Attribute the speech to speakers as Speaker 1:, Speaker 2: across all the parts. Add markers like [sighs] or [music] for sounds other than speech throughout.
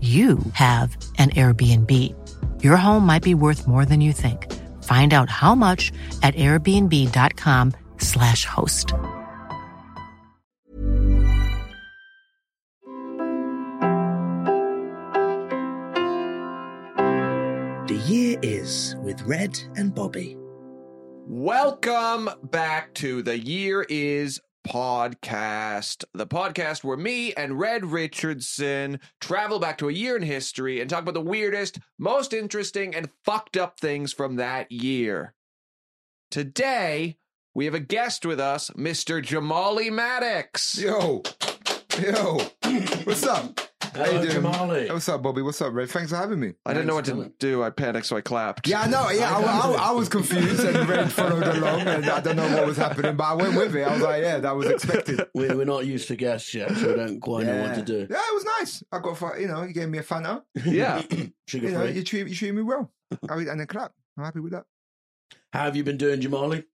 Speaker 1: you have an Airbnb. Your home might be worth more than you think. Find out how much at airbnb.com/slash host.
Speaker 2: The year is with Red and Bobby.
Speaker 3: Welcome back to the Year Is podcast. The podcast where me and Red Richardson travel back to a year in history and talk about the weirdest, most interesting, and fucked up things from that year. Today, we have a guest with us, Mr. Jamali Maddox.
Speaker 4: Yo, yo, what's up? How you doing? Hey, What's up, Bobby? What's up, Red? Thanks for having me.
Speaker 3: I didn't know what to do. I panicked, so I clapped.
Speaker 4: Yeah, I know. Yeah, I, I- I was confused, and Red followed along, and I don't know what was happening, but I went with it. I was like, yeah, that was expected. [laughs]
Speaker 5: We, we're not used to guests yet, so we don't quite know what to do.
Speaker 4: Yeah, it was nice. I got, a fa- you know, you gave me a Fanta.
Speaker 3: Yeah.
Speaker 4: [laughs]
Speaker 5: [laughs] Sugar
Speaker 4: You know,
Speaker 5: free.
Speaker 4: you treat you treated me well. I mean, and a clap. I'm happy with that.
Speaker 5: How have you been doing, Jamali?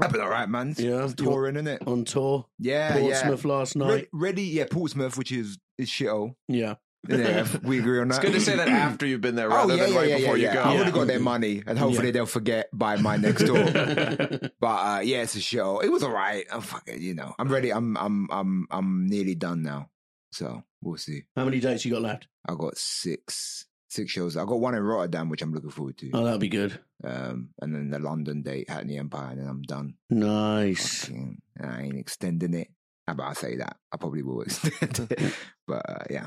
Speaker 4: I've been all right, man.
Speaker 5: Yeah.
Speaker 4: It's touring, isn't it?
Speaker 5: On tour?
Speaker 4: Yeah,
Speaker 5: Portsmouth last
Speaker 4: yeah.
Speaker 5: night.
Speaker 4: Re- ready? Yeah, Portsmouth, which is is shithole.
Speaker 5: Yeah.
Speaker 4: Yeah, we agree on that.
Speaker 3: It's good to say
Speaker 5: [clears throat]
Speaker 4: [clears throat]
Speaker 3: that after you've been there Oh, rather than right before you
Speaker 4: I
Speaker 3: go.
Speaker 4: would have
Speaker 5: Oh, Yeah.
Speaker 4: got their money, and hopefully
Speaker 5: Yeah.
Speaker 4: they'll forget by my
Speaker 3: [laughs]
Speaker 4: next door. but uh, yeah, it's a show. It was all right. I'm fucking, you know, I'm ready. I'm, I'm, I'm, I'm nearly done now. So we'll see.
Speaker 5: [laughs] How many dates you got left?
Speaker 4: I got six, six shows. I got one in Rotterdam, which I'm looking forward to.
Speaker 3: Uh.
Speaker 5: Oh, that'll be good.
Speaker 4: Um, and then the London date, Hackney Empire, and then I'm done.
Speaker 5: Nice.
Speaker 4: Fucking, I ain't extending it. How About I say that, I probably will [laughs] extend
Speaker 3: [laughs]
Speaker 4: it. But uh, yeah,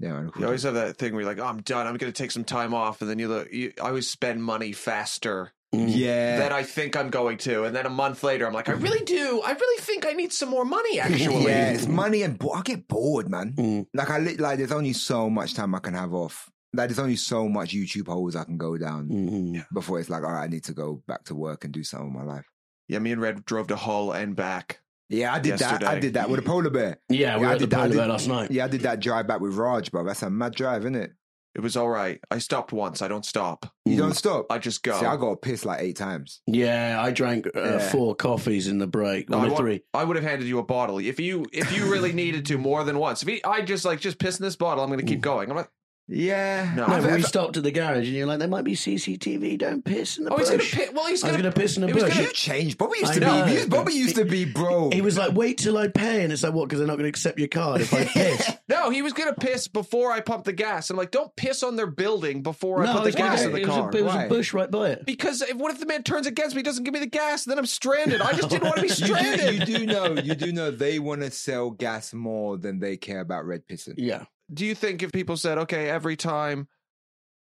Speaker 4: yeah. I'm looking
Speaker 3: You always
Speaker 4: forward
Speaker 3: have that thing where you're like, oh, I'm done. I'm going to take some time off. And then you, look, you I always spend money faster
Speaker 4: to-
Speaker 5: Mm.
Speaker 4: yeah.
Speaker 3: than I think I'm going to. And then a month later, I'm like, I really do. I really think I need some more
Speaker 5: [laughs]
Speaker 3: money, actually.
Speaker 4: Yeah, it's money and bo- I get bored, man.
Speaker 5: Mm.
Speaker 4: Like I li- like, there's only so much time I can have off. Like there's only so much YouTube holes I can go down
Speaker 5: Mhm.
Speaker 4: before it's like, all right, I need to go back to work and do something with my life.
Speaker 3: Yeah, me and Red drove to Hull and back.
Speaker 4: Yeah, I did that. I
Speaker 3: Yesterday.
Speaker 4: did that with a polar bear.
Speaker 5: Yeah, we
Speaker 4: Yeah, I
Speaker 5: were at the
Speaker 4: did that. I
Speaker 5: polar
Speaker 4: did-
Speaker 5: bear last night.
Speaker 4: Yeah, I did that drive back with Raj, bro. That's a mad drive, isn't it?
Speaker 3: It was all right. I stopped once. I don't stop.
Speaker 4: You don't stop.
Speaker 3: I just go.
Speaker 4: See, I got pissed like eight times.
Speaker 5: Yeah, I drank uh,
Speaker 4: Yeah.
Speaker 5: four coffees in the break.
Speaker 3: No,
Speaker 5: One
Speaker 3: I,
Speaker 5: or
Speaker 3: wa-
Speaker 5: three.
Speaker 3: I would have handed you a bottle if you if you really needed to more than once. If he, I just like just piss in this bottle, I'm going to keep going. I'm like,
Speaker 4: Yeah,
Speaker 3: No.
Speaker 5: No,
Speaker 4: I've-
Speaker 5: but we
Speaker 4: I've-
Speaker 5: stopped at the garage, and you're like, there might be CCTV. Don't piss in the
Speaker 3: oh, he's
Speaker 5: bush.
Speaker 3: going to piss. Well, he's
Speaker 5: I was
Speaker 3: going
Speaker 5: going to piss in the
Speaker 3: he was
Speaker 5: bush.
Speaker 3: gonna-
Speaker 4: you changed. Bobby used
Speaker 5: I
Speaker 4: to
Speaker 5: know.
Speaker 4: be. you- Bobby used to be, bro.
Speaker 5: He was like, wait till I pay. And it's like, what? Because they're not going to accept your card
Speaker 4: [laughs]
Speaker 5: if I piss.
Speaker 3: No, he was going to piss before I pump the gas. I'm like, don't piss on their building before I
Speaker 5: no,
Speaker 3: pump
Speaker 5: I
Speaker 3: the
Speaker 5: was gonna
Speaker 3: gas
Speaker 5: say,
Speaker 3: in the
Speaker 5: it was,
Speaker 3: car.
Speaker 5: a, it was
Speaker 4: Why?
Speaker 5: a bush right by it.
Speaker 3: because if, what if the man turns against me, doesn't give me the gas, then I'm stranded. I just didn't want to [laughs] be
Speaker 4: you, do,
Speaker 3: stranded.
Speaker 4: you do know. You do know they want to sell gas more than they care about red pissing.
Speaker 5: Yeah.
Speaker 3: do you think if people said, okay, every time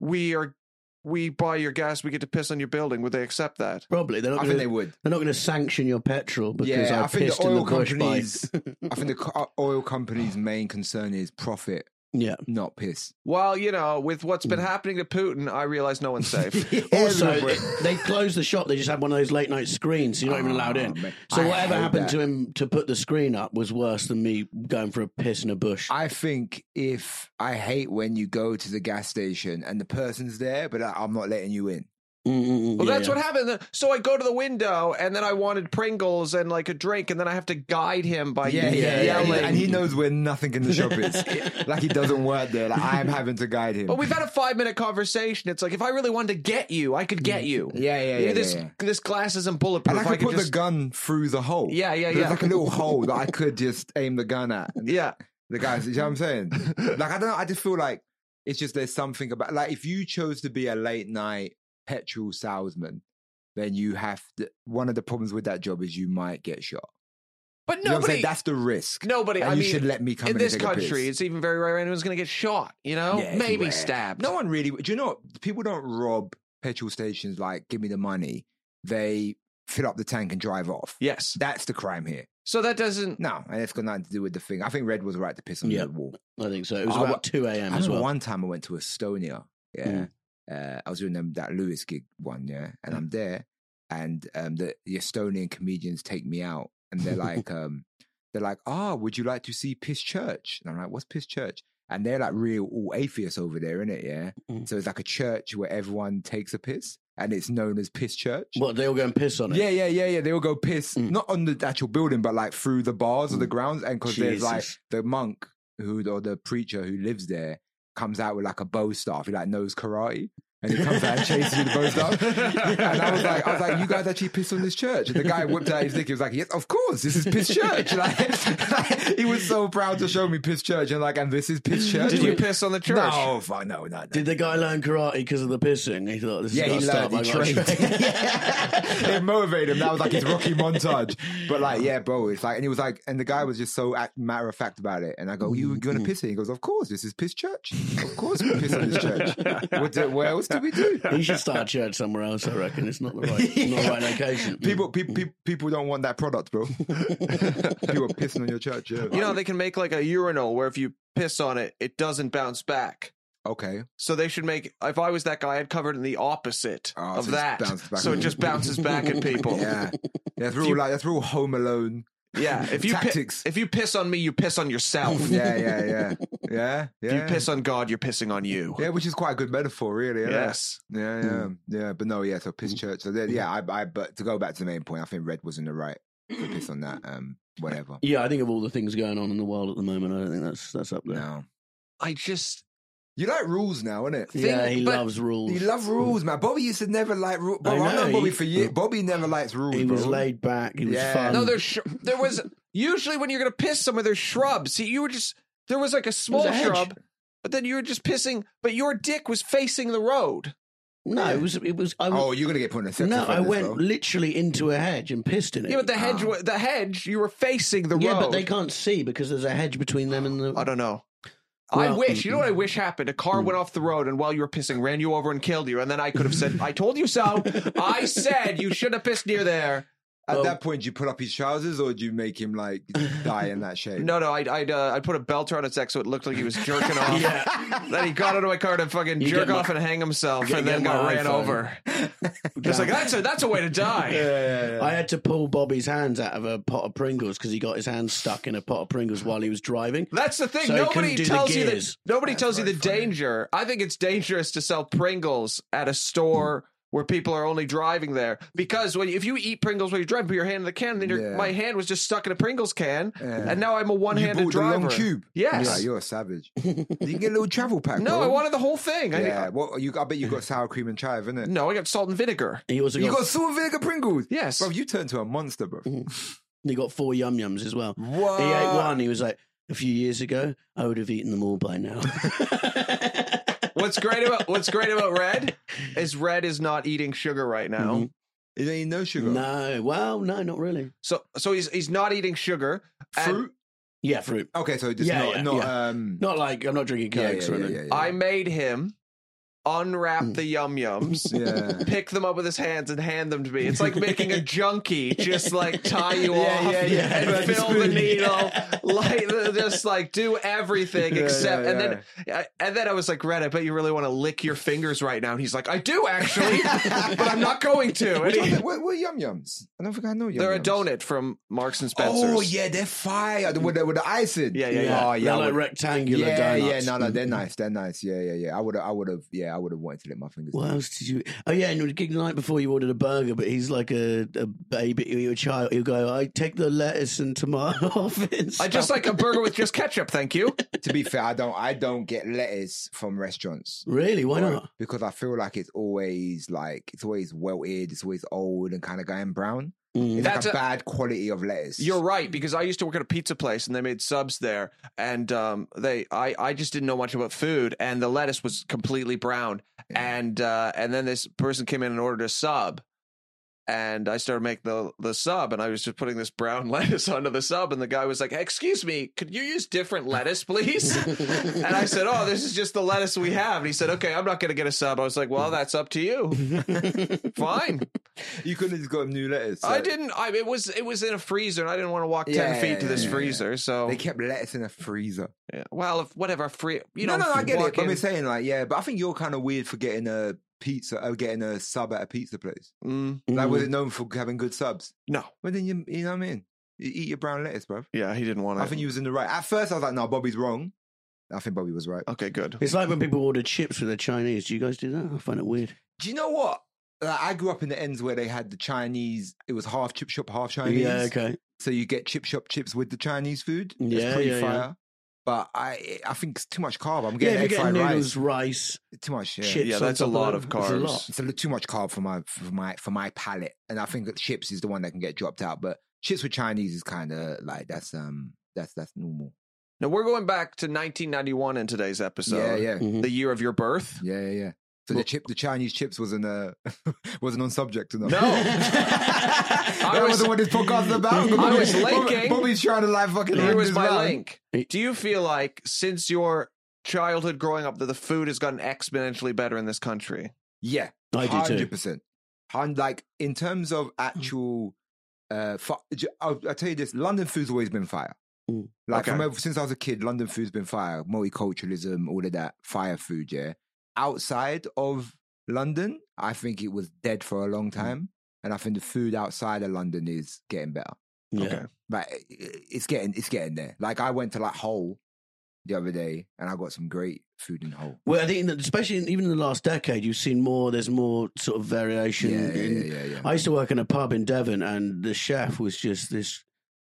Speaker 3: we are we buy your gas, we get to piss on your building, would they accept that?
Speaker 5: Probably they're not.
Speaker 4: I
Speaker 5: Gonna,
Speaker 4: think
Speaker 5: they
Speaker 4: they would.
Speaker 5: are not going to sanction your petrol because I,
Speaker 4: think
Speaker 5: pissed
Speaker 4: the oil
Speaker 5: in the bush by-
Speaker 4: companies. I think the co- uh, oil companies' main concern is profit,
Speaker 5: yeah. [laughs]
Speaker 4: not piss.
Speaker 3: Well, you know, with what's
Speaker 4: Hmm.
Speaker 3: been happening to Putin, I realize no one's
Speaker 4: [laughs]
Speaker 3: safe.
Speaker 5: Also,
Speaker 4: Everywhere.
Speaker 5: it- they closed the shop. They just had one of those late night screens. So [laughs] you're not even allowed in.
Speaker 4: Oh, man.
Speaker 5: So
Speaker 4: I
Speaker 5: whatever
Speaker 4: hate
Speaker 5: happened
Speaker 4: that.
Speaker 5: to him to put the screen up was worse than me going for a piss in a bush.
Speaker 4: I think if I hate when you go to the gas station and the person's there, but I, I'm not letting you in.
Speaker 5: Mm,
Speaker 3: Well, that's what happened. So I go to the window, and then I wanted Pringles and like a drink, and then I have to guide him by
Speaker 5: Uh, yeah, yeah.
Speaker 3: yelling.
Speaker 4: And he knows where nothing in the shop is.
Speaker 5: [laughs]
Speaker 4: like he doesn't work there. Like I'm having to guide him.
Speaker 3: But we've had a five minute conversation. It's like if I really wanted to get you, I could get you.
Speaker 4: [laughs] Hmm. Yeah, yeah, yeah,
Speaker 3: This
Speaker 4: yeah, yeah.
Speaker 3: this glass isn't
Speaker 4: and
Speaker 3: bulletproof.
Speaker 4: I
Speaker 3: I
Speaker 4: could
Speaker 3: could
Speaker 4: put
Speaker 3: just
Speaker 4: the gun through the hole.
Speaker 3: Yeah, yeah,
Speaker 4: There's
Speaker 3: yeah.
Speaker 4: like a little hole that I could just aim the gun at.
Speaker 3: yeah. [laughs]
Speaker 4: The guys, you know what I'm saying? Like I don't know, I just feel like It's just there's something about like if you chose to be a late night petrol salesman, then you have to, one of the problems with that job is you might get shot.
Speaker 3: But
Speaker 4: You know what I'm
Speaker 3: nobody,
Speaker 4: saying? That's the risk.
Speaker 3: nobody.
Speaker 4: and
Speaker 3: I
Speaker 4: you
Speaker 3: mean,
Speaker 4: should let me come
Speaker 3: in
Speaker 4: in,
Speaker 3: this
Speaker 4: and take a piss.
Speaker 3: country, it's even very rare anyone's going to get shot. You know,
Speaker 4: Yeah, it's
Speaker 3: maybe
Speaker 4: rare.
Speaker 3: stabbed.
Speaker 4: No one really. Do you know what? People don't rob petrol stations like give me the money. They fill up the tank and drive off.
Speaker 3: Yes.
Speaker 4: That's the crime here.
Speaker 3: So that doesn't.
Speaker 4: No, and it's got nothing to do with the thing. I think Red was right to piss on
Speaker 5: Yeah.
Speaker 4: the wall.
Speaker 5: I think so. It was
Speaker 4: I wa-
Speaker 5: about 2
Speaker 4: I
Speaker 5: a.m. as
Speaker 4: remember
Speaker 5: well.
Speaker 4: one time I went to Estonia. Yeah.
Speaker 5: Mm.
Speaker 4: Uh, I was doing them, that Lewis gig one, yeah. And I'm there and um, the, the Estonian comedians take me out and
Speaker 5: [laughs]
Speaker 4: they're like, um, they're like, oh, would you like to see Piss Church? And I'm like, what's Piss Church? And they're like real all atheists over there, innit? Yeah.
Speaker 5: Mm.
Speaker 4: So it's like a church where everyone takes a piss and it's known as Piss Church.
Speaker 5: What, they all go and piss on it?
Speaker 4: Yeah, yeah, yeah, yeah. They all go piss
Speaker 5: Mm.
Speaker 4: not on the actual building, but like through the bars or the grounds. And because there's like
Speaker 5: Jesus.
Speaker 4: the monk who or the preacher who lives there comes out with like a bow staff. He like knows karate. And he comes out and chases you with the bow
Speaker 3: [laughs]
Speaker 4: staff. And I was like, I was like, you guys actually pissed on this church. And the guy whipped out his dick. He was like, yes, of course, this is piss church. [laughs] Like, [laughs] he was so proud to show me piss church. And like, and this is piss church.
Speaker 3: Did you piss on the church?
Speaker 4: No, fuck, no, no, no.
Speaker 5: Did the guy learn karate because of the pissing? He thought, this
Speaker 4: Yeah, he
Speaker 5: is
Speaker 4: learned. He trained.
Speaker 3: [laughs]
Speaker 4: [laughs] it motivated him. That was like his Rocky montage. But like, yeah, bro, it's like, and he was like, and the guy was just so act- matter of fact about it. And I go,
Speaker 3: Mm-hmm.
Speaker 4: "You going to piss here?" He goes, "Of course, this is piss church. Of course, we piss on this church.
Speaker 3: [laughs]
Speaker 4: What, do, what else do we do?"
Speaker 5: [laughs] He should start a church somewhere else, I reckon. It's not the right, not the right location.
Speaker 4: [laughs] People,
Speaker 3: Mm-hmm.
Speaker 4: people, people, people don't want that
Speaker 3: [laughs]
Speaker 4: product, bro. people are pissing on your church. Yeah.
Speaker 3: You know, they can make like a urinal where if you piss on it, it doesn't bounce back.
Speaker 4: okay,
Speaker 3: So they should make. If I was that guy, I'd cover it in the opposite
Speaker 4: Oh,
Speaker 3: of
Speaker 4: so it
Speaker 3: that.
Speaker 4: just bounces back
Speaker 3: so it
Speaker 4: on
Speaker 3: just
Speaker 4: you. [laughs]
Speaker 3: bounces back at people.
Speaker 4: yeah, yeah, through like that's all Home Alone.
Speaker 3: Yeah, If you pi-
Speaker 4: Tactics.
Speaker 3: if you piss on me, you piss on yourself.
Speaker 4: [laughs] Yeah, yeah, yeah, yeah, yeah.
Speaker 3: If you piss on God, you're pissing on you.
Speaker 4: yeah, which is quite a good metaphor, really. isn't it?
Speaker 3: Yes.
Speaker 4: Yeah, yeah, yeah. But no, yeah. So piss church. So then, yeah, I, I. But to go back to the main point, I think Red was in the right to piss on that. Um, whatever.
Speaker 5: [clears throat] Yeah, I think of all the things going on in the world at the moment, I don't think that's that's up there.
Speaker 4: No,
Speaker 3: I just
Speaker 4: you like rules now, innit?
Speaker 5: Yeah,
Speaker 3: Thing-
Speaker 5: he
Speaker 3: but-
Speaker 5: loves rules. Hmm.
Speaker 4: You love rules, man. Bobby used to never like rules.
Speaker 5: I
Speaker 4: Bro, I know
Speaker 5: know,
Speaker 4: Bobby
Speaker 5: he-
Speaker 4: for years. Bobby never likes rules.
Speaker 5: He was
Speaker 4: bro.
Speaker 5: laid back. He was
Speaker 4: Yeah.
Speaker 5: fun.
Speaker 3: no. There's sh- there was usually when you're gonna piss somewhere there's shrubs. See, you were just there was like a small
Speaker 5: hedge.
Speaker 3: shrub, but then you were just pissing. But your dick was facing the road.
Speaker 5: no, it was it was. I,
Speaker 4: Oh, you're gonna get put in a sex
Speaker 5: um, no, I
Speaker 4: offenders,
Speaker 5: went
Speaker 4: though. Ah.
Speaker 5: literally into a hedge and pissed in it.
Speaker 3: Yeah, but the hedge, wa- the hedge, you were facing the
Speaker 5: Yeah,
Speaker 3: road.
Speaker 5: but they can't see because there's a hedge between them and the.
Speaker 3: I don't know. I
Speaker 5: Well- Mm.
Speaker 3: wish. You know what I wish happened? A car went off the road, and while you were pissing, ran you over and killed you. And then I could have
Speaker 5: [laughs]
Speaker 3: said, "I told you so. I said you should have pissed near there."
Speaker 4: At
Speaker 5: Oh.
Speaker 4: that point, do you put up his trousers or do you make him like die in that shape?
Speaker 3: [laughs] No, no. I'd I'd, uh, I'd put a belt around his neck so it looked like
Speaker 5: [laughs]
Speaker 3: he was jerking off. Then he got into a car to fucking
Speaker 5: You
Speaker 3: jerk
Speaker 5: get my-
Speaker 3: off and hang himself,
Speaker 5: you
Speaker 3: and
Speaker 5: get
Speaker 3: then
Speaker 5: my
Speaker 3: got ran
Speaker 5: iPhone.
Speaker 3: over.
Speaker 5: [laughs]
Speaker 3: Just like that's a that's a way to die.
Speaker 5: I had to pull Bobby's hands out of a pot of Pringles because he got his hands stuck in a pot of Pringles while he was driving.
Speaker 3: That's the thing.
Speaker 5: So he
Speaker 3: nobody
Speaker 5: couldn't do the
Speaker 3: tells you that.
Speaker 5: gears.
Speaker 3: Nobody
Speaker 4: That's
Speaker 3: tells you
Speaker 4: very
Speaker 3: the
Speaker 4: funny.
Speaker 3: danger. I think it's dangerous to sell Pringles at a store where people are only driving there because when if you eat Pringles while you're driving, put your hand in the can, then your
Speaker 4: Yeah.
Speaker 3: my hand was just stuck in a Pringles can,
Speaker 4: Yeah.
Speaker 3: and now I'm a
Speaker 4: you
Speaker 3: one-handed
Speaker 4: bought the
Speaker 3: driver.
Speaker 4: long cube.
Speaker 3: Yes.
Speaker 4: Yeah, you're a savage. you can get a little travel pack.
Speaker 3: no,
Speaker 4: bro.
Speaker 3: I wanted the whole thing. I-
Speaker 4: Yeah, well, you, I bet you got sour cream and chive, innit?
Speaker 3: no, I got salt and vinegar.
Speaker 5: He also
Speaker 4: You
Speaker 5: got, [laughs]
Speaker 4: got salt and vinegar Pringles.
Speaker 3: Yes.
Speaker 4: Bro, you turned to a monster, bro.
Speaker 5: Mhm. he got four yum yums as well.
Speaker 4: What?
Speaker 5: He ate one. He
Speaker 4: Uh,
Speaker 5: was like, a few years ago, I would have eaten them all by
Speaker 4: [laughs]
Speaker 5: now.
Speaker 3: What's great about what's great about Red is Red is not eating sugar right now.
Speaker 4: Mm-hmm.
Speaker 5: Mhm.
Speaker 4: It ain't no sugar.
Speaker 5: no, well, no, not really.
Speaker 3: So so he's he's not eating sugar. And
Speaker 4: Fruit?
Speaker 5: Yeah, fruit.
Speaker 4: Okay, so just
Speaker 5: Yeah,
Speaker 4: not,
Speaker 5: yeah,
Speaker 4: not,
Speaker 5: yeah.
Speaker 4: um,
Speaker 5: Not like I'm not drinking
Speaker 4: yeah,
Speaker 5: cokes
Speaker 4: yeah,
Speaker 5: or
Speaker 4: yeah,
Speaker 5: anything.
Speaker 4: yeah, Mm. yeah.
Speaker 3: I made him unwrap the yum
Speaker 4: [laughs]
Speaker 3: yums.
Speaker 4: Yeah.
Speaker 3: Pick them up with his hands and hand them to me. It's like making
Speaker 4: [laughs]
Speaker 3: a junkie just like tie you
Speaker 4: Yeah,
Speaker 3: off
Speaker 4: yeah, yeah.
Speaker 3: and
Speaker 4: Like the
Speaker 3: fill the
Speaker 4: spoon.
Speaker 3: needle, like just like do everything
Speaker 4: [laughs] Yeah,
Speaker 3: except.
Speaker 4: yeah,
Speaker 3: And then, I- and then I was like, Red, I bet you really want to lick your fingers right now. And he's like, I do
Speaker 4: [laughs]
Speaker 3: actually, but I'm not going to. And he-
Speaker 4: What, what, what yum yums? I don't think I know yum
Speaker 3: they're a donut from Marks and Spencers.
Speaker 4: Oh, yeah, they're fire. The- With the, with the icing.
Speaker 3: Yeah,
Speaker 5: Yeah,
Speaker 4: Oh, yeah. I
Speaker 5: they're like
Speaker 4: would-
Speaker 5: rectangular
Speaker 4: yeah, yeah,
Speaker 5: donuts. Mm-hmm.
Speaker 4: no, no, they're nice. They're nice. Yeah, yeah, yeah. I would have, I would have, yeah, I would have wanted to lick my fingers.
Speaker 5: What else did you? Oh yeah, and the gig the night before you ordered a burger, but he's like a, a baby, a child. He'll go, I take the lettuce and tomato [laughs] off it.
Speaker 3: I just like a burger with just ketchup, thank you.
Speaker 4: to be fair, I don't, I don't get lettuce from restaurants.
Speaker 5: really why
Speaker 4: Right.
Speaker 5: not?
Speaker 4: Because I feel like it's always like it's always welted, it's always old and kind of going brown.
Speaker 5: Mm.
Speaker 4: It's
Speaker 3: That's a-
Speaker 4: like a, bad quality of lettuce.
Speaker 3: You're right because I used to work at a pizza place and they made subs there, and um, they I I just didn't know much about food, and the lettuce was completely brown, and uh, and then this person came in and ordered a sub. And I started making the the sub, and I was just putting this brown [laughs] lettuce onto the sub, and the guy was like, "Excuse me, could you use different lettuce, please?" and I said, "Oh, this is just the lettuce we have." And he said, "Okay, I'm not going to get a sub." I was like, "Well, that's up to you. Fine."
Speaker 4: You couldn't have just got new lettuce.
Speaker 3: I
Speaker 4: like,
Speaker 3: didn't. I it was it was in a freezer, and I didn't want to walk ten
Speaker 4: Yeah,
Speaker 3: feet to
Speaker 4: yeah,
Speaker 3: this
Speaker 4: yeah,
Speaker 3: freezer. So
Speaker 4: They kept lettuce in a freezer.
Speaker 3: yeah. well, if whatever free, you know.
Speaker 4: no, no, I get it.
Speaker 3: walk
Speaker 4: But I'm
Speaker 3: in-
Speaker 4: just saying, like, yeah. But I think you're kind of weird for getting a pizza or getting a sub at a pizza place.
Speaker 3: Mm,
Speaker 4: Like, was it known for having good subs?
Speaker 3: no,
Speaker 4: Well, then you, you know what I mean. You eat your brown lettuce, bro.
Speaker 3: yeah, he didn't want to.
Speaker 4: I think you was in the right. At first, I was like, no, Bobby's wrong. I think Bobby was right.
Speaker 3: Okay, good.
Speaker 5: It's like when people order chips with their Chinese. Do you guys do that? I find it weird.
Speaker 4: Do you know what? Like, I grew up in the ends where they had the Chinese. It was half chip shop, half Chinese.
Speaker 5: Yeah, okay.
Speaker 4: So you get chip shop chips with the Chinese food.
Speaker 5: Yeah, yeah,
Speaker 4: it's pretty
Speaker 5: yeah.
Speaker 4: fire. But I, I think it's too much carb. I'm
Speaker 5: Yeah,
Speaker 4: getting
Speaker 5: if you're
Speaker 4: egg fried
Speaker 5: getting
Speaker 4: rice.
Speaker 5: noodles, rice,
Speaker 4: Too much. Yeah.
Speaker 5: chips.
Speaker 3: Yeah,
Speaker 5: on
Speaker 3: that's a
Speaker 5: top
Speaker 3: lot
Speaker 5: it.
Speaker 3: of
Speaker 5: That's a
Speaker 3: carbs.
Speaker 5: lot.
Speaker 4: It's a little too much carb for my for my for my palate, and I think that chips is the one that can get dropped out. But chips with Chinese is kind of like that's um that's that's normal.
Speaker 3: Now we're going back to 1991 in today's episode.
Speaker 4: yeah, yeah,
Speaker 5: Mhm.
Speaker 3: the year of your birth.
Speaker 4: yeah, yeah, yeah. So the chip, the Chinese chips wasn't uh [laughs] wasn't on subject enough.
Speaker 5: [laughs]
Speaker 4: [laughs]
Speaker 3: No. [laughs] I
Speaker 4: that
Speaker 3: was-
Speaker 4: was, not what this podcast is about.
Speaker 3: I was
Speaker 4: Bobby-
Speaker 3: linking.
Speaker 4: Bobby's trying to like fucking.
Speaker 3: Here
Speaker 4: link
Speaker 3: was
Speaker 4: this
Speaker 3: my
Speaker 4: man.
Speaker 3: link. Do you feel like since your childhood growing up that the food has gotten exponentially better in this country?
Speaker 4: Yeah,
Speaker 5: I do too. Mm.
Speaker 4: hundred percent. Like in terms of actual, uh, fu- j- I'll, I'll tell you this: London food's always been fire.
Speaker 5: Mm.
Speaker 4: Like
Speaker 3: Okay.
Speaker 4: from ever, since I was a kid, London food's been fire. Multiculturalism, all of that fire food. Yeah, outside of London, I think it was dead for a
Speaker 5: Mm.
Speaker 4: long time, and I think the food outside of London is getting better.
Speaker 5: Yeah.
Speaker 3: Okay.
Speaker 4: But it- it's getting it's getting there. Like I went to like Hull the other day, and I got some great food in Hull.
Speaker 5: Well, I think, in the, especially in, even in the last decade, you've seen more. There's more sort of variation.
Speaker 4: Yeah, yeah,
Speaker 5: in,
Speaker 4: yeah, yeah, yeah.
Speaker 5: I used to work in a pub in Devon, and the chef was just this.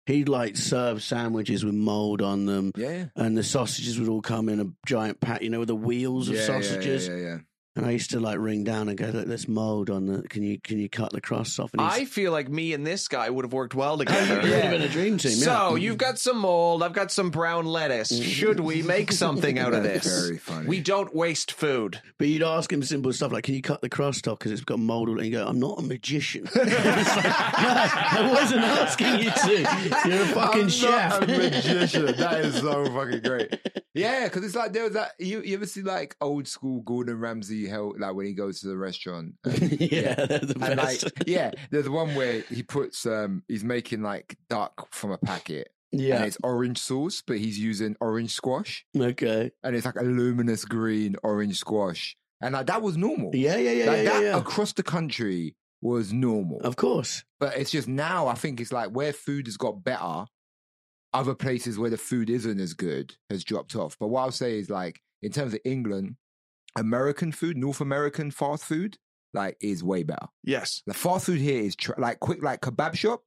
Speaker 5: He'd like serve sandwiches with mold on them,
Speaker 4: yeah, yeah.
Speaker 5: and the sausages would all come in a giant pat, you know, with the wheels of
Speaker 4: Yeah, yeah, yeah,
Speaker 5: sausages.
Speaker 4: yeah, yeah.
Speaker 5: And I used to like ring down and go, "Look, there's mold on the. Can you can you cut the crust off?" And
Speaker 3: I
Speaker 5: he's-
Speaker 3: feel like me and this guy would have worked
Speaker 4: [laughs]
Speaker 3: well
Speaker 5: it
Speaker 3: together.
Speaker 5: would have been a dream team. yeah. Mm-hmm.
Speaker 4: Mm-hmm.
Speaker 3: So you've got some mold. I've got some brown lettuce. Should we make something out of
Speaker 4: [laughs] That's
Speaker 3: this?
Speaker 4: Very funny.
Speaker 3: We don't waste food.
Speaker 5: But you'd ask him simple stuff like, "Can you cut the crust off because it's got mold?" on it?" And you go, "I'm not a magician." [laughs] It's like, no, I wasn't asking you to. You're a fucking
Speaker 4: I'm
Speaker 5: chef.
Speaker 4: Not
Speaker 5: [laughs]
Speaker 4: a magician. That is so fucking great. Yeah, because it's like there was that. You, you ever see like old school Gordon Ramsay help like when he goes to the restaurant?
Speaker 5: [laughs]
Speaker 4: And,
Speaker 5: yeah, they're the
Speaker 4: and, like,
Speaker 5: best.
Speaker 4: yeah, there's one where he puts um he's making like duck from a packet
Speaker 5: [laughs]
Speaker 4: and
Speaker 5: yeah.
Speaker 4: it's orange sauce, but he's using orange squash
Speaker 5: Okay.
Speaker 4: and it's like a luminous green orange squash, and like that was normal.
Speaker 5: Yeah, yeah, yeah,
Speaker 4: like
Speaker 5: yeah,
Speaker 4: that
Speaker 5: yeah.
Speaker 4: across the country was normal.
Speaker 5: Of course.
Speaker 4: But it's just now I think it's like where food has got better, other places where the food isn't as good has dropped off. But what I'll say is like in terms of England, American food, North American fast food, like is way better.
Speaker 3: Yes.
Speaker 4: The fast food here is tr- like quick, like kebab shop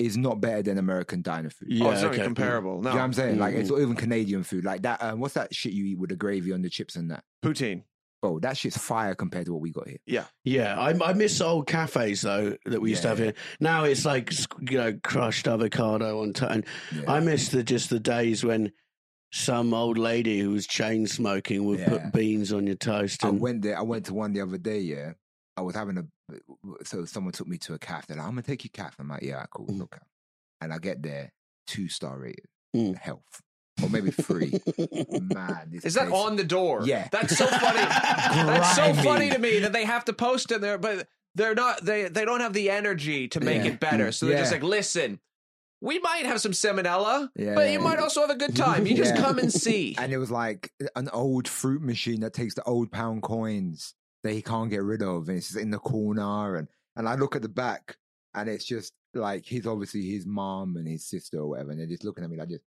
Speaker 4: is not better than American diner food.
Speaker 5: Yeah,
Speaker 3: oh, it's not
Speaker 5: okay.
Speaker 3: even comparable. No.
Speaker 4: You know what I'm saying? Like it's or even Canadian food. Like that, um, what's that shit you eat with the gravy on the chips and that?
Speaker 3: Poutine.
Speaker 4: Bro, that shit's fire compared to what we got here.
Speaker 5: Yeah, I, I miss the old cafes though that we used to
Speaker 4: Yeah.
Speaker 5: have here. Now it's like you know crushed avocado on toast.
Speaker 4: Yeah.
Speaker 5: I miss the just the days when some old lady who was chain smoking would
Speaker 4: Yeah.
Speaker 5: put beans on your toast.
Speaker 4: I
Speaker 5: And [laughs]
Speaker 4: went there. I went to one the other day. Yeah, I was having a. So someone took me to a calf. They're like, "I'm gonna take you calf." I'm like, "Yeah, all right, cool,
Speaker 3: Mm-hmm.
Speaker 5: Mm.
Speaker 4: no calf." And I get there, two star rated
Speaker 5: Mm.
Speaker 4: health, or maybe three. Man, this
Speaker 3: Is that
Speaker 4: place-
Speaker 3: on the door?
Speaker 4: Yeah.
Speaker 3: That's so funny.
Speaker 4: [laughs]
Speaker 3: That's so
Speaker 4: Grimy.
Speaker 5: [laughs]
Speaker 3: funny to me that they have to post in there, but they're not they they don't have the energy to make
Speaker 4: Yeah.
Speaker 3: it better. So they're just
Speaker 4: Yeah.
Speaker 3: like, listen, we might have some salmonella,
Speaker 4: Yeah.
Speaker 3: but you might also have a good time. You just
Speaker 4: Yeah.
Speaker 3: come and
Speaker 4: [laughs]
Speaker 3: see.
Speaker 4: And it was like an old fruit machine that takes the old pound coins that he can't get rid of, and it's just in the corner. And and I look at the back, and it's just like he's obviously his mom and his sister or whatever, and they're just looking at me like this.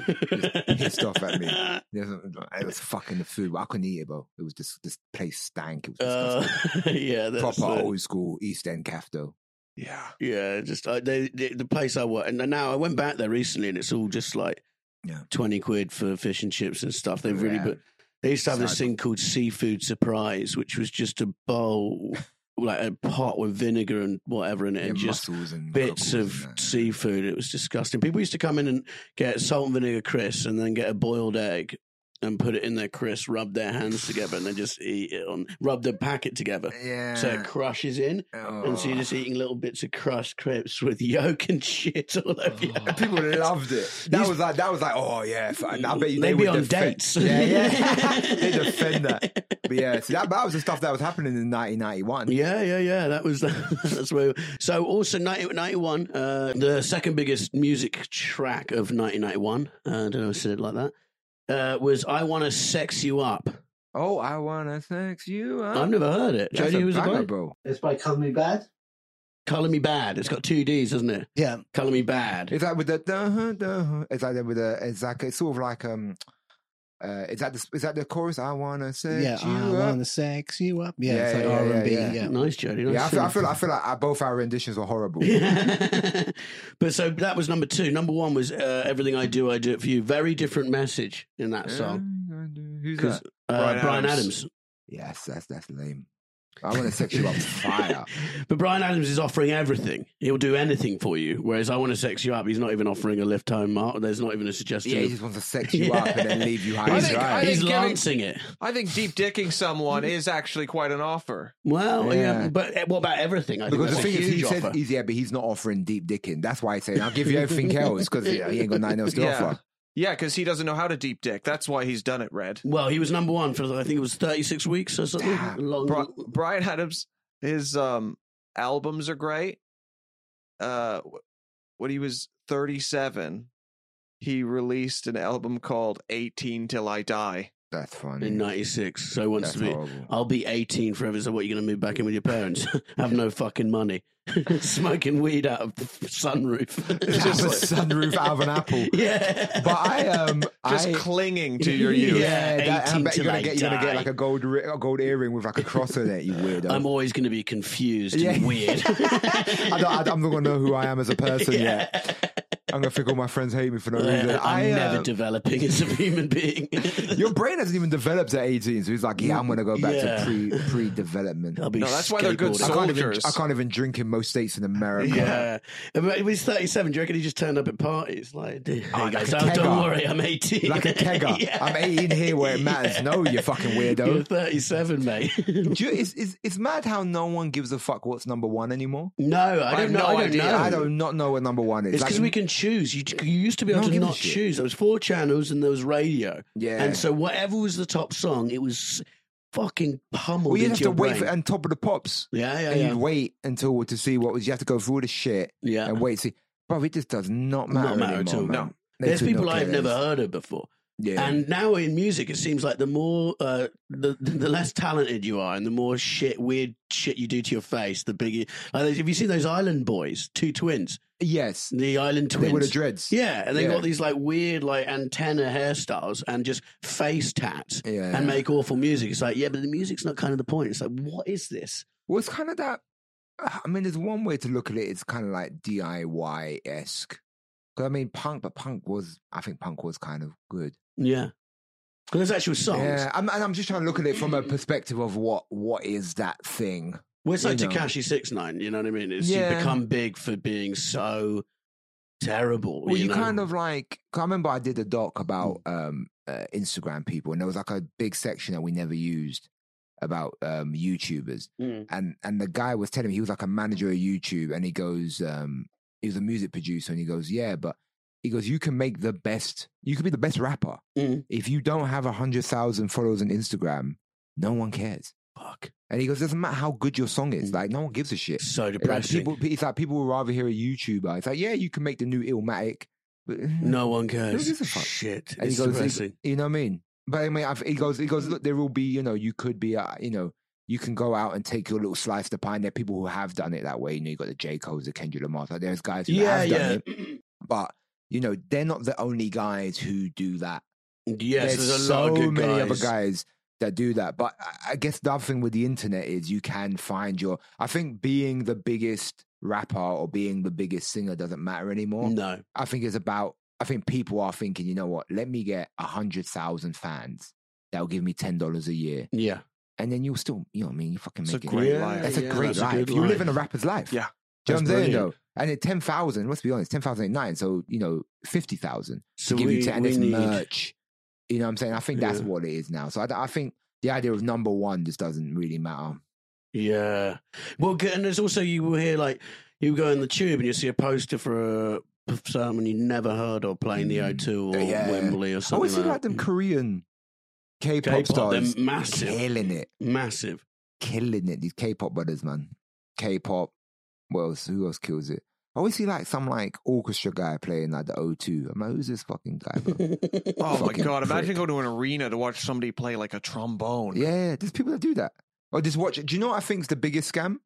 Speaker 4: pissed off at me. There's a- It was fucking the food. I couldn't eat it, bro. It was just this place stank. It was
Speaker 5: Uh, [laughs]
Speaker 4: disgusting.
Speaker 5: yeah, that's
Speaker 4: proper
Speaker 5: the-
Speaker 4: old school East End calf though.
Speaker 3: yeah.
Speaker 5: Yeah, just uh, they, the the place I work, and now I went back there recently, and it's all just like
Speaker 4: Yeah.
Speaker 5: twenty quid for fish and chips and stuff. They've really
Speaker 4: Yeah.
Speaker 5: put. They used to have this
Speaker 4: Sad.
Speaker 5: thing called seafood surprise, which was just a bowl like a pot with vinegar and whatever in it, and
Speaker 4: Yeah,
Speaker 5: just
Speaker 4: mussels and
Speaker 5: bits
Speaker 4: cockles
Speaker 5: of
Speaker 4: and that.
Speaker 5: seafood. It was disgusting. People used to come in and get salt and vinegar crisps, and then get a boiled egg. And put it in their crisp, rub their hands together, and then just eat it on. Rub the packet together, [laughs]
Speaker 4: Yeah.
Speaker 5: so it crushes in, and
Speaker 4: oh.
Speaker 5: so you're just [laughs] eating little bits of crust crisps with [laughs] yolk and shit all over.
Speaker 4: [laughs]
Speaker 5: you.
Speaker 4: People loved it. That
Speaker 5: These-
Speaker 4: was like that was like oh yeah. f- and I bet you they
Speaker 5: They'd be
Speaker 4: would
Speaker 5: on
Speaker 4: defend-
Speaker 5: dates. [laughs]
Speaker 4: Yeah, yeah. [laughs] they defend that. But yeah, see, that, that was the stuff that was happening in 1991.
Speaker 5: Yeah, yeah, yeah. That was [laughs] that's where. So also 1991, uh, the second biggest music track of 1991. Uh, I don't know if I said it like that. Uh, was I want to sex you up?
Speaker 4: Oh, I wanna sex you. Up.
Speaker 5: I've never heard it.
Speaker 4: That's
Speaker 5: Jody, who was
Speaker 4: banger,
Speaker 5: it by?
Speaker 4: bro.
Speaker 6: It's by Call Me Bad.
Speaker 5: Color Me Bad. It's got two D's, doesn't it?
Speaker 6: Yeah.
Speaker 5: Color Me Bad.
Speaker 4: It's like with the duh, duh, it's like with the it's like it's sort of like um uh is that the is that the chorus? I wanna sex
Speaker 6: yeah. I
Speaker 4: you. up.
Speaker 6: want to sex you up. Yeah.
Speaker 4: Yeah,
Speaker 6: it's like
Speaker 4: yeah, yeah,
Speaker 6: R and B.
Speaker 4: yeah.
Speaker 6: Yeah.
Speaker 5: Nice, Jody. Nice
Speaker 4: Yeah, I feel, I
Speaker 5: singing. [laughs]
Speaker 4: feel I feel like uh, both our renditions were horrible.
Speaker 5: Yeah. [laughs] but so that was number two. Number one was uh, Everything I Do, I Do It For You. Very different message in that song.
Speaker 4: Who's
Speaker 5: Because
Speaker 4: that?
Speaker 5: uh,
Speaker 3: Bryan
Speaker 5: Brian,
Speaker 3: Adams.
Speaker 5: Adams.
Speaker 4: Yes, that's that's lame. I want to
Speaker 5: [laughs]
Speaker 4: sex you up fire.
Speaker 5: But Brian Adams is offering everything. He'll do anything for you. Whereas I want to sex you up. He's not even offering a lift home mark. There's not even a suggestion.
Speaker 4: Yeah, he
Speaker 5: of-
Speaker 4: just wants
Speaker 5: [laughs]
Speaker 4: to sex you up and then leave you high
Speaker 5: He's,
Speaker 4: and
Speaker 3: I think-
Speaker 4: dry.
Speaker 3: I
Speaker 5: he's
Speaker 3: think getting-
Speaker 5: lancing it.
Speaker 3: I think deep dicking someone is actually quite an offer.
Speaker 5: Well, yeah.
Speaker 4: Yeah.
Speaker 5: but eh, what about everything? I
Speaker 4: Because the
Speaker 5: think that's
Speaker 4: thing
Speaker 5: a
Speaker 4: is,
Speaker 5: huge
Speaker 4: he said
Speaker 5: offer.
Speaker 4: he's yeah, but he's not offering deep dicking. That's why he's saying, "I'll give you everything else," because he ain't got nothing else to
Speaker 3: Yeah.
Speaker 4: offer.
Speaker 3: Yeah, because he doesn't know how to deep dick. That's why he's done it, Red.
Speaker 5: well, he was number one for I think it was 36 weeks or something.
Speaker 4: Damn.
Speaker 5: Long,
Speaker 3: Bri- Brian Adams, his um albums are great. Uh, wh- when he was 37, he released an album called 18 Till I Die.
Speaker 4: That's funny.
Speaker 5: in 96. So he wants
Speaker 4: That's
Speaker 5: to be.
Speaker 4: horrible.
Speaker 5: I'll be 18 forever. So what? You're going to move back in with your parents? [laughs] Have no fucking money. [laughs] Smoking weed out of the sunroof.
Speaker 4: [laughs] It's just a sunroof out of an apple.
Speaker 5: [laughs] Yeah.
Speaker 4: But I
Speaker 5: [laughs]
Speaker 4: um,
Speaker 3: Just
Speaker 4: I,
Speaker 3: clinging to your youth.
Speaker 5: Yeah,
Speaker 4: [laughs] yeah, that, and
Speaker 5: 18
Speaker 4: I bet
Speaker 5: till
Speaker 4: you're
Speaker 5: I
Speaker 4: gonna get you're gonna
Speaker 5: die.
Speaker 4: get like a gold ri- a gold earring with like a cross on it. You
Speaker 5: [laughs]
Speaker 4: weirdo.
Speaker 5: I'm always going to be confused and
Speaker 4: Yeah. [laughs]
Speaker 5: weird.
Speaker 4: I don't, I, am not gonna know who I am as
Speaker 5: [laughs]
Speaker 4: a person yet. I'm gonna think all my friends hate me for no reason.
Speaker 5: I'm
Speaker 4: I,
Speaker 5: never
Speaker 4: uh,
Speaker 5: developing as a human
Speaker 4: [laughs]
Speaker 5: being.
Speaker 4: your brain hasn't even developed at 18, so he's like, yeah, I'm gonna go back
Speaker 5: Yeah.
Speaker 4: to pre pre
Speaker 5: [laughs]
Speaker 4: development.
Speaker 5: I'll be
Speaker 3: No, that's why they're good
Speaker 5: skateboarding.
Speaker 4: I can't even
Speaker 3: Soldiers.
Speaker 4: I can't even drink in most states in America.
Speaker 5: Yeah, but he was 37. Do you reckon he just turned up at parties? Like, hey
Speaker 4: like
Speaker 5: guys,
Speaker 4: a
Speaker 5: oh, don't
Speaker 4: kegger.
Speaker 5: worry, I'm 18.
Speaker 4: Like a
Speaker 5: [laughs]
Speaker 4: kegger.
Speaker 5: Yeah.
Speaker 4: I'm 18 here where it matters. No, you fucking weirdo.
Speaker 5: You're 37, mate. [laughs]
Speaker 4: Do you, it's, it's, it's mad how no one gives a fuck what's number one anymore.
Speaker 5: no, I
Speaker 3: I
Speaker 5: don't
Speaker 3: have
Speaker 5: know.
Speaker 3: no
Speaker 5: I don't
Speaker 3: idea.
Speaker 5: know.
Speaker 4: I do not know what number one is.
Speaker 5: It's
Speaker 4: Like,
Speaker 5: because we can choose. You, you used to be able
Speaker 4: No
Speaker 5: to
Speaker 4: one gives a
Speaker 5: not
Speaker 4: shit.
Speaker 5: choose. There was four channels and there was radio.
Speaker 4: Yeah.
Speaker 5: And so whatever was the top song, it was fucking pummeled
Speaker 4: well, you
Speaker 5: into
Speaker 4: have to
Speaker 5: your
Speaker 4: wait
Speaker 5: brain.
Speaker 4: for and top of the pops.
Speaker 5: yeah, yeah,
Speaker 4: and
Speaker 5: yeah.
Speaker 4: you'd wait until to see what was. You have to go through all the shit
Speaker 5: Yeah.
Speaker 4: and wait. See, bro, it just does not matter.
Speaker 5: Not matter at
Speaker 4: anymore,
Speaker 5: all.
Speaker 4: man.
Speaker 5: No.
Speaker 4: They
Speaker 5: There's
Speaker 4: do
Speaker 5: people
Speaker 4: not
Speaker 5: I've
Speaker 4: care.
Speaker 5: never heard of before.
Speaker 4: Yeah,
Speaker 5: And now in music, it seems like the more uh, the [laughs] the less talented you are, and the more shit, weird shit you do to your face, the bigger. Like, have you seen those Island Boys, two twins,
Speaker 4: yes,
Speaker 5: the Island
Speaker 4: they were the
Speaker 5: Twins?
Speaker 4: dreads.
Speaker 5: yeah, and they
Speaker 4: Yeah.
Speaker 5: got these like weird like antenna hairstyles and just face tats
Speaker 4: Yeah.
Speaker 5: and make awful music. It's like, yeah, but the music's not kind of the point. It's like, what is this?
Speaker 4: Well, it's kind of that. uh, I mean, there's one way to look at it. It's kind of like DIY esque. I mean, punk, but punk was. I think punk was kind of good.
Speaker 5: Yeah, because there's actual songs.
Speaker 4: Yeah, I'm, and I'm just trying to look at it from a perspective of what what is that thing.
Speaker 5: Well, it's like
Speaker 4: You know.
Speaker 5: Takashi Six Nine. You know what I mean? It's you
Speaker 4: Yeah.
Speaker 5: become big for being so terrible.
Speaker 4: Well, you,
Speaker 5: know? Mm.
Speaker 4: kind of like. 'cause I remember I did a doc about um, uh, Instagram people, and there was like a big section that we never used about um, YouTubers,
Speaker 5: Mm.
Speaker 4: and and the guy was telling me he was like a manager of YouTube, and he goes, um, he was a music producer, and he goes, yeah, but he goes, you can make the best, you can be the best rapper
Speaker 5: Mm.
Speaker 4: if you don't have a hundred thousand followers on Instagram, no one cares.
Speaker 5: fuck.
Speaker 4: And he goes, doesn't matter how good your song is,
Speaker 5: Mm.
Speaker 4: like no one gives a shit.
Speaker 5: It's so
Speaker 4: It's like
Speaker 5: depressing.
Speaker 4: people, it's like people would rather hear a YouTuber. It's like, yeah, you can make the new Illmatic, but
Speaker 5: No one cares.
Speaker 4: Who gives a fuck?
Speaker 5: Shit.
Speaker 4: And
Speaker 5: It's
Speaker 4: he goes, he-
Speaker 5: depressing.
Speaker 4: you know what I mean? But I mean, I've, he goes, he goes, look, there will be, you know, you could be, uh, you know, you can go out and take your little slice to pine. There are people who have done it that way. You know, you got the J Cole's, the Kendrick Lamar. Like, there's guys who
Speaker 5: Yeah,
Speaker 4: have
Speaker 5: yeah. [clears throat]
Speaker 4: done it, but you know, they're not the only guys who do that.
Speaker 5: Yes, there's, a
Speaker 4: so
Speaker 5: lot of good
Speaker 4: many
Speaker 5: guys.
Speaker 4: other guys that do that. But I- I guess the other thing with the internet is you can find your. I think being the biggest rapper or being the biggest singer doesn't matter anymore.
Speaker 5: No.
Speaker 4: I think it's about. I think people are thinking, you know what? Let me get a hundred thousand fans. That'll give me ten dollars a year,
Speaker 5: Yeah.
Speaker 4: and then you'll still, you know what I mean? You fucking
Speaker 3: It's a
Speaker 4: make it.
Speaker 3: great
Speaker 5: Yeah,
Speaker 3: life.
Speaker 4: That's a
Speaker 5: yeah,
Speaker 4: great
Speaker 5: that's a
Speaker 4: life.
Speaker 5: good
Speaker 4: you live
Speaker 5: life.
Speaker 4: in a rapper's life.
Speaker 3: Yeah.
Speaker 4: Do
Speaker 5: That's
Speaker 4: you know what I'm saying
Speaker 5: brilliant.
Speaker 4: though? And at 10,000, let's be honest, 10,000 ain't nine. So, you know, 50,000
Speaker 5: So
Speaker 4: to give
Speaker 5: we-
Speaker 4: you 10 and
Speaker 5: we
Speaker 4: it's
Speaker 5: need-
Speaker 4: merch. You know what I'm saying? I think that's
Speaker 5: Yeah.
Speaker 4: what it is now. So I, I think the idea of number one just doesn't really matter.
Speaker 5: Yeah. Well, g- and there's also you will hear like you go in the tube and you see a poster for a for someone you never heard of playing the O2 or
Speaker 4: Mm. Yeah.
Speaker 5: Wembley or
Speaker 4: I
Speaker 5: something.
Speaker 4: always see like them Korean K-pop,
Speaker 5: K-pop,
Speaker 4: stars
Speaker 5: they're massive.
Speaker 4: killing it,
Speaker 5: massive.
Speaker 4: killing it. These K-pop brothers, man. K-pop. What else? Who else kills it? I always see like some like orchestra guy playing like the O2. I'm like, who's this fucking guy? bro?
Speaker 5: [laughs]
Speaker 3: Oh my
Speaker 4: Fucking
Speaker 3: god! Imagine
Speaker 4: prick.
Speaker 3: going to an arena to watch somebody play like a trombone.
Speaker 4: Yeah, there's people that do that. Or just watch it. Do you know what I think's the biggest scam?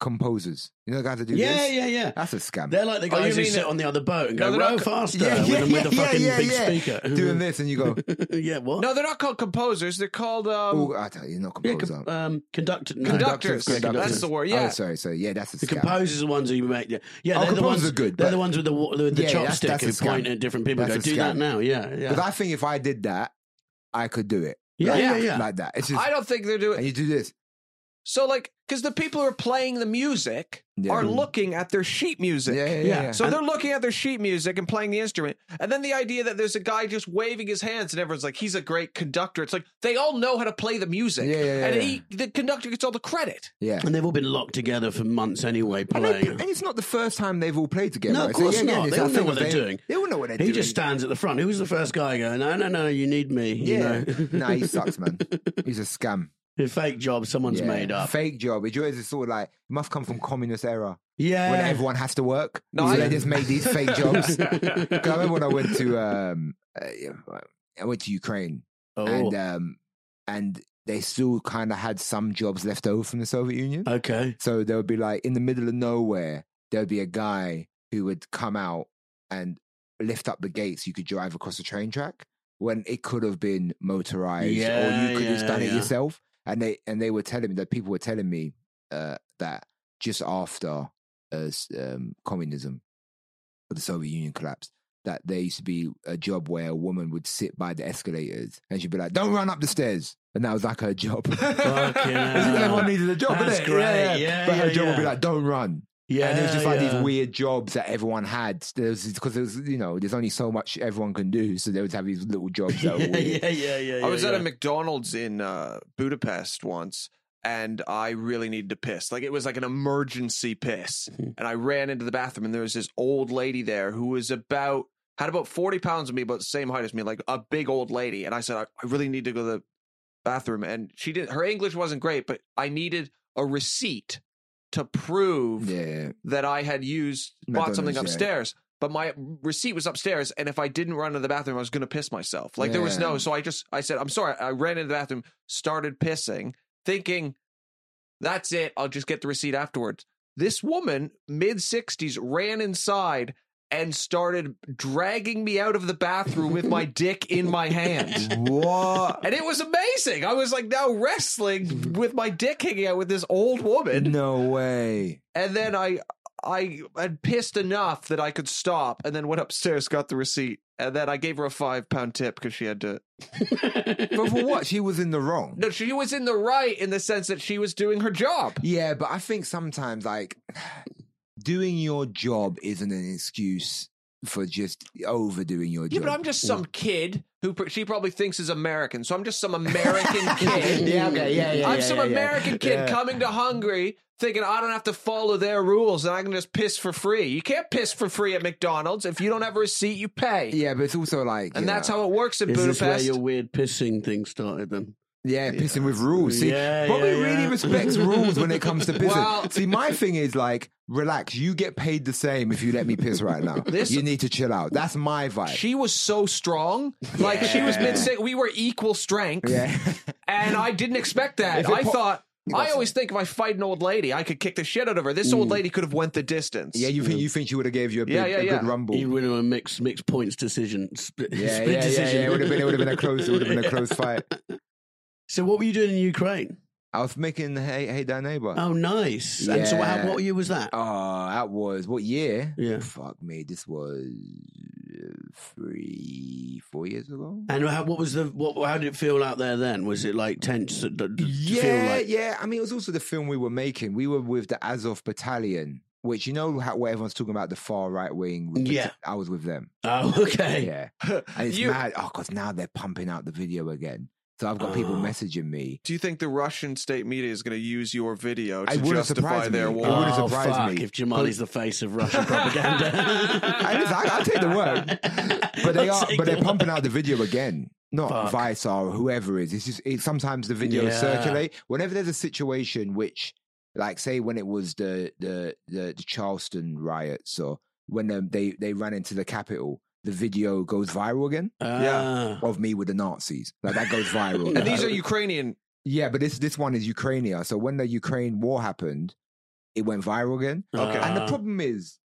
Speaker 4: Composers. You know the guys that do
Speaker 5: yeah,
Speaker 4: this?
Speaker 5: yeah, yeah.
Speaker 4: That's a scam.
Speaker 5: They're like the
Speaker 3: Oh, you
Speaker 5: guys who
Speaker 3: mean
Speaker 5: sit
Speaker 3: that-
Speaker 5: on the other boat and
Speaker 3: No,
Speaker 5: go
Speaker 3: they're
Speaker 5: row
Speaker 3: not-
Speaker 5: faster
Speaker 4: Yeah,
Speaker 5: with,
Speaker 4: yeah,
Speaker 5: the- with the
Speaker 4: yeah,
Speaker 5: fucking
Speaker 4: yeah,
Speaker 5: big
Speaker 4: yeah.
Speaker 5: speaker.
Speaker 4: [laughs] Doing this and you go,
Speaker 5: [laughs] yeah, what?
Speaker 3: No, they're not called composers. They're called um,
Speaker 4: oh, I tell you, not
Speaker 5: yeah,
Speaker 4: composer.
Speaker 5: com- um, conductor. no.
Speaker 3: Conductors.
Speaker 5: Yeah,
Speaker 3: That's the word.
Speaker 4: Oh,
Speaker 3: Yeah.
Speaker 4: sorry, sorry. Yeah, that's a
Speaker 5: The
Speaker 4: scam.
Speaker 5: composers are the ones who you make. Yeah, yeah
Speaker 4: Oh,
Speaker 5: they're the
Speaker 4: composers
Speaker 5: ones
Speaker 4: are good,
Speaker 5: They're
Speaker 4: but-
Speaker 5: the ones with the wa- the, the
Speaker 4: Yeah, that's-
Speaker 5: chopstick
Speaker 4: that's a
Speaker 5: who
Speaker 4: scam.
Speaker 5: point at different people. and
Speaker 4: That's
Speaker 5: go
Speaker 4: a
Speaker 5: do that
Speaker 4: scam.
Speaker 5: now. Yeah, yeah,
Speaker 4: Because I think if I did that, I could do it.
Speaker 5: yeah,
Speaker 4: like,
Speaker 5: yeah, yeah.
Speaker 4: Like that. It's just,
Speaker 3: I don't think they're doing.
Speaker 4: and you do this.
Speaker 3: So like, because the people who are playing the music
Speaker 4: Yeah.
Speaker 3: are looking at their sheet
Speaker 4: Yeah,
Speaker 3: music.
Speaker 4: yeah, yeah.
Speaker 5: Yeah.
Speaker 4: yeah.
Speaker 3: So they're looking at their sheet music and playing the instrument, and then the idea that there's a guy just waving his hands and everyone's like, "He's a great conductor." It's like they all know how to play the music,
Speaker 4: Yeah, yeah, yeah,
Speaker 3: and
Speaker 4: yeah.
Speaker 3: he, the conductor gets all the credit.
Speaker 4: yeah.
Speaker 5: And they've all been locked together for months anyway,
Speaker 4: And, they-
Speaker 5: playing.
Speaker 4: and it's not the first time they've all played together.
Speaker 5: No, of
Speaker 4: right?
Speaker 5: course
Speaker 4: yeah,
Speaker 5: not.
Speaker 4: it's
Speaker 5: They all
Speaker 4: that
Speaker 5: know
Speaker 4: thing
Speaker 5: what
Speaker 4: of
Speaker 5: they're doing.
Speaker 4: They all know what they're
Speaker 5: He
Speaker 4: doing.
Speaker 5: just stands at the front. Who was the first guy going? No, no, no, you need me. You
Speaker 4: Yeah.
Speaker 5: know?
Speaker 4: [laughs] nah, he sucks, man. He's a scam.
Speaker 5: [laughs] A fake job someone's
Speaker 4: Yeah.
Speaker 5: made up.
Speaker 4: Fake job. It is sort of like, it must come from communist era.
Speaker 5: yeah.
Speaker 4: when everyone has to work.
Speaker 3: No,
Speaker 4: No,
Speaker 3: I-
Speaker 4: so they just made these
Speaker 5: [laughs]
Speaker 4: fake jobs. 'Cause I remember when I went to um, uh, I went to Ukraine
Speaker 5: oh,
Speaker 4: and um, and they still kind of had some jobs left over from the Soviet Union.
Speaker 5: okay.
Speaker 4: So there would be like in the middle of nowhere, there would be a guy who would come out and lift up the gates. You could drive across the train track when it could have been motorized,
Speaker 5: Yeah,
Speaker 4: or you could have
Speaker 5: yeah,
Speaker 4: done it
Speaker 5: yeah.
Speaker 4: yourself. And they and they were telling me that people were telling me uh, that just after uh, s- um, communism, or the Soviet Union collapsed. That there used to be a job where a woman would sit by the escalators and she'd be like, "Don't run up the stairs," and that was like her [laughs] job.
Speaker 3: [laughs]
Speaker 5: Fucking
Speaker 4: It's because everyone
Speaker 5: hell.
Speaker 4: needed a job,
Speaker 5: That's
Speaker 4: innit?
Speaker 5: great.
Speaker 4: Ah. Yeah,
Speaker 5: Yeah,
Speaker 4: But her
Speaker 5: yeah,
Speaker 4: job would be
Speaker 5: yeah.
Speaker 4: like, don't run.
Speaker 5: Yeah.
Speaker 4: and it was just like
Speaker 5: yeah.
Speaker 4: these weird jobs that everyone had. There was because there was, you know, there's only so much everyone can do, so they would have these little jobs [laughs] that
Speaker 5: [laughs]
Speaker 4: were
Speaker 5: Yeah,
Speaker 4: weird.
Speaker 5: yeah, yeah, yeah.
Speaker 3: I was
Speaker 5: yeah,
Speaker 3: at a
Speaker 5: yeah. [laughs]
Speaker 3: McDonald's in uh, Budapest once, and I really needed to piss. Like it was like an emergency piss,
Speaker 5: Mm-hmm.
Speaker 3: and I ran into the bathroom, and there was this old lady there who was about had about forty pounds of me, about the same height as me, like a big old lady. And I said, I, I really need to go to the bathroom, and she did. Her English wasn't great, but I needed a receipt to prove
Speaker 4: Yeah.
Speaker 3: that I had used bought
Speaker 4: McDonald's,
Speaker 3: something
Speaker 4: yeah.
Speaker 3: upstairs. But my receipt was upstairs, and if I didn't run to the bathroom, I was going to piss myself. Like there was
Speaker 4: Yeah.
Speaker 3: no, so I just I said, "I'm sorry." I ran into the bathroom, started pissing, thinking, "That's it. I'll just get the receipt afterwards." This woman, mid sixties, ran inside and started dragging me out of the bathroom with my dick in my
Speaker 4: [laughs]
Speaker 3: hand.
Speaker 4: What?
Speaker 3: And it was amazing. I was like now wrestling with my dick hanging out with this old woman
Speaker 4: no way.
Speaker 3: and then I I had pissed enough that I could stop, and then went upstairs, got the receipt, and then I gave her a five pound tip because she had to.
Speaker 4: But for what? She was in the wrong.
Speaker 3: No, she was in the right in the sense that she was doing her job.
Speaker 4: Yeah, but I think sometimes like doing your job isn't an excuse for just overdoing your
Speaker 3: Yeah,
Speaker 4: job.
Speaker 3: but I'm just some kid who pr- she probably thinks is American, so I'm just
Speaker 4: [laughs]
Speaker 3: some American kid.
Speaker 4: yeah, okay, yeah, yeah.
Speaker 3: I'm
Speaker 4: yeah,
Speaker 3: some
Speaker 4: yeah, yeah.
Speaker 3: American kid
Speaker 4: Yeah.
Speaker 3: coming to Hungary thinking I don't have to follow their rules and I can just piss for free. You can't piss for free at McDonald's. If you don't have a receipt, you pay.
Speaker 4: Yeah, but it's also like
Speaker 3: And
Speaker 4: you
Speaker 3: that's
Speaker 4: know,
Speaker 3: how it works in
Speaker 5: Is this where
Speaker 3: Budapest.
Speaker 5: your weird pissing thing started then?
Speaker 4: Yeah, pissing with rules. See,
Speaker 5: Yeah,
Speaker 4: Bobby
Speaker 5: yeah,
Speaker 4: really
Speaker 5: yeah.
Speaker 4: respects rules when it
Speaker 5: [laughs]
Speaker 4: comes to pissing.
Speaker 3: Well-
Speaker 4: See, my thing is like, relax. You get paid the same if you let me piss right
Speaker 5: [laughs]
Speaker 4: now.
Speaker 3: This-
Speaker 4: you need to chill out. That's my vibe.
Speaker 3: She was so strong. Like she was mid six. We were equal strength.
Speaker 4: [laughs] yeah.
Speaker 5: [laughs]
Speaker 3: And I didn't expect that.
Speaker 4: If it
Speaker 3: I
Speaker 4: po-
Speaker 3: thought I
Speaker 4: Gotcha.
Speaker 3: always think if I fight an old lady, I could kick the shit out of her. This old lady could have went the distance.
Speaker 4: Mm. yeah, you think you think she would have gave you a, big,
Speaker 3: Yeah, yeah,
Speaker 4: a
Speaker 3: yeah.
Speaker 4: good rumble?
Speaker 5: You would have a mixed mixed points decision. [laughs] Split,
Speaker 4: [laughs] yeah, yeah,
Speaker 5: split
Speaker 4: yeah, yeah,
Speaker 5: decision.
Speaker 4: It would have been it would have been a close it would
Speaker 5: [laughs]
Speaker 4: have been a close fight.
Speaker 5: So what were you doing in Ukraine?
Speaker 4: I was making hey hey that neighbor.
Speaker 5: Oh, nice. And so how,
Speaker 4: Yeah.
Speaker 5: what
Speaker 4: Ah,
Speaker 5: year was that?
Speaker 4: Oh, that was what year?
Speaker 5: Yeah.
Speaker 4: Fuck me. This was uh, three, four years ago.
Speaker 5: And how, what was the what? How did it feel out there then? Was it like tense? Did it feel
Speaker 4: Yeah,
Speaker 5: like,
Speaker 4: yeah. I mean, it was also the film we were making. We were with the Azov Battalion, which you know how where everyone's talking about the far right wing. with the-
Speaker 5: Yeah.
Speaker 4: I was with them.
Speaker 5: Oh, okay. [laughs]
Speaker 4: Yeah, and it's
Speaker 3: You-
Speaker 4: mad. Oh, because now they're pumping out the video again. So I've got people
Speaker 5: Oh.
Speaker 4: messaging me.
Speaker 3: Do you think the Russian state media is going to use your video
Speaker 4: I
Speaker 3: to
Speaker 4: wouldn't
Speaker 3: justify
Speaker 4: surprise
Speaker 3: their
Speaker 4: me.
Speaker 3: war?
Speaker 4: It wouldn't
Speaker 5: oh,
Speaker 4: surprise
Speaker 5: fuck,
Speaker 4: me.
Speaker 5: if Jamali's the face of Russian
Speaker 4: [laughs]
Speaker 5: propaganda. [laughs]
Speaker 4: I just, I, I'll take the word. But they
Speaker 5: I'll
Speaker 4: are,
Speaker 5: take
Speaker 4: but they're
Speaker 5: the
Speaker 4: pumping
Speaker 5: word.
Speaker 4: out the video again. Not
Speaker 5: Fuck.
Speaker 4: Vice or whoever it is. It's just it, sometimes the videos
Speaker 5: Yeah.
Speaker 4: circulate whenever there's a situation which, like, say when it was the the the, the Charleston riots or when um, they they ran into the Capitol, the video goes viral again
Speaker 5: Ah.
Speaker 4: of me with the Nazis. Like that
Speaker 5: [laughs]
Speaker 4: goes viral.
Speaker 3: And these are Ukrainian.
Speaker 4: yeah, but this this one is Ukrainia. So when the Ukraine war happened, it went viral again.
Speaker 3: Okay.
Speaker 4: And the
Speaker 5: Ah.
Speaker 4: problem is,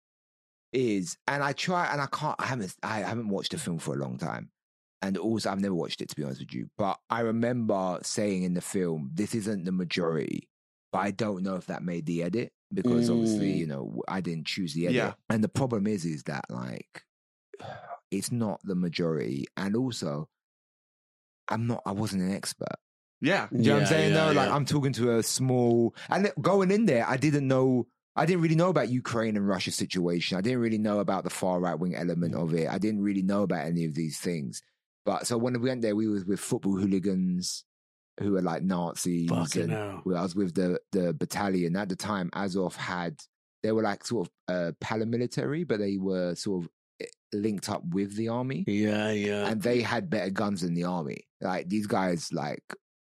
Speaker 4: is and I try and I can't. I haven't. I haven't watched the film for a long time, and also I've never watched it to be honest with you. But I remember saying in the film, "This isn't the majority," but I don't know if that made the edit because obviously
Speaker 5: Mm.
Speaker 4: you know w- I didn't choose the edit.
Speaker 3: Yeah.
Speaker 4: And the problem is, is that like [sighs] it's not the majority, and also I'm not. I wasn't an expert.
Speaker 3: Yeah.
Speaker 4: Do you know what
Speaker 5: Yeah,
Speaker 4: I'm saying?
Speaker 5: yeah,
Speaker 4: though? like
Speaker 5: yeah.
Speaker 4: I'm talking to a small and going in there, I didn't know I didn't really know about Ukraine and Russia situation. I didn't really know about the far right wing element of it. I didn't really know about any of these things. But so when we went there, we was with football hooligans who were like Nazis.
Speaker 5: Fucking
Speaker 4: and
Speaker 5: hell.
Speaker 4: we- I was with the the battalion at the time. Azov had they were like sort of uh, paramilitary, but they were sort of eh, linked up with the army
Speaker 5: Yeah, yeah.
Speaker 4: and they had better guns than the army. Like these guys, like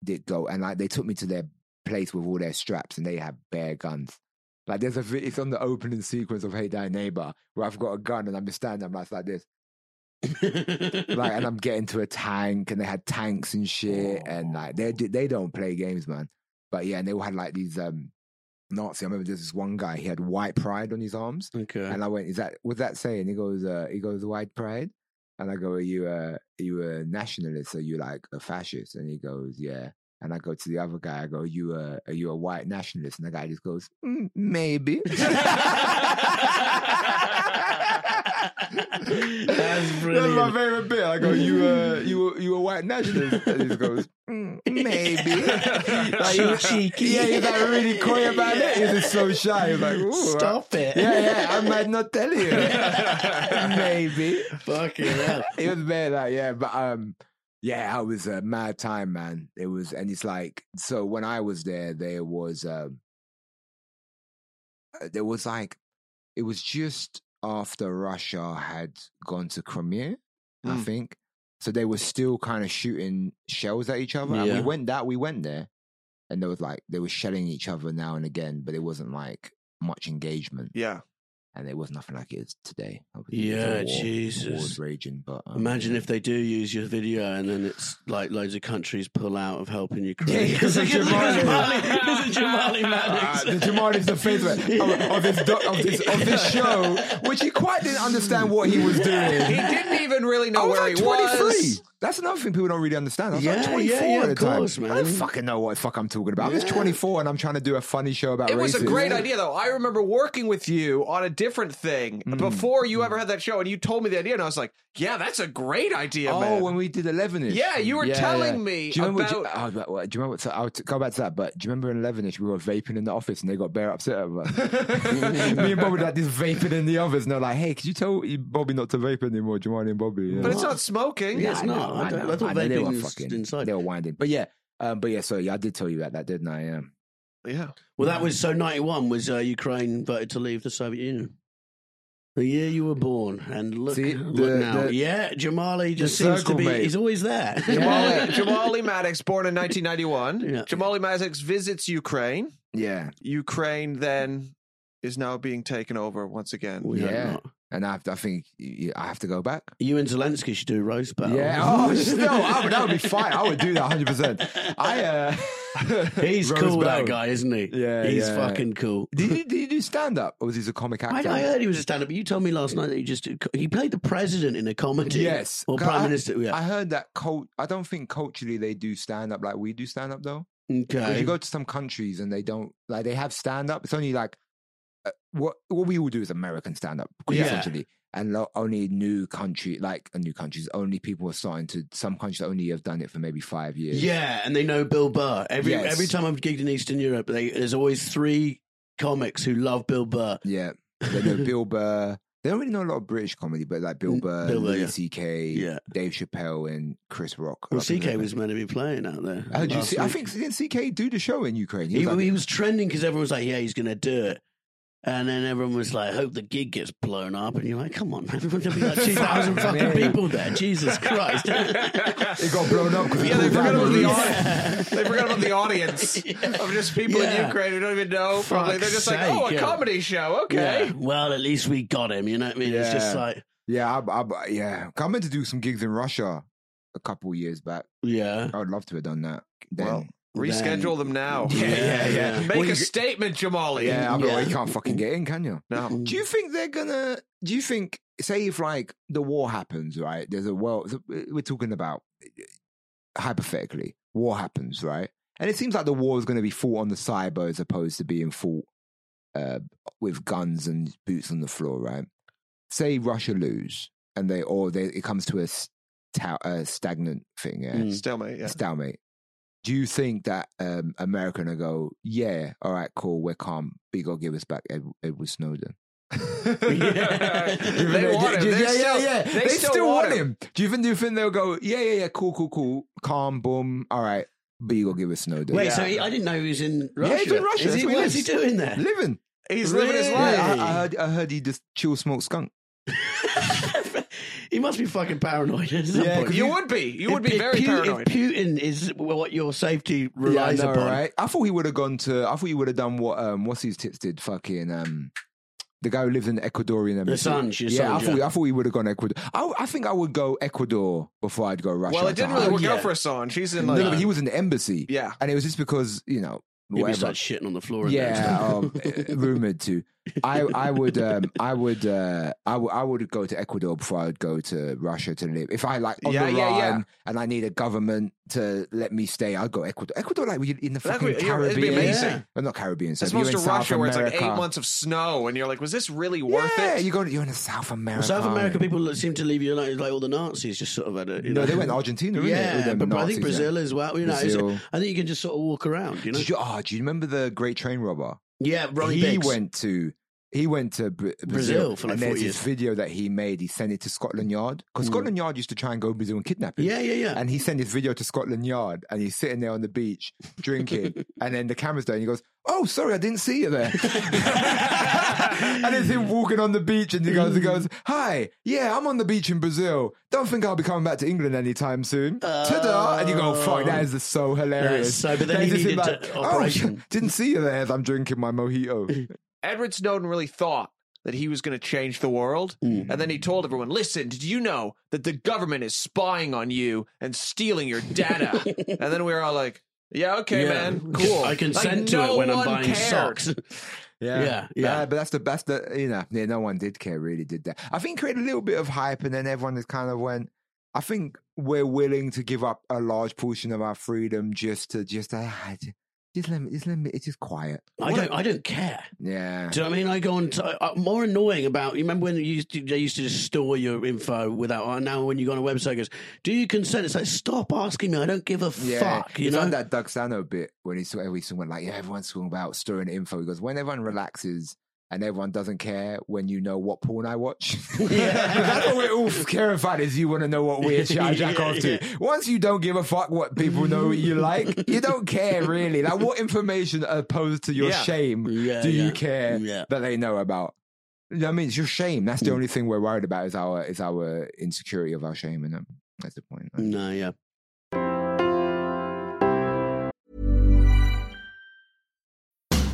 Speaker 4: did go and like they took me to their place with all their straps, and they had bare guns. Like there's a vi- it's on the opening sequence of Hey Thy Neighbor where I've got a gun and I'm just standing, I'm like, like this,
Speaker 5: [laughs]
Speaker 4: like, and I'm getting to a tank, and they had tanks and shit, and like they do- they don't play games, man. But yeah, and they all had like these um Nazi. I remember there's this one guy, he had white pride on his arms.
Speaker 5: okay.
Speaker 4: And I went, "Is that what's that saying?" He goes, uh, "He goes white pride." And I go, "Are you a are you a nationalist? Are you like a fascist?" And he goes, "Yeah." And I go to the other guy. I go, "You a are you a white nationalist?" And the guy just goes, mm,
Speaker 5: [laughs]
Speaker 4: "Maybe." [laughs]
Speaker 5: That's
Speaker 4: my
Speaker 5: brilliant.
Speaker 4: favorite bit. I go, "You uh, you a- you a white nationalist?" And he just goes, "Mm,
Speaker 5: [laughs]
Speaker 4: "Maybe." [laughs] Like, he
Speaker 3: [laughs]
Speaker 5: So
Speaker 4: was-
Speaker 5: cheeky.
Speaker 4: Yeah, he's like really coy
Speaker 5: [laughs]
Speaker 4: about it. He's just so shy. He's like, "Ooh, I-
Speaker 5: Stop it.
Speaker 4: yeah, yeah, I might not tell
Speaker 5: [laughs]
Speaker 4: you. [laughs] Maybe.
Speaker 5: Fucking
Speaker 4: [laughs]
Speaker 5: hell.
Speaker 4: It was bad, like, yeah, but um, yeah, I was a mad time, man. It was, and it's like, so when I was there, there was, um, uh, there was like, it was just after Russia had gone to Crimea, I
Speaker 3: Mm.
Speaker 4: think. So they were still kind of shooting shells at each other. And we
Speaker 5: Yeah.
Speaker 4: went that, we went there, and there was like, they were shelling each other now and again, but it wasn't like much engagement
Speaker 3: Yeah.
Speaker 4: and it was nothing like it is today. Obviously, it was a
Speaker 5: Yeah,
Speaker 4: war. The war
Speaker 5: Jesus.
Speaker 4: was raging, but um,
Speaker 5: Imagine if they do use your video and then it's like loads of countries pull out of helping Ukraine. [laughs]
Speaker 4: Yeah, 'cause of Jamali. [laughs]
Speaker 5: Because of Jamali
Speaker 4: Ah,
Speaker 5: [laughs] Maddox.
Speaker 4: the Jamal is the face of, it- of-
Speaker 5: [laughs]
Speaker 4: of this doc- of this of this [laughs] show, which he quite didn't understand what he was
Speaker 3: He
Speaker 4: doing.
Speaker 3: didn't even really
Speaker 4: I
Speaker 3: know
Speaker 4: was
Speaker 3: where
Speaker 4: like
Speaker 3: he
Speaker 4: 23.
Speaker 3: was.
Speaker 4: That's another thing people don't really understand. I was like
Speaker 5: Yeah,
Speaker 4: 24
Speaker 5: yeah, yeah,
Speaker 4: at the
Speaker 5: of course,
Speaker 4: time. I don't
Speaker 5: man.
Speaker 4: fucking know what the fuck I'm talking about. I'm just
Speaker 5: Yeah.
Speaker 4: 24 and I'm trying to do a funny show about
Speaker 3: It was a
Speaker 4: racism.
Speaker 3: great idea, though. I remember working with you on a different thing
Speaker 5: Mm.
Speaker 3: before you ever had that show, and you told me the idea, and I was like, "Yeah, that's a great idea,
Speaker 4: oh,
Speaker 3: man."
Speaker 4: when we did 11 ish.
Speaker 3: Yeah, you were telling me
Speaker 4: Do you remember? do you-
Speaker 3: about-
Speaker 4: oh, but what- do you remember? what- So I'll t- go back to that. But do you remember in 11 ish we were vaping in the office and they got bare upset over [laughs] us? me and Bobby were like this vaping in the office and they're like, hey, could you tell Bobby not to vape anymore, Jamani and Bobby? Yeah.
Speaker 3: but it's not smoking.
Speaker 5: Yeah, it's
Speaker 4: know,
Speaker 5: not. I don't- I thought
Speaker 4: know, they were
Speaker 5: vaping is inside.
Speaker 4: They were winding. But yeah, um, but yeah, so yeah, I did tell you about that, didn't I? Um, Yeah.
Speaker 3: Yeah.
Speaker 5: Well, that was so. Ninety-one was uh, Ukraine voted to leave the Soviet Union. The year you were born, and look,
Speaker 4: See,
Speaker 5: look
Speaker 4: the-
Speaker 5: now.
Speaker 4: the-
Speaker 5: yeah, Jamali just
Speaker 4: the
Speaker 5: seems
Speaker 4: circle,
Speaker 5: to be.
Speaker 4: mate.
Speaker 5: He's always there. [laughs]
Speaker 3: Jamali, Jamali Maddox, born in 1991.
Speaker 5: Yeah.
Speaker 3: Jamali Maddox visits Ukraine.
Speaker 4: Yeah.
Speaker 3: Ukraine then is now being taken over once again.
Speaker 5: We don't
Speaker 4: Yeah.
Speaker 5: know.
Speaker 4: And I, have to, I think y- y- I have to go back.
Speaker 5: You and Zelensky should do a roast battle. [laughs]
Speaker 4: Yeah. Oh, no, I would, that would be fine. I would do that 100%. I, uh,
Speaker 5: [laughs] He's
Speaker 4: [laughs] Rose
Speaker 5: cool, that
Speaker 4: Bell.
Speaker 5: guy, isn't he?
Speaker 4: Yeah,
Speaker 5: he's
Speaker 4: yeah.
Speaker 5: fucking cool.
Speaker 4: Did you, did you do stand up, or was he a comic
Speaker 5: I,
Speaker 4: actor?
Speaker 5: I heard he was a stand-up, but you told me last night that he just did co- he played the president in a comedy.
Speaker 4: Yes,
Speaker 5: or
Speaker 4: 'Cause
Speaker 5: prime
Speaker 4: I-
Speaker 5: minister. Yeah,
Speaker 4: I heard that. Cult, I don't think culturally they do stand up like we do stand up though. Because
Speaker 5: okay.
Speaker 4: you go to some countries and they don't like they have stand up. It's only like uh, what what we all do is American stand up,
Speaker 5: Yeah.
Speaker 4: essentially. And lo- only new country, like uh, new countries, only people are starting to. Some countries only have done it for maybe five years.
Speaker 5: Yeah, and they know Bill Burr. Every
Speaker 4: Yes.
Speaker 5: every time I've gigged in Eastern Europe, they, there's always three comics who love Bill Burr. [laughs]
Speaker 4: yeah. They know Bill Burr. They don't really know a lot of British comedy, but like Bill
Speaker 5: Mm,
Speaker 4: Burr,
Speaker 5: Bill Burr,
Speaker 4: Louis
Speaker 5: yeah.
Speaker 4: C.K.,
Speaker 5: Yeah.
Speaker 4: Dave Chappelle, and Chris Rock.
Speaker 5: Well,
Speaker 4: I think
Speaker 5: CK
Speaker 4: they're-
Speaker 5: was meant to be playing out there.
Speaker 4: Oh, did you
Speaker 5: last
Speaker 4: see, I
Speaker 5: week.
Speaker 4: think didn't CK do the show in Ukraine?
Speaker 5: he,
Speaker 4: was like-
Speaker 5: he was trending because everyone was like, "Yeah, he's going to do it," and then everyone was like, "Hope the gig gets blown up." And you're like, "Come on, man! [laughs] There's going to be like two thousand
Speaker 4: [laughs] Fuck,
Speaker 5: fucking
Speaker 4: man.
Speaker 5: people there. Jesus
Speaker 4: [laughs]
Speaker 5: Christ!" [laughs]
Speaker 4: it got
Speaker 3: [laughs]
Speaker 4: blown up. 'cause it
Speaker 3: Yeah, they
Speaker 4: pulled down
Speaker 3: forgot about
Speaker 4: the
Speaker 3: the
Speaker 4: roof.
Speaker 5: [laughs]
Speaker 3: audience. They forgot about the audience of just people in
Speaker 5: Yeah.
Speaker 3: Ukraine who don't even know. Probably
Speaker 5: Fuck's
Speaker 3: they're just like, oh, a
Speaker 5: sake, yeah.
Speaker 3: comedy show. Okay.
Speaker 5: Yeah. Well, at least we got him. You know what I mean? It's just
Speaker 4: Yeah.
Speaker 5: like,
Speaker 4: Yeah, I, I, yeah. I meant to do some gigs in Russia a couple years back.
Speaker 5: yeah,
Speaker 4: I would love to have done that. Then.
Speaker 3: Well, Reschedule them [laughs] now.
Speaker 5: Yeah, yeah, yeah.
Speaker 3: Make
Speaker 4: Well,
Speaker 3: a
Speaker 4: you-
Speaker 3: statement, Jamali.
Speaker 4: yeah, I'm
Speaker 5: yeah.
Speaker 4: you can't fucking get in, can you?
Speaker 3: No.
Speaker 5: Mm.
Speaker 4: Do you think they're gonna? Do you think, say, if like the war happens, right? There's a world we're talking about hypothetically. War happens, right? And it seems like the war is going to be fought on the cyber as opposed to being fought uh, with guns and boots on the floor, right? Say Russia lose, and they or they, it comes to a, sta- a stagnant thing, yeah.
Speaker 3: Hmm.
Speaker 5: Mm.
Speaker 3: Stalemate. [laughs] Yeah.
Speaker 4: stalemate. Do you think that um, America gonna go? Yeah, all right, cool, we're calm. But you gotta give us back Ed- Edward Snowden. [laughs] Do you think
Speaker 3: They want him.
Speaker 4: do you-
Speaker 3: They
Speaker 4: yeah,
Speaker 3: still-
Speaker 4: yeah, yeah.
Speaker 3: they still
Speaker 4: still
Speaker 3: want
Speaker 4: want him. Do you think? Do you think they'll go? Yeah, yeah, yeah. Cool, cool, cool. Calm, boom. All right, but you gotta give us Snowden.
Speaker 5: Wait,
Speaker 3: Yeah.
Speaker 5: so he, I didn't know he was in Russia.
Speaker 4: Yeah, he's in Russia.
Speaker 5: Is
Speaker 4: That's
Speaker 5: he,
Speaker 4: where he
Speaker 5: what is he
Speaker 4: lives.
Speaker 5: doing there?
Speaker 4: living.
Speaker 3: He's living his
Speaker 5: Really?
Speaker 3: life.
Speaker 4: Yeah, I, I heard. I heard he just chill smoke skunk.
Speaker 5: [laughs] he must be fucking paranoid. At some
Speaker 4: Yeah,
Speaker 5: point.
Speaker 3: You would be. You would
Speaker 5: If-
Speaker 3: be
Speaker 5: if
Speaker 3: very
Speaker 5: Pu-
Speaker 3: paranoid.
Speaker 5: If Putin is what your safety
Speaker 4: Yeah, I
Speaker 5: relies
Speaker 4: know,
Speaker 5: upon,
Speaker 4: right? I thought he would have gone to. I thought he would have done what. Um, what's his tits did? Fucking um, the guy who lives in Ecuadorian.
Speaker 5: the
Speaker 4: embassy.
Speaker 5: sun's your
Speaker 4: Yeah, I
Speaker 5: soldier.
Speaker 4: thought, I thought we would have gone Ecuador. I, I think I would go Ecuador before I'd go Russia.
Speaker 3: Well, it didn't really
Speaker 5: Oh,
Speaker 3: work out
Speaker 5: yeah.
Speaker 3: for Assange. He's in
Speaker 4: No,
Speaker 3: like,
Speaker 4: but he was in the embassy,
Speaker 3: yeah.
Speaker 4: and it was just because you know
Speaker 5: Maybe
Speaker 4: whatever.
Speaker 5: start shitting on the floor. and
Speaker 4: Yeah,
Speaker 3: [laughs]
Speaker 4: um,
Speaker 5: that stuff.
Speaker 4: rumored to. I I [laughs] would um I would uh I would I would go to Ecuador before I would go to Russia to live. If I like on
Speaker 3: Yeah,
Speaker 4: the
Speaker 3: yeah,
Speaker 4: run
Speaker 3: yeah.
Speaker 4: and I need a government to let me stay, I'd go Ecuador. Ecuador, like we in the
Speaker 3: That'd
Speaker 4: fucking
Speaker 3: be- yeah,
Speaker 4: Caribbean.
Speaker 3: it'd be amazing.
Speaker 4: Yeah. Well, not Caribbean. So
Speaker 3: As
Speaker 4: if you're
Speaker 3: opposed to
Speaker 4: in South
Speaker 3: Russia, where it's like eight
Speaker 4: America-
Speaker 3: months of snow, and you're like, was this really
Speaker 4: Yeah,
Speaker 3: worth it?
Speaker 4: You go. You're in South America.
Speaker 5: South America
Speaker 4: aren't you?
Speaker 5: people that seem to leave you alone. Like all the Nazis just sort of had it. You
Speaker 4: No,
Speaker 5: know?
Speaker 4: they went to Argentina. didn't they, with
Speaker 5: Yeah,
Speaker 4: them
Speaker 5: but, but I
Speaker 4: Nazis,
Speaker 5: think
Speaker 4: yeah.
Speaker 5: Brazil as well. You know, it's-
Speaker 4: Brazil.
Speaker 5: I think you can just sort of walk around. You know,
Speaker 4: Did you, oh, do you remember the Great Train Robber?
Speaker 5: yeah, Ronnie
Speaker 4: he
Speaker 5: Biggs.
Speaker 4: went to he went to Br- Brazil,
Speaker 5: Brazil for like
Speaker 4: and
Speaker 5: four
Speaker 4: there's
Speaker 5: years.
Speaker 4: this video that he made. He sent it to Scotland Yard because
Speaker 5: Mm.
Speaker 4: Scotland Yard used to try and go Brazil and kidnap him.
Speaker 5: Yeah, yeah, yeah.
Speaker 4: And he sent his video to Scotland Yard, and he's sitting there on the beach drinking,
Speaker 5: [laughs]
Speaker 4: and then the camera's there, and he goes, "Oh, sorry, I didn't see you there." [laughs] and it's him walking on the beach, and he goes, "He goes, hi, yeah, I'm on the beach in Brazil. Don't think I'll be coming back to England anytime soon." Ta-da! And you go, "Oh, "Fuck, that is so hilarious."
Speaker 5: so- but then
Speaker 4: They
Speaker 5: he
Speaker 4: just seem
Speaker 5: needed
Speaker 4: like,
Speaker 5: to-
Speaker 4: Oh, [laughs]
Speaker 5: operation."
Speaker 4: didn't see you there as I'm drinking my mojito.
Speaker 3: Edward Snowden really thought that he was going to change the world.
Speaker 5: Mm-hmm.
Speaker 3: And then he told everyone, listen, did you know that the government is spying on you and stealing your data?
Speaker 5: [laughs]
Speaker 3: and then we were all like, yeah, okay,
Speaker 5: Yeah.
Speaker 3: man, cool.
Speaker 5: I
Speaker 3: Like,
Speaker 5: consent to it when I'm
Speaker 3: one
Speaker 5: buying
Speaker 3: cared.
Speaker 5: socks. [laughs] Yeah, yeah.
Speaker 4: Uh, but that's the that's the you know, yeah, no one did care, really did that. I think it created a little bit of hype, and then everyone just kind of went. I think we're willing to give up a large portion of our freedom just to just uh, just let me just let me it's just quiet.
Speaker 5: I don't. I don't care.
Speaker 4: Yeah,
Speaker 5: Do you know what I mean? I go on. T- uh, more annoying about. You remember when you used to, they used to just store your info without. uh, Now when you go on a website, it goes, do you consent? It's like stop asking me. I don't give a
Speaker 4: yeah.
Speaker 5: fuck. You
Speaker 4: it's
Speaker 5: know.
Speaker 4: like that Doug Sano bit when he saw every someone like yeah, everyone's talking about storing info. He goes when everyone relaxes. And everyone doesn't care when you know what porn
Speaker 5: [laughs]
Speaker 4: I watch. [laughs] That's what we're all caring about is you want to know what weird shit I
Speaker 5: [laughs]
Speaker 4: jack
Speaker 5: Yeah,
Speaker 4: off to.
Speaker 5: yeah.
Speaker 4: Once you don't give a fuck what people know you like, you don't care really. Like what information opposed to your
Speaker 3: Yeah.
Speaker 4: shame
Speaker 5: Yeah,
Speaker 4: do
Speaker 5: yeah.
Speaker 4: you care
Speaker 5: Yeah. Mm.
Speaker 4: that they know about? You know what I mean, it's your shame. That's the only thing we're worried about is our is our insecurity of our shame, and um, that's the point.
Speaker 5: No, yeah.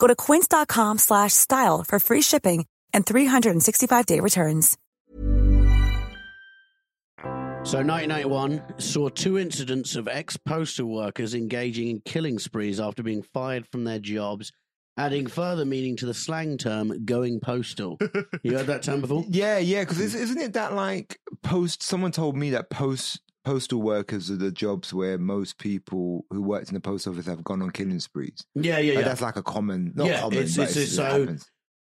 Speaker 7: Go to quince.com slash style for free shipping and 365-day returns.
Speaker 5: So 1991 saw two incidents of ex-postal workers engaging in killing sprees after being fired from their jobs, adding further meaning to the slang term "going postal." [laughs] you heard that term before?
Speaker 4: Yeah, yeah. Because isn't it that like post? Someone told me that post postal workers are the jobs where most people who worked in the post office have gone on killing sprees.
Speaker 5: Yeah, yeah,
Speaker 4: Like,
Speaker 5: yeah.
Speaker 4: that's like a common, not
Speaker 5: Yeah,
Speaker 4: common,
Speaker 5: it's-
Speaker 4: but
Speaker 5: it's-
Speaker 4: it's-
Speaker 5: it's
Speaker 4: it
Speaker 5: so-
Speaker 4: happens.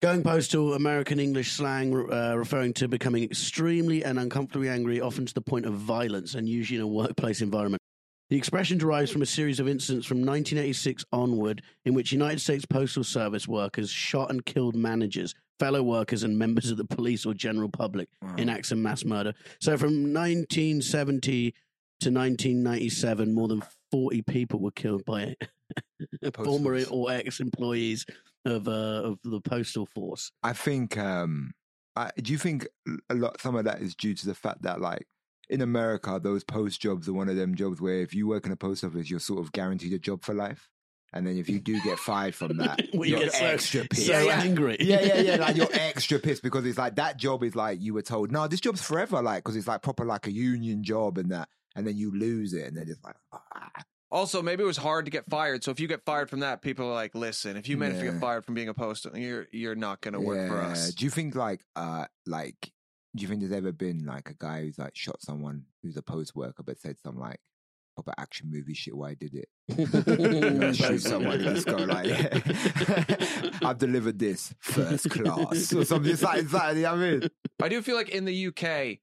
Speaker 5: Going postal, American English slang uh, referring to becoming extremely and uncomfortably angry, often to the point of violence, and usually in a workplace environment. The expression derives from a series of incidents from 1986 onward in which United States Postal Service workers shot and killed managers, fellow workers, and members of the police or general public in acts of mass murder. So from 1970 to 1997, more than 40 people were killed by [laughs] former
Speaker 4: Postals.
Speaker 5: or ex employees of, uh, of the postal force.
Speaker 4: I think. um I, Do you think a lot? Some of that is due to the fact that like. In America, those post jobs are one of them jobs where if you work in a post office, you're sort of guaranteed a job for life. And then if you do get fired from that,
Speaker 5: [laughs] Well, you
Speaker 4: you're
Speaker 5: get so-
Speaker 4: extra
Speaker 5: so
Speaker 4: pissed.
Speaker 5: angry.
Speaker 4: Yeah, yeah, yeah.
Speaker 5: [laughs]
Speaker 4: Like you're
Speaker 3: [laughs]
Speaker 4: extra pissed because it's like that job is like you were told, no, this job's forever. Like because it's like proper like a union job and that, and then you lose it, and they're just like, ah.
Speaker 3: Also, maybe it was hard to get fired. So if you get fired from that, people are like, "Listen, if you manage to
Speaker 4: Yeah.
Speaker 3: get fired from being a postal, you're you're not going to work for us."
Speaker 4: Do you think like uh like do you think there's ever been like a guy who's like shot someone who's a post worker but said some like proper action movie shit why I
Speaker 3: [laughs]
Speaker 4: did it? You know, [laughs] shoot someone and just go like yeah. [laughs] I've delivered this first class or something it's like, it's like you know what I mean?
Speaker 3: I do feel like in the UK,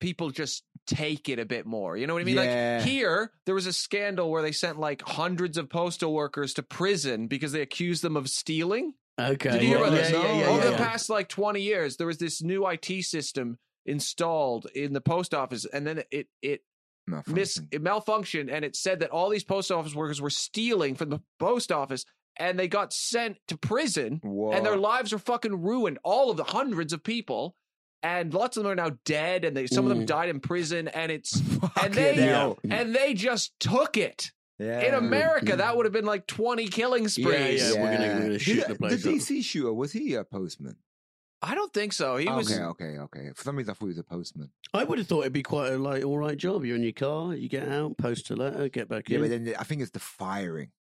Speaker 3: people just take it a bit more. You know what I mean?
Speaker 4: Yeah.
Speaker 3: Like here, there was a scandal where they sent like hundreds of postal workers to prison because they accused them of stealing.
Speaker 5: Okay.
Speaker 3: Did you hear
Speaker 5: yeah,
Speaker 3: about
Speaker 5: yeah,
Speaker 3: this?
Speaker 5: yeah, yeah,
Speaker 3: Over
Speaker 5: yeah,
Speaker 3: the
Speaker 5: yeah.
Speaker 3: past like 20 years, there was this new IT system installed in the post office, and then it it
Speaker 4: No,
Speaker 3: mis-
Speaker 4: fucking-
Speaker 3: it malfunctioned, and it said that all these post office workers were stealing from the post office, and they got sent to prison, and their
Speaker 4: Whoa.
Speaker 3: lives are fucking ruined. All of the hundreds of people. And lots of them are now dead, and they some of them
Speaker 5: Mm.
Speaker 3: died in prison, and
Speaker 4: [laughs]
Speaker 3: it's
Speaker 4: Fucking
Speaker 3: and they
Speaker 4: hell.
Speaker 3: and they just took it.
Speaker 4: yeah. Mm-hmm.
Speaker 3: In America, that would have been like twenty killing sprees.
Speaker 5: Yeah, we're gonna- we're gonna
Speaker 4: Did
Speaker 5: shoot
Speaker 4: that-
Speaker 5: the place up.
Speaker 4: DC shooter was he a postman? Oh,
Speaker 3: I don't think so. He
Speaker 4: okay,
Speaker 3: was
Speaker 4: okay, okay. For some reason, I thought he was a postman.
Speaker 5: I would have thought it'd be quite a like all right job. You're in your car, you get out, post a letter, get back
Speaker 4: Yeah,
Speaker 5: in.
Speaker 4: but then the- I think it's the firing.
Speaker 5: [laughs]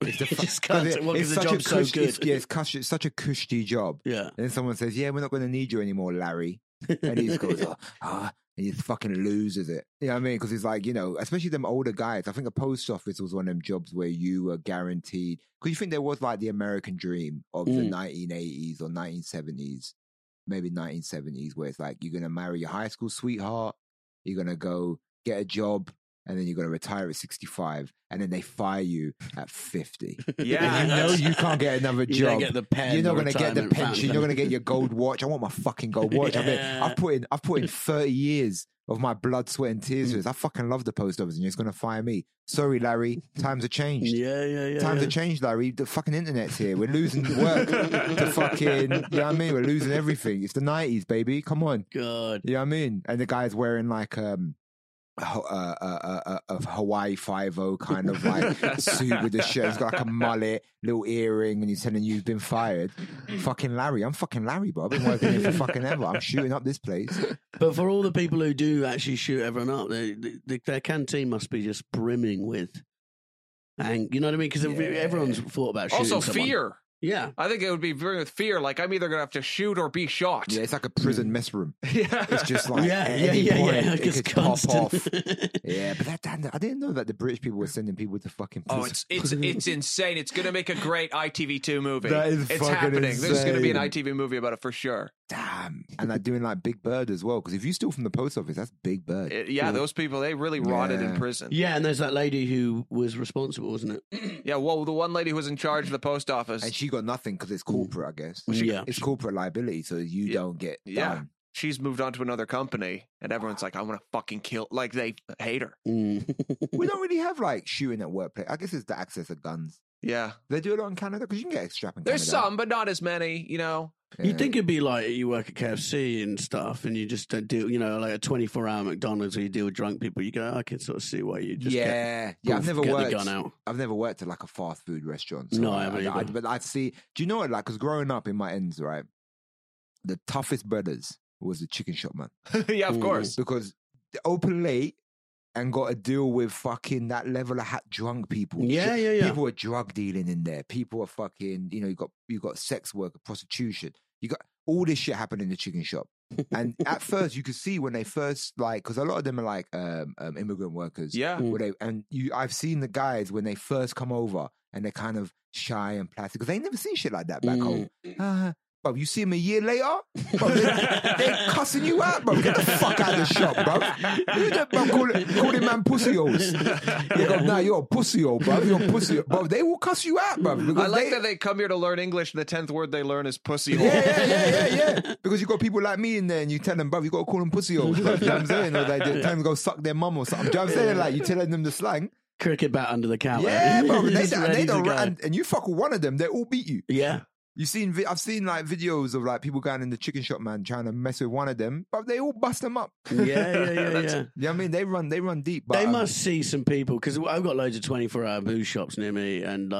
Speaker 4: It's the
Speaker 5: You
Speaker 4: fi-
Speaker 5: just can't
Speaker 4: [laughs] 'cause
Speaker 5: say, well, 'cause the
Speaker 4: such a
Speaker 5: job's so
Speaker 4: cush- It's,
Speaker 5: good.
Speaker 4: yeah, it's, cush- it's such a cushy job.
Speaker 5: yeah.
Speaker 4: And then someone says, "Yeah, we're not going to need you anymore, Larry," and
Speaker 5: [laughs]
Speaker 4: he just goes, "Ah," and he just fucking loses it. You know what I mean? Because he's like, you know, especially them older guys. I think a post office was one of them jobs where you were guaranteed. Because you think there was like the American dream of
Speaker 5: Mm.
Speaker 4: the 1980s or 1970s, maybe 1970s, where it's like you're going to marry your high school sweetheart, you're going to go get a job. And then you're gonna retire at 65, and then they fire you at
Speaker 5: [laughs]
Speaker 4: 50. [laughs]
Speaker 3: Yeah,
Speaker 4: and you know
Speaker 3: that's-
Speaker 4: you can't get another
Speaker 5: Ah, You
Speaker 4: job.
Speaker 5: don't get the pen,
Speaker 4: You're not
Speaker 5: the
Speaker 4: going to get the
Speaker 5: retirement
Speaker 4: pension. You're
Speaker 5: [laughs] fund.
Speaker 4: going to get your gold watch. I want my fucking gold watch. I mean,
Speaker 5: [laughs] Yeah. [laughs]
Speaker 4: I've put in, I've put in 30 years of my blood, sweat, and tears.
Speaker 5: Mm.
Speaker 4: for this. I fucking love the post office, and it's going to fire me. Sorry, Larry. Times have changed.
Speaker 5: Yeah, yeah, yeah.
Speaker 4: Times
Speaker 5: yeah. [laughs]
Speaker 4: have changed, Larry. The fucking internet's here. We're losing work. to fucking, you know what I mean? We're losing everything. It's the 90s, baby. Come on.
Speaker 5: God.
Speaker 4: You know what I mean? And the guy's wearing like, um, a ho- uh, uh, uh, uh, of Hawaii Five O kind of like suit with the shirt. He's got like a mullet, little earring, and he's telling you you've been fired. Fucking Larry, I'm fucking Larry, bro. I've been working here for fucking ever. I'm shooting up this place.
Speaker 5: But for all the people who do actually shoot everyone up, they, they, their canteen must be just brimming with, and you know what I mean? Because everyone's thought about shooting
Speaker 3: Also,
Speaker 5: someone.
Speaker 3: fear.
Speaker 5: Yeah.
Speaker 3: I think it would be very with fear. Like, I'm either going to have to shoot or be shot. [laughs]
Speaker 4: Yeah, it's like a prison mess room. Yeah, it's just like
Speaker 5: Mm. Yeah,
Speaker 4: at
Speaker 5: yeah,
Speaker 4: any
Speaker 5: yeah,
Speaker 4: point,
Speaker 5: yeah,
Speaker 4: it
Speaker 5: just
Speaker 4: could pop
Speaker 5: constant.
Speaker 4: off. yeah, but that, that- I didn't know that the British people were sending people to fucking. Prison.
Speaker 3: Oh, it's it's
Speaker 4: [laughs]
Speaker 3: it's insane. It's going to make a great ITV2 movie.
Speaker 4: That is
Speaker 3: it's
Speaker 4: fucking
Speaker 3: happening. There's going to be an
Speaker 4: insane.
Speaker 3: ITV movie about it for sure.
Speaker 4: and they're doing like Big Bird as well because if you steal from the post office, that's Big Bird.
Speaker 5: Eh,
Speaker 3: It- yeah, those people they really rotted in
Speaker 4: Yeah.
Speaker 3: prison.
Speaker 5: [laughs] Yeah, and there's that lady who was responsible, wasn't it?
Speaker 3: Yeah, well, the one lady who was in charge of the post office.
Speaker 4: and she got nothing because it's corporate, I guess.
Speaker 5: Mm. She- Yeah.
Speaker 4: it's corporate liability, so you don't get.
Speaker 3: yeah.
Speaker 5: [laughs]
Speaker 4: done.
Speaker 3: She's moved on to another company, and everyone's like, "I want to fucking kill." Like they hate her.
Speaker 4: [laughs] we don't really have like shooting at workplace. I guess it's the access of guns.
Speaker 3: Yeah,
Speaker 4: They do a lot in Canada because you can get a strap in
Speaker 3: there's
Speaker 4: Canada.
Speaker 3: some, but not as many. You know, [laughs]
Speaker 4: Yeah.
Speaker 5: You'd think it'd be like you work at KFC and stuff, and you just don't deal, you know, like a 24 hour McDonald's where you deal with drunk people. You go, I can sort of see why you just get,
Speaker 4: yeah, yeah. I've
Speaker 5: Oof,
Speaker 4: never
Speaker 5: get the
Speaker 4: worked.
Speaker 5: gun out.
Speaker 4: I've never worked at like a fast food restaurant.
Speaker 5: No, I haven't
Speaker 4: I,
Speaker 5: either.
Speaker 4: but I see. Do you know what? Like, because growing up in my ends, right, the toughest brothers was the chicken shop man
Speaker 3: yeah, of course.
Speaker 4: because they open late and got to deal with fucking that level of ha- drunk people.
Speaker 5: Yeah,
Speaker 4: Ju-
Speaker 5: yeah, yeah.
Speaker 4: People are drug dealing in there. People are fucking. You know, you got you got sex work, prostitution. You got all this shit happening in the chicken shop. and
Speaker 5: [laughs]
Speaker 4: at first, you could see when they first like, because a lot of them are like um, um, immigrant workers.
Speaker 3: Yeah.
Speaker 4: Where they, and you, I've seen the guys when they first come over and they're kind of shy and plastic because they ain't never seen shit like that back home. Uh, bro, you see them a year later,
Speaker 3: [laughs]
Speaker 4: bro, they, they cussing you out, bro. Get the fuck out of the shop, bro. You just bro, call, it, call them man pussy holes. They go, nah, you're a pussy hole, bro. You're a pussy, bro. They will cuss you out, bro. because
Speaker 3: I like
Speaker 4: they-
Speaker 3: that they come here to learn English, and the tenth word they learn is pussy hole.
Speaker 4: yeah, yeah, yeah, yeah, yeah. Because you got people like me in there, and you tell them, bruv, you got to call them pussy holes. bruv." You know what I'm saying? Or like, they tell them to go suck their mum or something. Do you know what I'm saying? Like, you telling them the slang.
Speaker 5: cricket bat under the counter. [laughs]
Speaker 4: Yeah, bro. They,
Speaker 5: Just
Speaker 4: and
Speaker 5: ready
Speaker 4: they
Speaker 5: to
Speaker 4: don't,
Speaker 5: go.
Speaker 4: and, and you fuck with one of them, they all beat you.
Speaker 5: Yeah.
Speaker 4: You seen? vi- I've seen like videos of like people going in the chicken shop, man, trying to mess with one of them, but they all bust them up.
Speaker 5: Yeah, yeah,
Speaker 4: [laughs]
Speaker 5: yeah, yeah.
Speaker 4: You know what I mean? They run, they run deep. But,
Speaker 5: they
Speaker 4: um,
Speaker 5: must see some people because I've got loads of twenty-four hour booze shops near me, and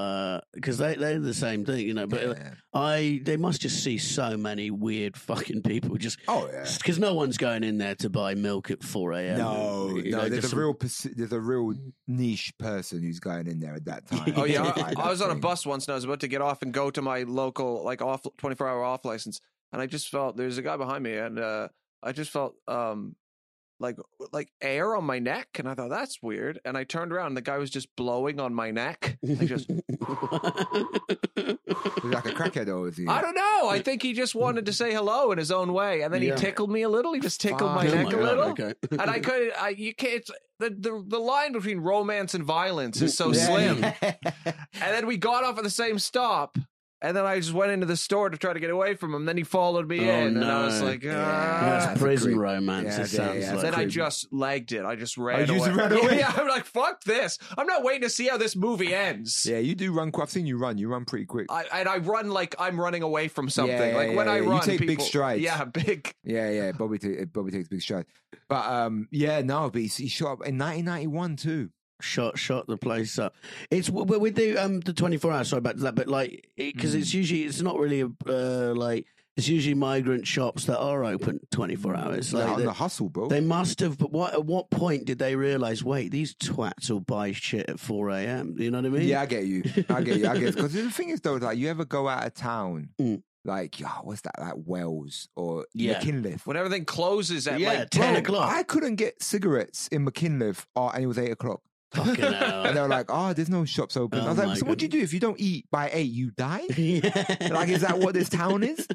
Speaker 5: because they they're the same thing, you know. But uh,
Speaker 4: Yeah.
Speaker 5: I they must just see so many weird fucking people just
Speaker 4: Oh yeah.
Speaker 5: because no one's going in there to buy milk at four a.m.
Speaker 4: No,
Speaker 5: You
Speaker 4: no.
Speaker 5: know,
Speaker 4: There's
Speaker 5: just
Speaker 4: a
Speaker 5: some-
Speaker 4: real, persi- there's a real niche person who's going in there at that time.
Speaker 3: [laughs] Oh
Speaker 4: [laughs]
Speaker 3: yeah,
Speaker 4: Like,
Speaker 3: I, I was on a
Speaker 4: thing.
Speaker 3: bus once and I was about to get off and go to my local like off twenty four hour off license, and I just felt there's a guy behind me, and uh, I just felt um like like air on my neck, and I thought that's weird, and I turned around, and the guy was just blowing on my neck, like just
Speaker 5: [laughs]
Speaker 4: [laughs] He's like a crackhead, or is he?
Speaker 3: I don't know, I think he just wanted to say hello in his own way, and then
Speaker 5: Yeah.
Speaker 3: he tickled me a little, he just tickled my
Speaker 4: Fuck.
Speaker 5: Oh
Speaker 3: neck
Speaker 5: my
Speaker 3: a
Speaker 5: God,
Speaker 3: little,
Speaker 5: okay. [laughs]
Speaker 3: and I could I you can't it's, the, the the line between romance and violence is so
Speaker 5: [laughs]
Speaker 4: Yeah.
Speaker 3: slim.
Speaker 5: Oh,
Speaker 3: And then we got off at the same stop. And then I just went into the store to try to get away from him. Then he followed me
Speaker 5: Oh,
Speaker 3: in, and I was
Speaker 5: no.
Speaker 3: like,
Speaker 4: Yeah.
Speaker 3: ah.
Speaker 4: That's
Speaker 5: That's
Speaker 4: a
Speaker 5: prison
Speaker 4: creep.
Speaker 5: romance.
Speaker 4: Yeah,
Speaker 5: it
Speaker 4: yeah,
Speaker 5: sounds
Speaker 4: yeah,
Speaker 5: like.
Speaker 3: Then I
Speaker 4: creepy.
Speaker 3: just legged it. I just ran
Speaker 4: Oh, you
Speaker 3: away.
Speaker 4: just ran
Speaker 3: [laughs]
Speaker 4: away?
Speaker 3: Yeah, I'm like, fuck this. I'm not waiting to see how this movie ends.
Speaker 4: Yeah, you do run. qu- I've seen you run. You run pretty quick.
Speaker 3: I, and I run like I'm running away from something.
Speaker 4: Yeah, yeah,
Speaker 3: like when
Speaker 4: yeah,
Speaker 3: I
Speaker 4: yeah. You
Speaker 3: run,
Speaker 4: take big
Speaker 3: people-
Speaker 4: strides.
Speaker 3: Yeah, [laughs] big.
Speaker 4: Yeah, yeah. Bobby, t- Bobby takes big shots. But um, yeah, no. But he, he shot up in 1991 too.
Speaker 5: shot shot the place up. It's w- w- with the um the twenty four hours. Sorry about that, but like because
Speaker 3: Mm.
Speaker 5: it's usually it's not really a, uh, like it's usually migrant shops that are open twenty four hours.
Speaker 4: Like,
Speaker 5: Like
Speaker 4: on
Speaker 5: they,
Speaker 4: the hustle, bro.
Speaker 5: they must have. But what at what point did they realize? Wait, these twats will buy shit at four a.m. You know what I mean? [laughs]
Speaker 4: yeah, I get you. I get you. I guess because the thing is though, like you ever go out of
Speaker 5: [laughs]
Speaker 4: town, like yeah, what's that? Like Wells or
Speaker 5: Mm. Yeah.
Speaker 4: McKinley.
Speaker 3: When everything closes at
Speaker 5: Yeah,
Speaker 3: like
Speaker 5: 10
Speaker 3: bro,
Speaker 5: o'clock.
Speaker 4: I couldn't get cigarettes in McKinley, uh, and it was eight o'clock.
Speaker 3: [laughs]
Speaker 5: Fucking
Speaker 4: And
Speaker 5: hell. [laughs]
Speaker 4: they were like, "Oh, there's no shops open." I
Speaker 5: Oh
Speaker 4: was like,
Speaker 5: my
Speaker 4: "So what do you do if you don't eat by eight? You
Speaker 5: [laughs]
Speaker 4: die?
Speaker 5: Yeah.
Speaker 4: like, is that what this town
Speaker 5: [laughs]
Speaker 4: is?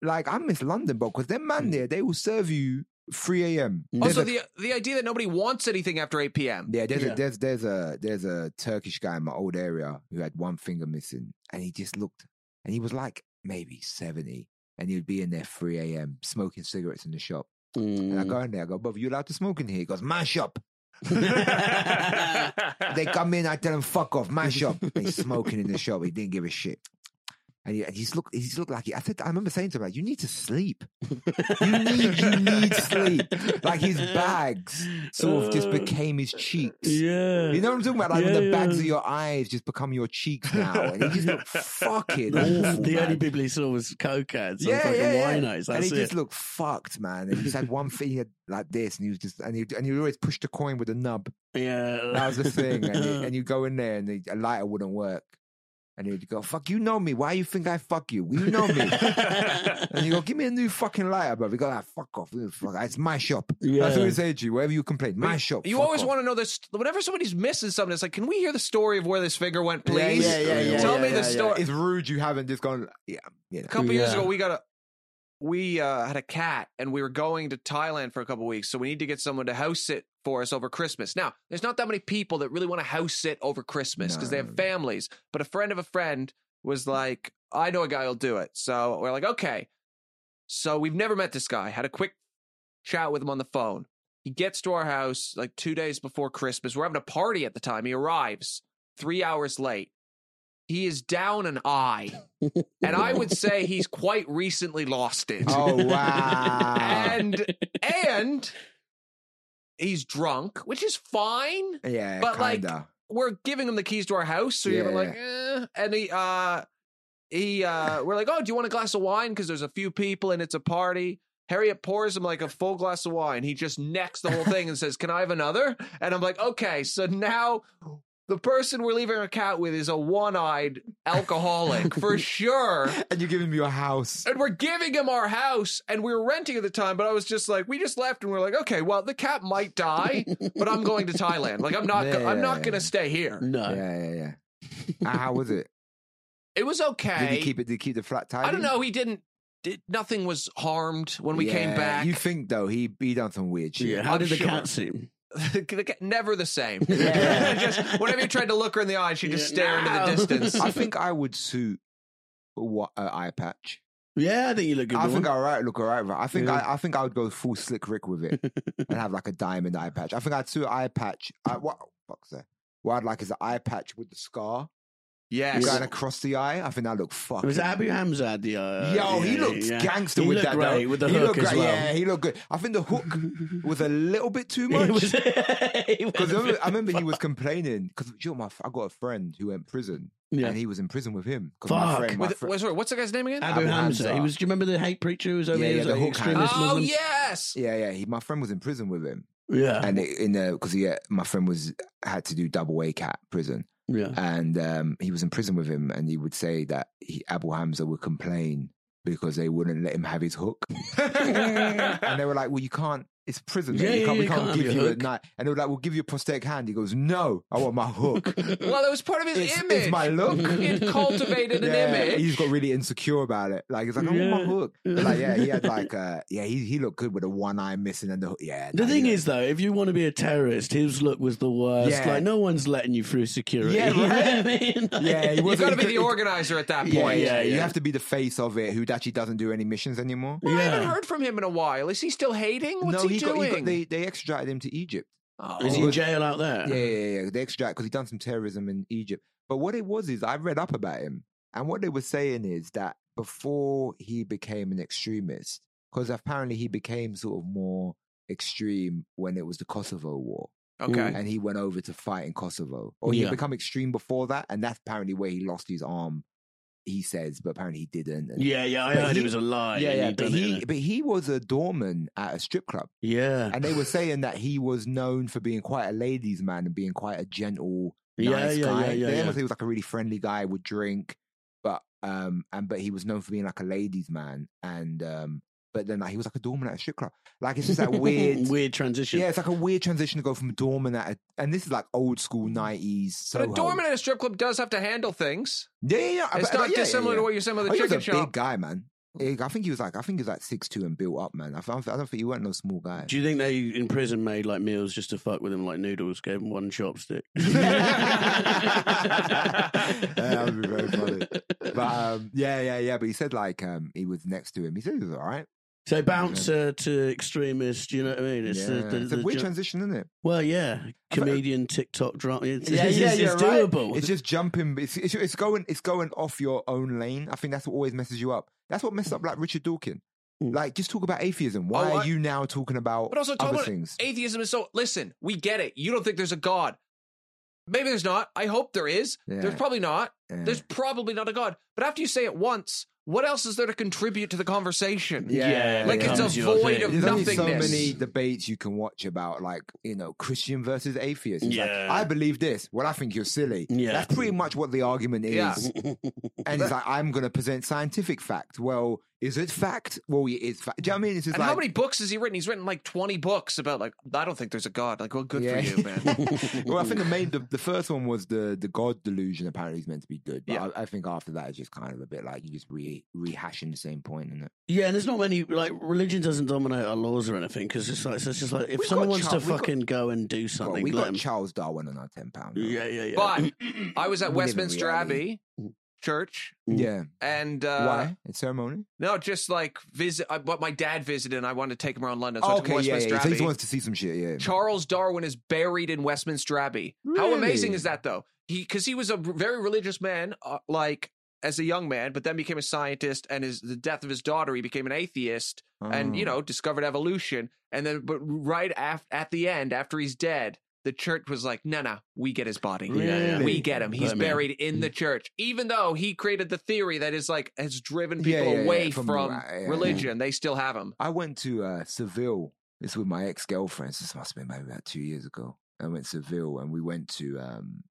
Speaker 4: Like, I miss London, bro, because them
Speaker 5: Mm.
Speaker 4: man there, they will serve you three a.m. There's
Speaker 3: Also,
Speaker 4: a-
Speaker 3: Oh, the the idea that nobody wants anything after 8 p.m.
Speaker 4: Yeah, there's
Speaker 5: Yeah.
Speaker 4: a there's there's a there's a Turkish guy in my old area who had one finger missing, and he just looked, and he was like maybe seventy, and he'd be in there three a.m. smoking cigarettes in the shop, And I go in there, I go, brother, you allowed to smoke in here? He goes, mash up. they come in, I tell them, fuck off, mash up. They smoking in the shop. He didn't give a shit. And, he, and he's looked, he's looked like he, I said, I remember saying to him, like, you need to sleep. You need, you need sleep. Like
Speaker 5: [laughs]
Speaker 4: his bags sort of just became his cheeks.
Speaker 5: Yeah.
Speaker 4: You know what I'm talking about? Like when
Speaker 5: Yeah,
Speaker 4: the bags
Speaker 5: yeah.
Speaker 4: of your eyes just become your cheeks now. And he just
Speaker 5: [laughs]
Speaker 4: looked fucking
Speaker 5: [laughs]
Speaker 4: awful.
Speaker 5: the
Speaker 4: man.
Speaker 5: only people he saw was coke ads.
Speaker 4: Yeah, yeah, yeah.
Speaker 5: Winos,
Speaker 4: and
Speaker 5: that's
Speaker 4: he
Speaker 5: it.
Speaker 4: just looked fucked, man. And he just had one finger like this, and he was just and he and he always pushed the coin with a nub.
Speaker 5: yeah,
Speaker 4: [laughs] That was the thing. And, you-
Speaker 5: [laughs]
Speaker 4: and you go in there, and the, a lighter wouldn't work. And he'd go, "Fuck you, know me? Why you think I fuck you? You
Speaker 5: [laughs]
Speaker 4: know me?" and you go, "Give me a new fucking lighter, bro." We go, ah, "Fuck off! Fuck, It's my shop." That's what
Speaker 5: Yeah.
Speaker 4: we say to you. Wherever you complain, my
Speaker 3: [laughs]
Speaker 4: shop.
Speaker 3: You
Speaker 4: fuck
Speaker 3: always
Speaker 4: off."
Speaker 3: want to know this. Whenever somebody's missing something, it's like, can we hear the story of where this figure went, please?
Speaker 5: yeah, yeah, yeah,
Speaker 3: Tell
Speaker 5: yeah,
Speaker 3: me the
Speaker 5: yeah, yeah.
Speaker 3: story.
Speaker 4: It's rude. You haven't just gone. Yeah, yeah.
Speaker 3: A couple years
Speaker 5: Yeah.
Speaker 3: ago, we got a we uh, had a cat, and we were going to Thailand for a couple weeks, so we need to get someone to house sit for us over Christmas. Now, there's not that many people that really want to house sit over Christmas because they have families. But a friend of a friend was like, "I know a guy who'll do it." So we're like, "Okay." So we've never met this guy. Had a quick chat with him on the phone. He gets to our house like two days before Christmas. We're having a party at the time. He arrives three hours late. He is down an eye. And I would say he's quite recently lost it.
Speaker 4: Oh wow!
Speaker 3: And and he's drunk, which is fine.
Speaker 4: yeah,
Speaker 3: but like-
Speaker 4: kinda.
Speaker 3: We're giving him the keys to our house, so you're
Speaker 4: Yeah.
Speaker 3: like, eh. and he uh he uh we're like, oh, do you want a glass of wine? Because there's a few people and it's a party. Harriet pours him like a full glass of wine. He just necks the whole thing and says, "Can I have another?" And I'm like, "Okay." So now the person we're leaving our cat with is a one-eyed alcoholic
Speaker 4: [laughs]
Speaker 3: for sure.
Speaker 4: and you give him your house.
Speaker 3: And we're giving him our house, and we were renting at the time. But I was just like, we just left, and we are like, okay, well, the cat might die, but I'm going to Thailand. Like, I'm not, go- I'm not
Speaker 4: Yeah.
Speaker 3: going to stay here.
Speaker 5: no.
Speaker 4: Yeah, yeah, yeah. And how was it?
Speaker 3: It was
Speaker 4: Did
Speaker 3: okay.
Speaker 4: he keep it? Did he keep the flat tidy?
Speaker 3: I don't know. He didn't. Did, nothing was harmed when we came
Speaker 4: Yeah,
Speaker 3: back. [laughs]
Speaker 4: You think though he he done some weird shit?
Speaker 5: Yeah, how
Speaker 3: I'm
Speaker 5: did the
Speaker 3: sure.
Speaker 5: cat seem?
Speaker 3: The cat- Never the
Speaker 4: [laughs]
Speaker 3: same.
Speaker 5: Yeah.
Speaker 3: just [laughs] whenever you tried to look her in the eye, she just
Speaker 5: Yeah,
Speaker 3: stared
Speaker 5: no.
Speaker 3: into the distance.
Speaker 4: I think I would suit what an eye patch.
Speaker 5: Yeah, I think you look good.
Speaker 4: I
Speaker 5: with
Speaker 4: think
Speaker 5: one.
Speaker 4: I right look alright. I think
Speaker 5: Yeah.
Speaker 4: I, I think I would go full slick Rick with it and have like a diamond eye patch. I think I'd suit an eye patch. I, what fuck's that? What I'd like is an eye patch with the scar
Speaker 3: yes.
Speaker 4: going across the eye. I think I look fucking.
Speaker 5: was Abu Hamza had the uh,
Speaker 4: Yo, he
Speaker 5: yeah,
Speaker 4: looked
Speaker 5: yeah. [laughs]
Speaker 4: gangster
Speaker 5: He
Speaker 4: with
Speaker 5: looked
Speaker 4: that.
Speaker 5: great
Speaker 4: though.
Speaker 5: with the
Speaker 4: he
Speaker 5: hook
Speaker 4: looked
Speaker 5: as
Speaker 4: great.
Speaker 5: well.
Speaker 4: Yeah, he looked good. I think
Speaker 5: [laughs]
Speaker 4: the hook was a little bit too
Speaker 5: It
Speaker 4: much.
Speaker 5: was- [laughs] it was-
Speaker 4: Because I remember, I remember he was complaining because you know, my f- I got a friend who went prison
Speaker 5: Yeah.
Speaker 4: and he was in prison with him. 'cause my
Speaker 5: Fuck.
Speaker 4: friend, my
Speaker 3: With,
Speaker 4: fri-
Speaker 3: wait, sorry, what's the guy's name again? Oh,
Speaker 5: Abu,
Speaker 4: Abu
Speaker 5: Hamza.
Speaker 4: Hamza.
Speaker 5: He was. Do you remember the hate preacher who was over
Speaker 4: Yeah,
Speaker 5: here? He
Speaker 4: yeah,
Speaker 5: was
Speaker 4: the
Speaker 5: a
Speaker 4: whole
Speaker 5: hawk extremist
Speaker 3: oh
Speaker 5: Muslim.
Speaker 3: yes.
Speaker 4: yeah, yeah. He, my friend was in prison with him,
Speaker 5: Yeah,
Speaker 4: and it, in the because he had- my friend was had to do double A cat prison,
Speaker 5: yeah.
Speaker 4: and um, he was in prison with him, and he would say that he, Abu Hamza would complain because they wouldn't let him have
Speaker 5: [laughs]
Speaker 4: his hook, and they were like, "Well, you can't." It's prison. man.
Speaker 5: Yeah,
Speaker 4: you
Speaker 5: yeah,
Speaker 4: can't, we
Speaker 5: you
Speaker 4: can't,
Speaker 5: can't have
Speaker 4: give
Speaker 5: your
Speaker 4: you a
Speaker 5: hook."
Speaker 4: knife. And they were like, "We'll give you a prosthetic hand." He goes, "No, I want
Speaker 5: [laughs]
Speaker 4: my hook."
Speaker 3: [laughs] Well, it was part of his
Speaker 4: it's,
Speaker 3: image.
Speaker 4: it's my look.
Speaker 3: It cultivated an
Speaker 4: Yeah,
Speaker 3: image.
Speaker 4: He just got really insecure about it. Like it's like, I want my
Speaker 5: Yeah.
Speaker 4: hook. But, like yeah, he
Speaker 5: [laughs]
Speaker 4: had like uh yeah, he he looked good with the one eye missing and the hook. yeah.
Speaker 5: The
Speaker 4: nah,
Speaker 5: thing
Speaker 4: he-
Speaker 5: is, though, if you want to be a terrorist, his look was the worst.
Speaker 4: Yeah.
Speaker 5: Like, no one's letting you through security.
Speaker 4: Yeah,
Speaker 5: [laughs] You know
Speaker 4: right?
Speaker 5: what I mean? Like-
Speaker 4: Yeah, he
Speaker 3: You've
Speaker 4: was-
Speaker 3: got to be
Speaker 4: [laughs]
Speaker 3: the organizer at that point.
Speaker 4: yeah, yeah,
Speaker 5: yeah,
Speaker 4: Uh, you
Speaker 5: yeah.
Speaker 4: have to be the face of it who actually doesn't do any missions anymore.
Speaker 3: Well, I
Speaker 5: Yeah.
Speaker 3: haven't heard from him in a while. Is he still hating? What's
Speaker 4: no,
Speaker 3: he,
Speaker 4: he got,
Speaker 3: doing?
Speaker 4: he got they they extradited him to Egypt.
Speaker 3: Oh.
Speaker 5: Is he in jail out there?
Speaker 3: Uh-huh.
Speaker 4: Yeah, yeah, yeah, yeah. They extradited because he done some terrorism in Egypt. But what it was is I read up about him, and what they were saying is that before he became an extremist, because apparently he became sort of more extreme when it was the Kosovo War.
Speaker 3: okay.
Speaker 4: and he went over to fight in Kosovo. Or he
Speaker 5: Yeah.
Speaker 4: had become extreme before that, and that's apparently where he lost his arm. He says, but apparently he didn't. and-
Speaker 5: yeah, yeah. I
Speaker 4: But
Speaker 5: heard
Speaker 4: he-
Speaker 5: it was a lie.
Speaker 4: yeah,
Speaker 5: and
Speaker 4: yeah.
Speaker 5: he'd
Speaker 4: But
Speaker 5: done it,
Speaker 4: he,
Speaker 5: innit?
Speaker 4: but he was a doorman at a strip club,
Speaker 5: yeah,
Speaker 4: and they were saying that he was known for being quite a ladies' man and being quite a gentle, nice
Speaker 5: yeah, yeah,
Speaker 4: guy.
Speaker 5: yeah, yeah,
Speaker 4: they
Speaker 5: yeah.
Speaker 4: almost said he was like a really friendly guy, would drink, but um, and but he was known for being like a ladies' man, and um, but then like he was like a doorman at a strip club. Like it's
Speaker 5: [laughs]
Speaker 4: just that weird,
Speaker 5: weird transition.
Speaker 4: yeah, it's like a weird transition to go from doorman at, a, and this is like old school
Speaker 5: Mm.
Speaker 4: nineties.
Speaker 3: But
Speaker 4: So um,
Speaker 3: a doorman at a strip club does have to handle things.
Speaker 4: yeah, yeah, yeah.
Speaker 3: It's
Speaker 4: Uh, but-
Speaker 3: not
Speaker 4: yeah,
Speaker 3: dissimilar to
Speaker 4: yeah, yeah.
Speaker 3: what you're saying about
Speaker 4: Oh,
Speaker 3: the
Speaker 4: he was
Speaker 3: chicken
Speaker 4: a
Speaker 3: shop. Oh.
Speaker 4: big guy, man. He- I think he was like, I think he was like six two and built up, man. I, don't- I don't think he wasn't no small guy.
Speaker 5: Do you think they in prison made like meals just to fuck with him, like noodles? Gave him one
Speaker 4: [laughs]
Speaker 5: chopstick.
Speaker 4: that would be very funny. But um, yeah, yeah, yeah. But he said like um, he was next to him. He said he was all right.
Speaker 5: [laughs] So bouncer to extremist, you know what I mean?
Speaker 4: It's, yeah. it's a weird
Speaker 5: ju-
Speaker 4: transition, isn't it?
Speaker 5: Well, yeah, comedian, TikTok drama. It's,
Speaker 4: uh, yeah,
Speaker 5: it's,
Speaker 4: yeah,
Speaker 5: it's,
Speaker 4: you're
Speaker 5: it's
Speaker 4: right.
Speaker 5: doable.
Speaker 4: It's just jumping. It's, it's it's going it's going off your own lane. I think that's what always messes you up. That's what messed up like Richard Dawkins. Like just talk about atheism. Why
Speaker 3: Hmm. Oh,
Speaker 4: are
Speaker 3: I-
Speaker 4: you now talking about
Speaker 3: But also,
Speaker 4: other
Speaker 3: Tom,
Speaker 4: things?
Speaker 3: atheism is so. Listen, we get it. You don't think there's a God. Maybe there's not. I hope there is. There's
Speaker 4: Yeah.
Speaker 3: probably not.
Speaker 4: Yeah.
Speaker 3: There's probably not a God. But after you say it once, what else is there to contribute to the conversation? like it's a void of
Speaker 4: There's only
Speaker 3: nothingness.
Speaker 4: so many debates you can watch about, like you know, Christian versus atheist. It's like,
Speaker 5: Yeah.
Speaker 4: I believe this. Well, I think you're silly.
Speaker 5: Yeah.
Speaker 4: that's pretty much what the argument is.
Speaker 5: Yeah. [laughs]
Speaker 4: and it's like I'm going to present scientific fact. Well, is it fact? Well, it is fact. Do you know what I mean? It's just
Speaker 3: and
Speaker 4: like
Speaker 3: how many books has he written? He's written like 20 books about like I don't think there's a god. Like, well, good for
Speaker 4: Yeah.
Speaker 3: you,
Speaker 4: [laughs]
Speaker 3: man.
Speaker 4: well, I think the main, the, the first one was the the God delusion. Apparently, is meant to be good, but I, I think after that, it's just kind of a bit like you just re, rehashing the same point, isn't it?
Speaker 5: Yeah, and there's not many like religion doesn't dominate our laws or anything because it's like so it's just like if
Speaker 4: We've
Speaker 5: someone
Speaker 4: got
Speaker 5: wants
Speaker 4: Charles-
Speaker 5: to
Speaker 4: we've got-
Speaker 5: fucking go and do
Speaker 4: Well,
Speaker 5: something,
Speaker 4: we
Speaker 5: let
Speaker 4: got
Speaker 5: 'em.
Speaker 4: Charles Darwin on our ten pound.
Speaker 5: yeah, yeah, yeah.
Speaker 3: But I was at
Speaker 4: We live in
Speaker 3: Westminster
Speaker 4: reality. Mm.
Speaker 3: Abbey Church,
Speaker 4: Yeah,
Speaker 3: and uh,
Speaker 4: why? It's ceremony.
Speaker 3: No, just like visit. I, but my dad visited, and I wanted to take him around London. So I took him
Speaker 4: Oh, okay,
Speaker 3: to
Speaker 4: yeah, yeah.
Speaker 3: Westminster
Speaker 4: So he
Speaker 3: Abbey.
Speaker 4: wants to see some shit. Yeah,
Speaker 3: Charles Darwin is buried in Westminster Abbey. How
Speaker 4: Really?
Speaker 3: amazing is that, though? He because he was a very religious man, uh, like as a young man, but then became a scientist. And his the death of his daughter, he became an atheist, and you
Speaker 4: Oh.
Speaker 3: know discovered evolution. And then, but right af- at the end, after he's dead. The church was like, no, no, we get his body.
Speaker 5: Yeah, yeah.
Speaker 3: We get him. He's
Speaker 5: Let me-
Speaker 3: buried in the church, even though he created the theory that is like has driven
Speaker 4: Yeah,
Speaker 3: people
Speaker 4: yeah, yeah,
Speaker 3: away
Speaker 4: from-
Speaker 3: from,
Speaker 4: uh, yeah.
Speaker 3: religion. They still have him.
Speaker 4: I went to uh, Seville. It's with my ex girlfriend. This must have been maybe about two years ago. I went to Seville and we went to um,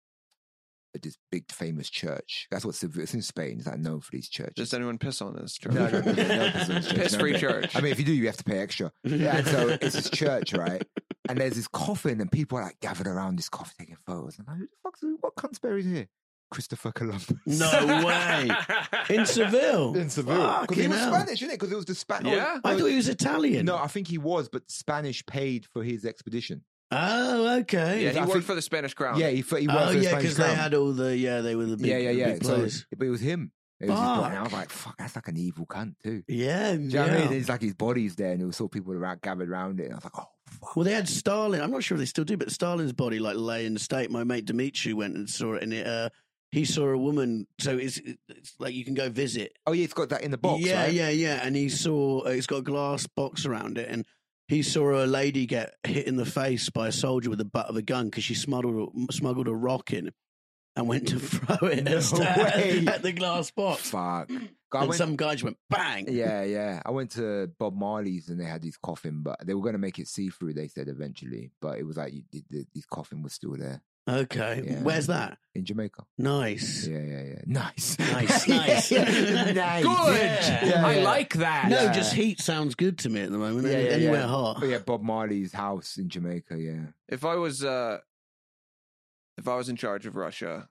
Speaker 4: this big famous church. That's what Seville. It's in Spain. It's like known for these churches.
Speaker 3: Does anyone piss on this church?
Speaker 4: No, no, [laughs] no, no, no, it's not a church,
Speaker 3: Piss
Speaker 4: no,
Speaker 3: free
Speaker 4: no.
Speaker 3: church.
Speaker 4: I mean, if you do, you have to pay extra. Yeah, and so it's this church, right? And there's this coffin, and people are like gathered around this coffin taking photos. And I'm like, who the fuck's what cunt's buried here? Christopher Columbus.
Speaker 5: [laughs] No way. In
Speaker 4: [laughs]
Speaker 5: Seville.
Speaker 4: In Seville. Because he
Speaker 5: Fucking
Speaker 4: was
Speaker 5: hell.
Speaker 4: Spanish, isn't it? Because it was the Spanish.
Speaker 3: Yeah.
Speaker 5: I thought he was Italian.
Speaker 4: No, I think he was, but Spanish paid for his expedition.
Speaker 5: Oh,
Speaker 3: [laughs]
Speaker 5: okay.
Speaker 3: yeah, he
Speaker 4: I
Speaker 3: worked
Speaker 4: think-
Speaker 3: for the Spanish crown.
Speaker 4: Yeah, he, he worked
Speaker 5: oh,
Speaker 4: for the
Speaker 5: yeah,
Speaker 4: Spanish
Speaker 5: because they
Speaker 4: crown.
Speaker 5: had all the yeah, they were the big,
Speaker 4: yeah, yeah, yeah.
Speaker 5: big
Speaker 4: So,
Speaker 5: players.
Speaker 4: but it was him. It was his body. And I was
Speaker 5: Fuck.
Speaker 4: like, fuck, that's like an evil cunt too.
Speaker 5: yeah,
Speaker 4: Do you know what I
Speaker 5: yeah.
Speaker 4: mean? It's like his body's there, and it was all people around gathered around it. And I was like, oh,
Speaker 5: Well, they had Stalin. I'm not sure if they still do, but Stalin's body like lay in state. My mate Dimitri went and saw it, and it, uh, he saw a woman. So it's, it's like you can go visit.
Speaker 4: oh yeah, it's got that in the box.
Speaker 5: yeah,
Speaker 4: right?
Speaker 5: yeah, yeah. And he saw uh, it's got a glass box around it, and he saw a lady get hit in the face by a soldier with the butt of a gun because she smuggled a, smuggled a rock in, and went to [laughs] throw it
Speaker 4: No
Speaker 5: at,
Speaker 4: way.
Speaker 5: [laughs] at the glass box. [clears throat]
Speaker 4: Fuck. I
Speaker 5: And
Speaker 4: went,
Speaker 5: some guy just went bang.
Speaker 4: yeah, yeah. I went to Bob Marley's and they had these coffin, but they were going to make it see through. They said eventually, but it was like you, the, the, the coffin was still there
Speaker 5: Okay,
Speaker 4: Yeah.
Speaker 5: where's that?
Speaker 4: in Jamaica.
Speaker 5: Nice.
Speaker 4: Yeah, yeah, yeah. [laughs] Nice,
Speaker 5: Nice,
Speaker 4: Yeah,
Speaker 5: nice.
Speaker 4: [laughs]
Speaker 5: [laughs]
Speaker 4: yeah, nice.
Speaker 3: Good.
Speaker 5: Yeah.
Speaker 4: Yeah,
Speaker 3: I
Speaker 4: yeah.
Speaker 3: like that.
Speaker 5: No,
Speaker 4: Yeah.
Speaker 5: just heat sounds good to me at the moment.
Speaker 4: Yeah, yeah,
Speaker 5: Anywhere
Speaker 4: yeah.
Speaker 5: hot.
Speaker 4: Oh, yeah, Bob Marley's house in Jamaica. Yeah,
Speaker 3: If I was uh if I was in charge of Russia,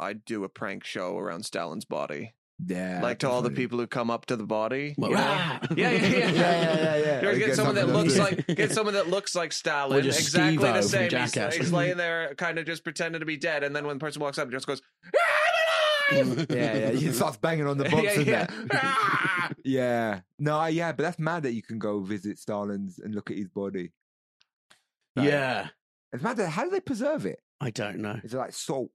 Speaker 3: I'd do a prank show around Stalin's body.
Speaker 4: yeah.
Speaker 3: like to all the
Speaker 4: definitely.
Speaker 3: people who come up to the body.
Speaker 5: Well,
Speaker 3: you know?
Speaker 5: rah!
Speaker 3: Yeah, [laughs] yeah,
Speaker 5: [laughs]
Speaker 3: yeah.
Speaker 4: Yeah, yeah, yeah, yeah.
Speaker 3: Or
Speaker 4: Or you
Speaker 3: get,
Speaker 4: get
Speaker 3: someone that
Speaker 4: something
Speaker 3: looks
Speaker 4: else.
Speaker 3: like get someone that looks like Stalin,
Speaker 5: Or just
Speaker 3: exactly
Speaker 5: Steve-O
Speaker 3: the
Speaker 5: from
Speaker 3: same. He's,
Speaker 5: Jackass.
Speaker 3: he's laying there, kind of just pretending to be dead, and then when the person walks up, he just goes,
Speaker 4: [laughs]
Speaker 5: [laughs]
Speaker 4: Yeah, yeah. He starts banging on the
Speaker 3: [laughs]
Speaker 4: box,
Speaker 3: yeah,
Speaker 4: isn't
Speaker 3: yeah.
Speaker 4: it? [laughs]
Speaker 3: Ah!
Speaker 4: Yeah. No, yeah, but that's mad that you can go visit Stalin's and look at his body. Like,
Speaker 5: Yeah.
Speaker 4: It's mad that how do they preserve it?
Speaker 5: I don't know.
Speaker 4: Is it like salt?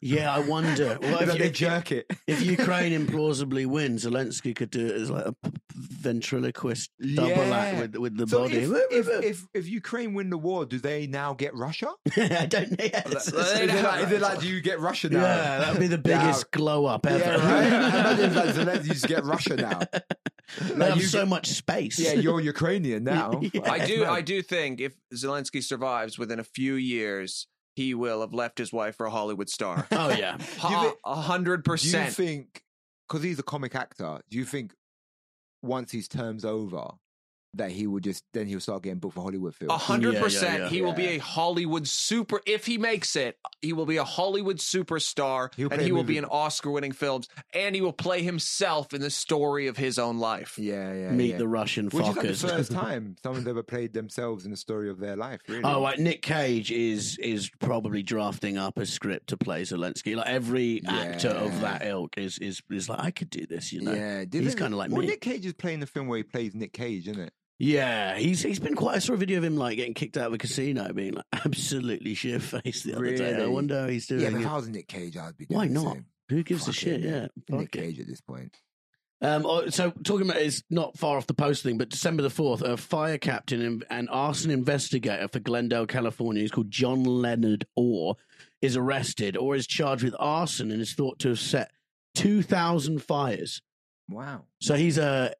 Speaker 5: Yeah, I [laughs]
Speaker 4: [laughs]
Speaker 5: wonder. Well,
Speaker 4: Like
Speaker 5: if,
Speaker 4: they
Speaker 5: if,
Speaker 4: jerk it.
Speaker 5: [laughs] if
Speaker 4: [laughs]
Speaker 5: Ukraine implausibly wins, Zelensky could do it as like a p- p- ventriloquist double act
Speaker 4: Yeah.
Speaker 5: with, with the
Speaker 4: So
Speaker 5: body.
Speaker 4: if, if, if, if Ukraine win the war, do they now get Russia?
Speaker 5: [laughs] I don't know. Yeah, it's-
Speaker 4: Is it,
Speaker 5: it's-
Speaker 4: like, is it like, do you get Russia now?
Speaker 5: yeah, that'd be the biggest glow up
Speaker 4: Yeah,
Speaker 3: [laughs]
Speaker 5: ever. [laughs]
Speaker 4: right? Imagine if, like, Zelensky, you just get Russia now.
Speaker 5: They
Speaker 4: Like,
Speaker 5: have
Speaker 4: you
Speaker 5: so
Speaker 4: get-
Speaker 5: much space.
Speaker 4: Yeah,
Speaker 5: [laughs]
Speaker 4: you're Ukrainian now.
Speaker 5: Yeah.
Speaker 3: I
Speaker 4: Like,
Speaker 3: do.
Speaker 4: man.
Speaker 3: I do think if Zelensky survives within a few years, he will have left his wife for a Hollywood star.
Speaker 5: oh yeah.
Speaker 3: Ha- A hundred
Speaker 4: Do you
Speaker 3: percent.
Speaker 4: think, because he's a comic actor, do you think once his term's over, that he will just then he'll start getting booked for Hollywood films.
Speaker 3: A hundred percent. He will be a Hollywood super. If he makes it, he will be a Hollywood superstar,
Speaker 4: He'll
Speaker 3: and
Speaker 4: play
Speaker 3: he will be
Speaker 4: movie-
Speaker 3: in Oscar-winning films, and he will play himself in the story of his own life.
Speaker 4: Yeah, yeah.
Speaker 5: Meet
Speaker 4: yeah.
Speaker 5: the Russian
Speaker 4: Which is
Speaker 5: fuckers.
Speaker 4: like the
Speaker 5: [laughs]
Speaker 4: first time someone's ever played themselves in the story of their life. Really?
Speaker 5: Oh, like Nick Cage is is probably drafting up a script to play Zelensky. Like every actor of
Speaker 4: Yeah.
Speaker 5: that ilk is is is like, I could do this, you know.
Speaker 4: yeah.
Speaker 5: he's
Speaker 4: didn't-
Speaker 5: kind of like
Speaker 4: well,
Speaker 5: me.
Speaker 4: Nick Cage is playing the film where he plays Nick Cage, isn't it?
Speaker 5: Yeah, he's he's been quite. I saw a video of him like getting kicked out of a casino, being like [laughs] absolutely shit faced the other day. I
Speaker 4: Really?
Speaker 5: wonder how he's doing.
Speaker 4: Yeah, but
Speaker 5: it.
Speaker 4: if I was Nick Cage, I'd be. Doing
Speaker 5: Why
Speaker 4: the
Speaker 5: not?
Speaker 4: same.
Speaker 5: Who gives a
Speaker 4: Fuck
Speaker 5: shit?
Speaker 4: it,
Speaker 5: Yeah,
Speaker 4: Nick
Speaker 5: fuck it.
Speaker 4: Cage at this point.
Speaker 5: Um, oh, so talking about it's not far off the posting, but December the fourth, a fire captain and, and arson investigator for Glendale, California, who's called John Leonard Orr, is arrested or is charged with arson and is thought to have set two thousand fires.
Speaker 4: Wow.
Speaker 5: So he's a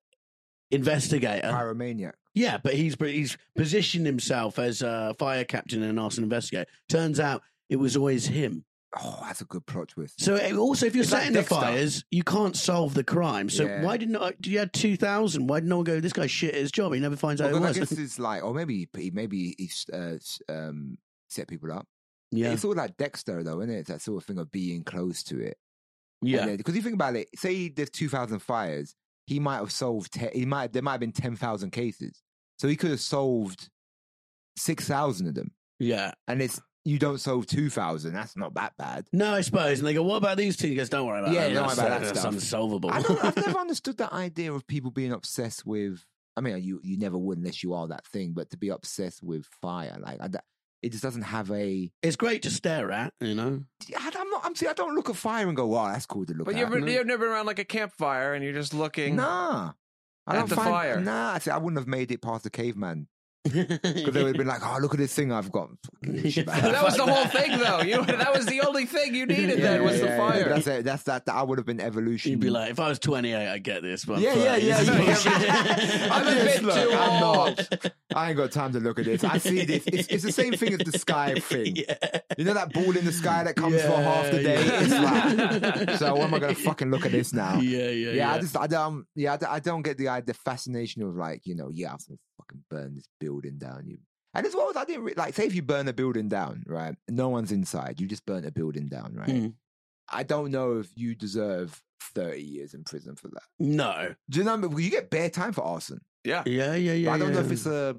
Speaker 5: investigator.
Speaker 4: Pyromaniac.
Speaker 5: Yeah, but he's but he's positioned himself as a fire captain and an arson investigator. Turns out it was always him.
Speaker 4: Oh, that's a good plot twist.
Speaker 5: So it- also, if you're
Speaker 4: It's like
Speaker 5: setting the
Speaker 4: Dexter.
Speaker 5: fires, you can't solve the crime. So
Speaker 4: Yeah.
Speaker 5: why didn't I, you had two thousand? Why didn't no one go? This guy's shit at his job. He never finds out
Speaker 4: Well,
Speaker 5: who
Speaker 4: 'cause
Speaker 5: it [laughs]
Speaker 4: I guess
Speaker 5: was.
Speaker 4: it's like, or maybe he, maybe he uh, s- um, set people up.
Speaker 5: Yeah.
Speaker 4: it's all like Dexter, though, isn't it? It's that sort of thing of being close to it.
Speaker 5: Yeah.
Speaker 4: because you think about it. Say there's two thousand fires, he might have solved. Te- he might there might have been ten thousand cases, so he could have solved six thousand of them.
Speaker 5: Yeah.
Speaker 4: And it's you don't solve two thousand. That's not that bad.
Speaker 5: No, I suppose. And they go, "What about these two? He goes, "Don't worry about
Speaker 4: Yeah,
Speaker 5: that.
Speaker 4: don't worry
Speaker 5: that's,
Speaker 4: about that
Speaker 5: that's
Speaker 4: stuff."
Speaker 5: unsolvable."
Speaker 4: I
Speaker 5: [laughs]
Speaker 4: don't, I've never understood that idea of people being obsessed with. I mean, you you never would unless you are that thing. But to be obsessed with fire, like I, don't- it just doesn't have a.
Speaker 5: it's great to stare at, you
Speaker 4: [laughs]
Speaker 5: know.
Speaker 4: I, am not. I'm. See, I don't look at fire and go, "Wow, that's cool to look
Speaker 3: But
Speaker 4: at."
Speaker 3: you've,
Speaker 4: No.
Speaker 3: you've never been around like a campfire, and you're just looking.
Speaker 4: Nah. I
Speaker 3: At
Speaker 4: don't
Speaker 3: the
Speaker 4: find,
Speaker 3: fire.
Speaker 4: Nah, I, see, I wouldn't have made it past the caveman because they
Speaker 5: they
Speaker 4: would have
Speaker 3: [laughs]
Speaker 4: been like, "Oh, look at this thing I've got."
Speaker 3: But [laughs] that was the whole thing, though.
Speaker 4: [laughs]
Speaker 3: You that was the only thing you needed. then was the fire.
Speaker 4: That's it. That's that. that I would have been evolution.
Speaker 5: You'd be like, "If I was 28, I get this." But I'm
Speaker 4: Yeah, yeah,
Speaker 5: 30.
Speaker 4: yeah.
Speaker 5: This is [laughs]
Speaker 4: yeah,
Speaker 5: bullshit.
Speaker 4: yeah.
Speaker 3: I'm a
Speaker 4: [laughs] Yes,
Speaker 3: bit
Speaker 4: look,
Speaker 3: too
Speaker 4: I'm
Speaker 3: old.
Speaker 5: [laughs]
Speaker 4: not. I ain't got time to look at this. I see this. It's, it's the same thing as the sky
Speaker 3: [laughs]
Speaker 4: thing. You know that ball in the sky that comes for
Speaker 5: Yeah,
Speaker 4: half the day.
Speaker 5: yeah.
Speaker 4: It's like, so when am I gonna fucking look at this now?
Speaker 5: [laughs] Yeah, [laughs] yeah,
Speaker 4: [laughs] yeah, I
Speaker 5: yeah.
Speaker 4: just, I don't, yeah, I don't, I don't get the idea, the fascination of like, you know, yeah, I'm gonna fucking burn this building down. You, and as well as I didn't re- like, say if you burn a building down, right? No one's inside. You just burn a building down, right?
Speaker 5: Mm.
Speaker 4: I don't know if you deserve thirty years in prison for that.
Speaker 5: No.
Speaker 4: Do you know? Because you get bare time for arson.
Speaker 3: yeah.
Speaker 5: Yeah, yeah, yeah.
Speaker 4: But I don't know
Speaker 5: yeah.
Speaker 4: if it's a.